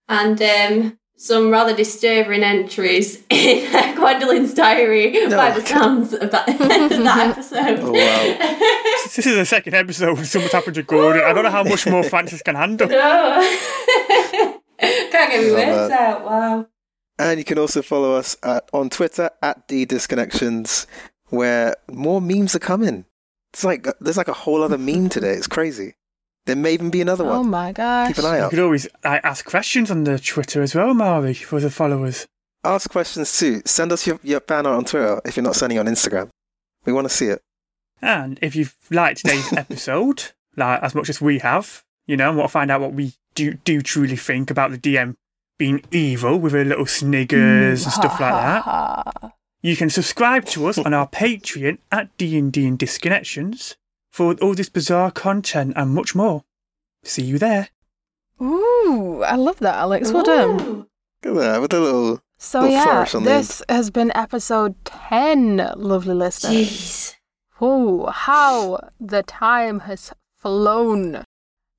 [SPEAKER 2] and um, some rather disturbing entries in Gwendolyn's diary by the sounds of that, that episode.
[SPEAKER 4] Oh, wow.
[SPEAKER 3] This is the second episode when someone's happened to Gordon. I don't know how much more Francis can handle.
[SPEAKER 2] No. Can't get me
[SPEAKER 4] Love
[SPEAKER 2] words
[SPEAKER 4] that.
[SPEAKER 2] out. Wow.
[SPEAKER 4] And you can also follow us at, on Twitter at ddisconnections, where more memes are coming. It's like there's like a whole other meme today. It's crazy. There may even be another
[SPEAKER 1] Oh
[SPEAKER 4] one.
[SPEAKER 1] my gosh.
[SPEAKER 4] Keep an eye
[SPEAKER 3] You
[SPEAKER 4] out.
[SPEAKER 3] could always I ask questions on the Twitter as well, Mari, for the followers.
[SPEAKER 4] Ask questions too. Send us your, your fan art on Twitter if you're not sending on Instagram. We want to see it.
[SPEAKER 3] And if you've liked today's episode, like as much as we have, you know, and want to find out what we do do truly think about the DM being evil with her little sniggers and stuff like
[SPEAKER 1] Mm.
[SPEAKER 3] that. You can subscribe to us on our Patreon at D and D and Disconnections for all this bizarre content and much more. See you there.
[SPEAKER 1] Ooh, I love that, Alex. Well
[SPEAKER 4] um,
[SPEAKER 1] done.
[SPEAKER 2] Ooh.
[SPEAKER 4] Look at that with a little.
[SPEAKER 1] So
[SPEAKER 4] Little
[SPEAKER 1] yeah,
[SPEAKER 4] flourish on the end.
[SPEAKER 1] this has been episode ten, lovely listeners.
[SPEAKER 2] Jeez.
[SPEAKER 1] Oh, how the time has flown.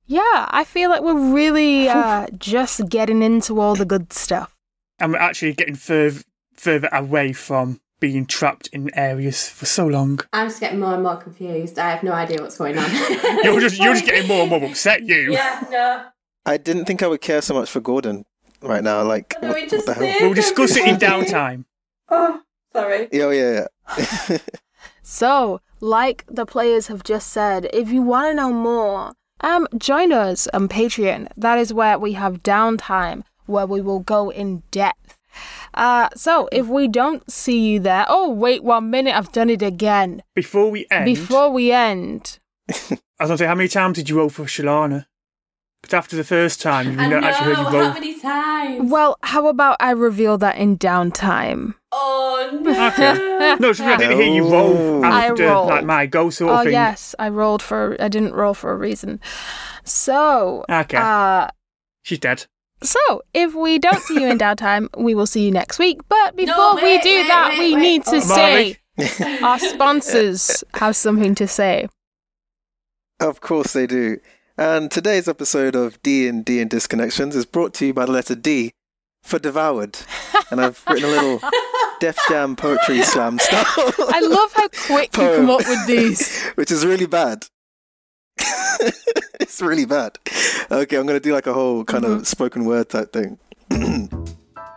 [SPEAKER 1] Yeah, I feel like we're really uh, just getting into all the good stuff.
[SPEAKER 3] And we're actually getting further further away from being trapped in areas for so long.
[SPEAKER 2] I'm just getting more and more confused. I have no idea what's going on.
[SPEAKER 3] You're just you're just getting more and more upset. You.
[SPEAKER 2] Yeah, no.
[SPEAKER 4] I didn't think I would care so much for Gordon right now. Like,
[SPEAKER 2] What do we
[SPEAKER 4] what-
[SPEAKER 2] just
[SPEAKER 4] what the hell?
[SPEAKER 2] do?
[SPEAKER 3] We'll discuss it in downtime.
[SPEAKER 2] Oh, sorry.
[SPEAKER 4] Yeah, yeah, yeah.
[SPEAKER 1] So, like the players have just said, if you want to know more, um, join us on Patreon. That is where we have downtime, where we will go in depth. Uh, so if we don't see you there, oh wait one minute, I've done it again.
[SPEAKER 3] Before we end,
[SPEAKER 1] Before we end,
[SPEAKER 3] I was gonna say, how many times did you roll for Shalana? But after the first time, you
[SPEAKER 2] I know.
[SPEAKER 3] not actually heard you
[SPEAKER 2] How
[SPEAKER 3] roll.
[SPEAKER 2] many times?
[SPEAKER 1] well, how about I reveal that in downtime?
[SPEAKER 2] Oh no.
[SPEAKER 3] Okay. No, it's because I didn't hear you roll
[SPEAKER 4] Oh.
[SPEAKER 1] I
[SPEAKER 3] after
[SPEAKER 1] rolled.
[SPEAKER 3] like my goal sort of
[SPEAKER 1] oh
[SPEAKER 3] thing.
[SPEAKER 1] yes, I rolled for. I didn't roll for a reason. So
[SPEAKER 3] Okay.
[SPEAKER 1] Uh,
[SPEAKER 3] She's dead.
[SPEAKER 1] so if we don't see you in downtime, we will see you next week. But before we
[SPEAKER 2] wait,
[SPEAKER 1] do
[SPEAKER 2] wait,
[SPEAKER 1] that,
[SPEAKER 2] wait,
[SPEAKER 1] we
[SPEAKER 2] wait.
[SPEAKER 1] need to
[SPEAKER 2] Oh.
[SPEAKER 1] say
[SPEAKER 3] Molly.
[SPEAKER 1] our sponsors have something to say.
[SPEAKER 4] Of course they do. And today's episode of D and D and Disconnections is brought to you by the letter D for devoured. And I've written a little Def Jam poetry slam style,
[SPEAKER 1] I love how quick you
[SPEAKER 4] Poem.
[SPEAKER 1] come up with these.
[SPEAKER 4] which is really bad. it's really bad. Okay, I'm gonna do like a whole kind of spoken word type thing.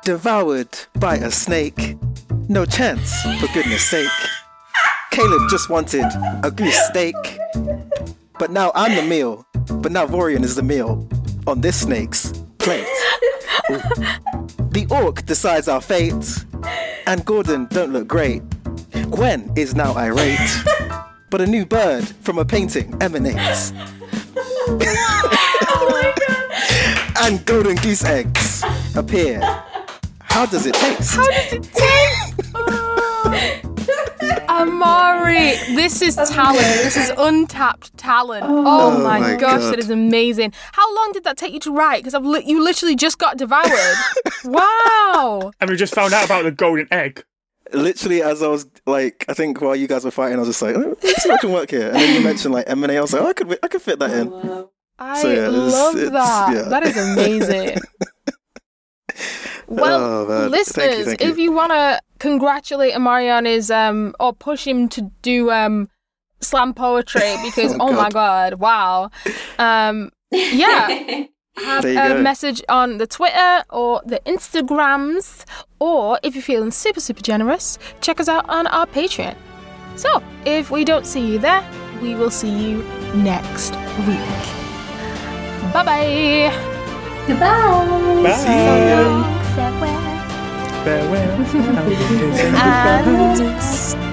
[SPEAKER 4] devoured by a snake. No chance, for goodness sake. Caleb just wanted a goose steak. But now I'm the meal. But now Vorian is the meal on this snake's plate. Ooh. the orc decides our fate. And Gordon don't look great. Gwen is now irate. But a new bird from a painting emanates.
[SPEAKER 1] Oh
[SPEAKER 4] and golden goose eggs appear. How does it taste?
[SPEAKER 1] Amari, this is talent. This is untapped talent. Oh,
[SPEAKER 4] Oh
[SPEAKER 1] my,
[SPEAKER 4] my
[SPEAKER 1] gosh,
[SPEAKER 4] God.
[SPEAKER 1] that is amazing. How long did that take you to write? Because I've li- you literally just got devoured. wow.
[SPEAKER 3] And we just found out about the golden egg.
[SPEAKER 4] literally as I was like, I think while you guys were fighting, I was just like, oh, let's see what can work here. And then you mentioned like M and A, I was like, oh, I could, I could fit that in.
[SPEAKER 1] I
[SPEAKER 4] So, yeah, it's-
[SPEAKER 1] love
[SPEAKER 4] it's-
[SPEAKER 1] that.
[SPEAKER 4] yeah.
[SPEAKER 1] That is amazing. well,
[SPEAKER 4] Oh, man.
[SPEAKER 1] listeners,
[SPEAKER 4] Thank you, thank
[SPEAKER 1] if you want to congratulate Amari on his um or push him to do um slam poetry because oh,
[SPEAKER 4] Oh,
[SPEAKER 1] my god, wow. Um yeah, have
[SPEAKER 4] There you
[SPEAKER 1] a
[SPEAKER 4] go.
[SPEAKER 1] message on the Twitter or the Instagrams or if you're feeling super super generous, check us out on our Patreon. So, if we don't see you there, we will see you next week. Bye bye.
[SPEAKER 2] Goodbye.
[SPEAKER 3] Bye.
[SPEAKER 1] Farewell
[SPEAKER 3] Farewell.
[SPEAKER 1] and stay.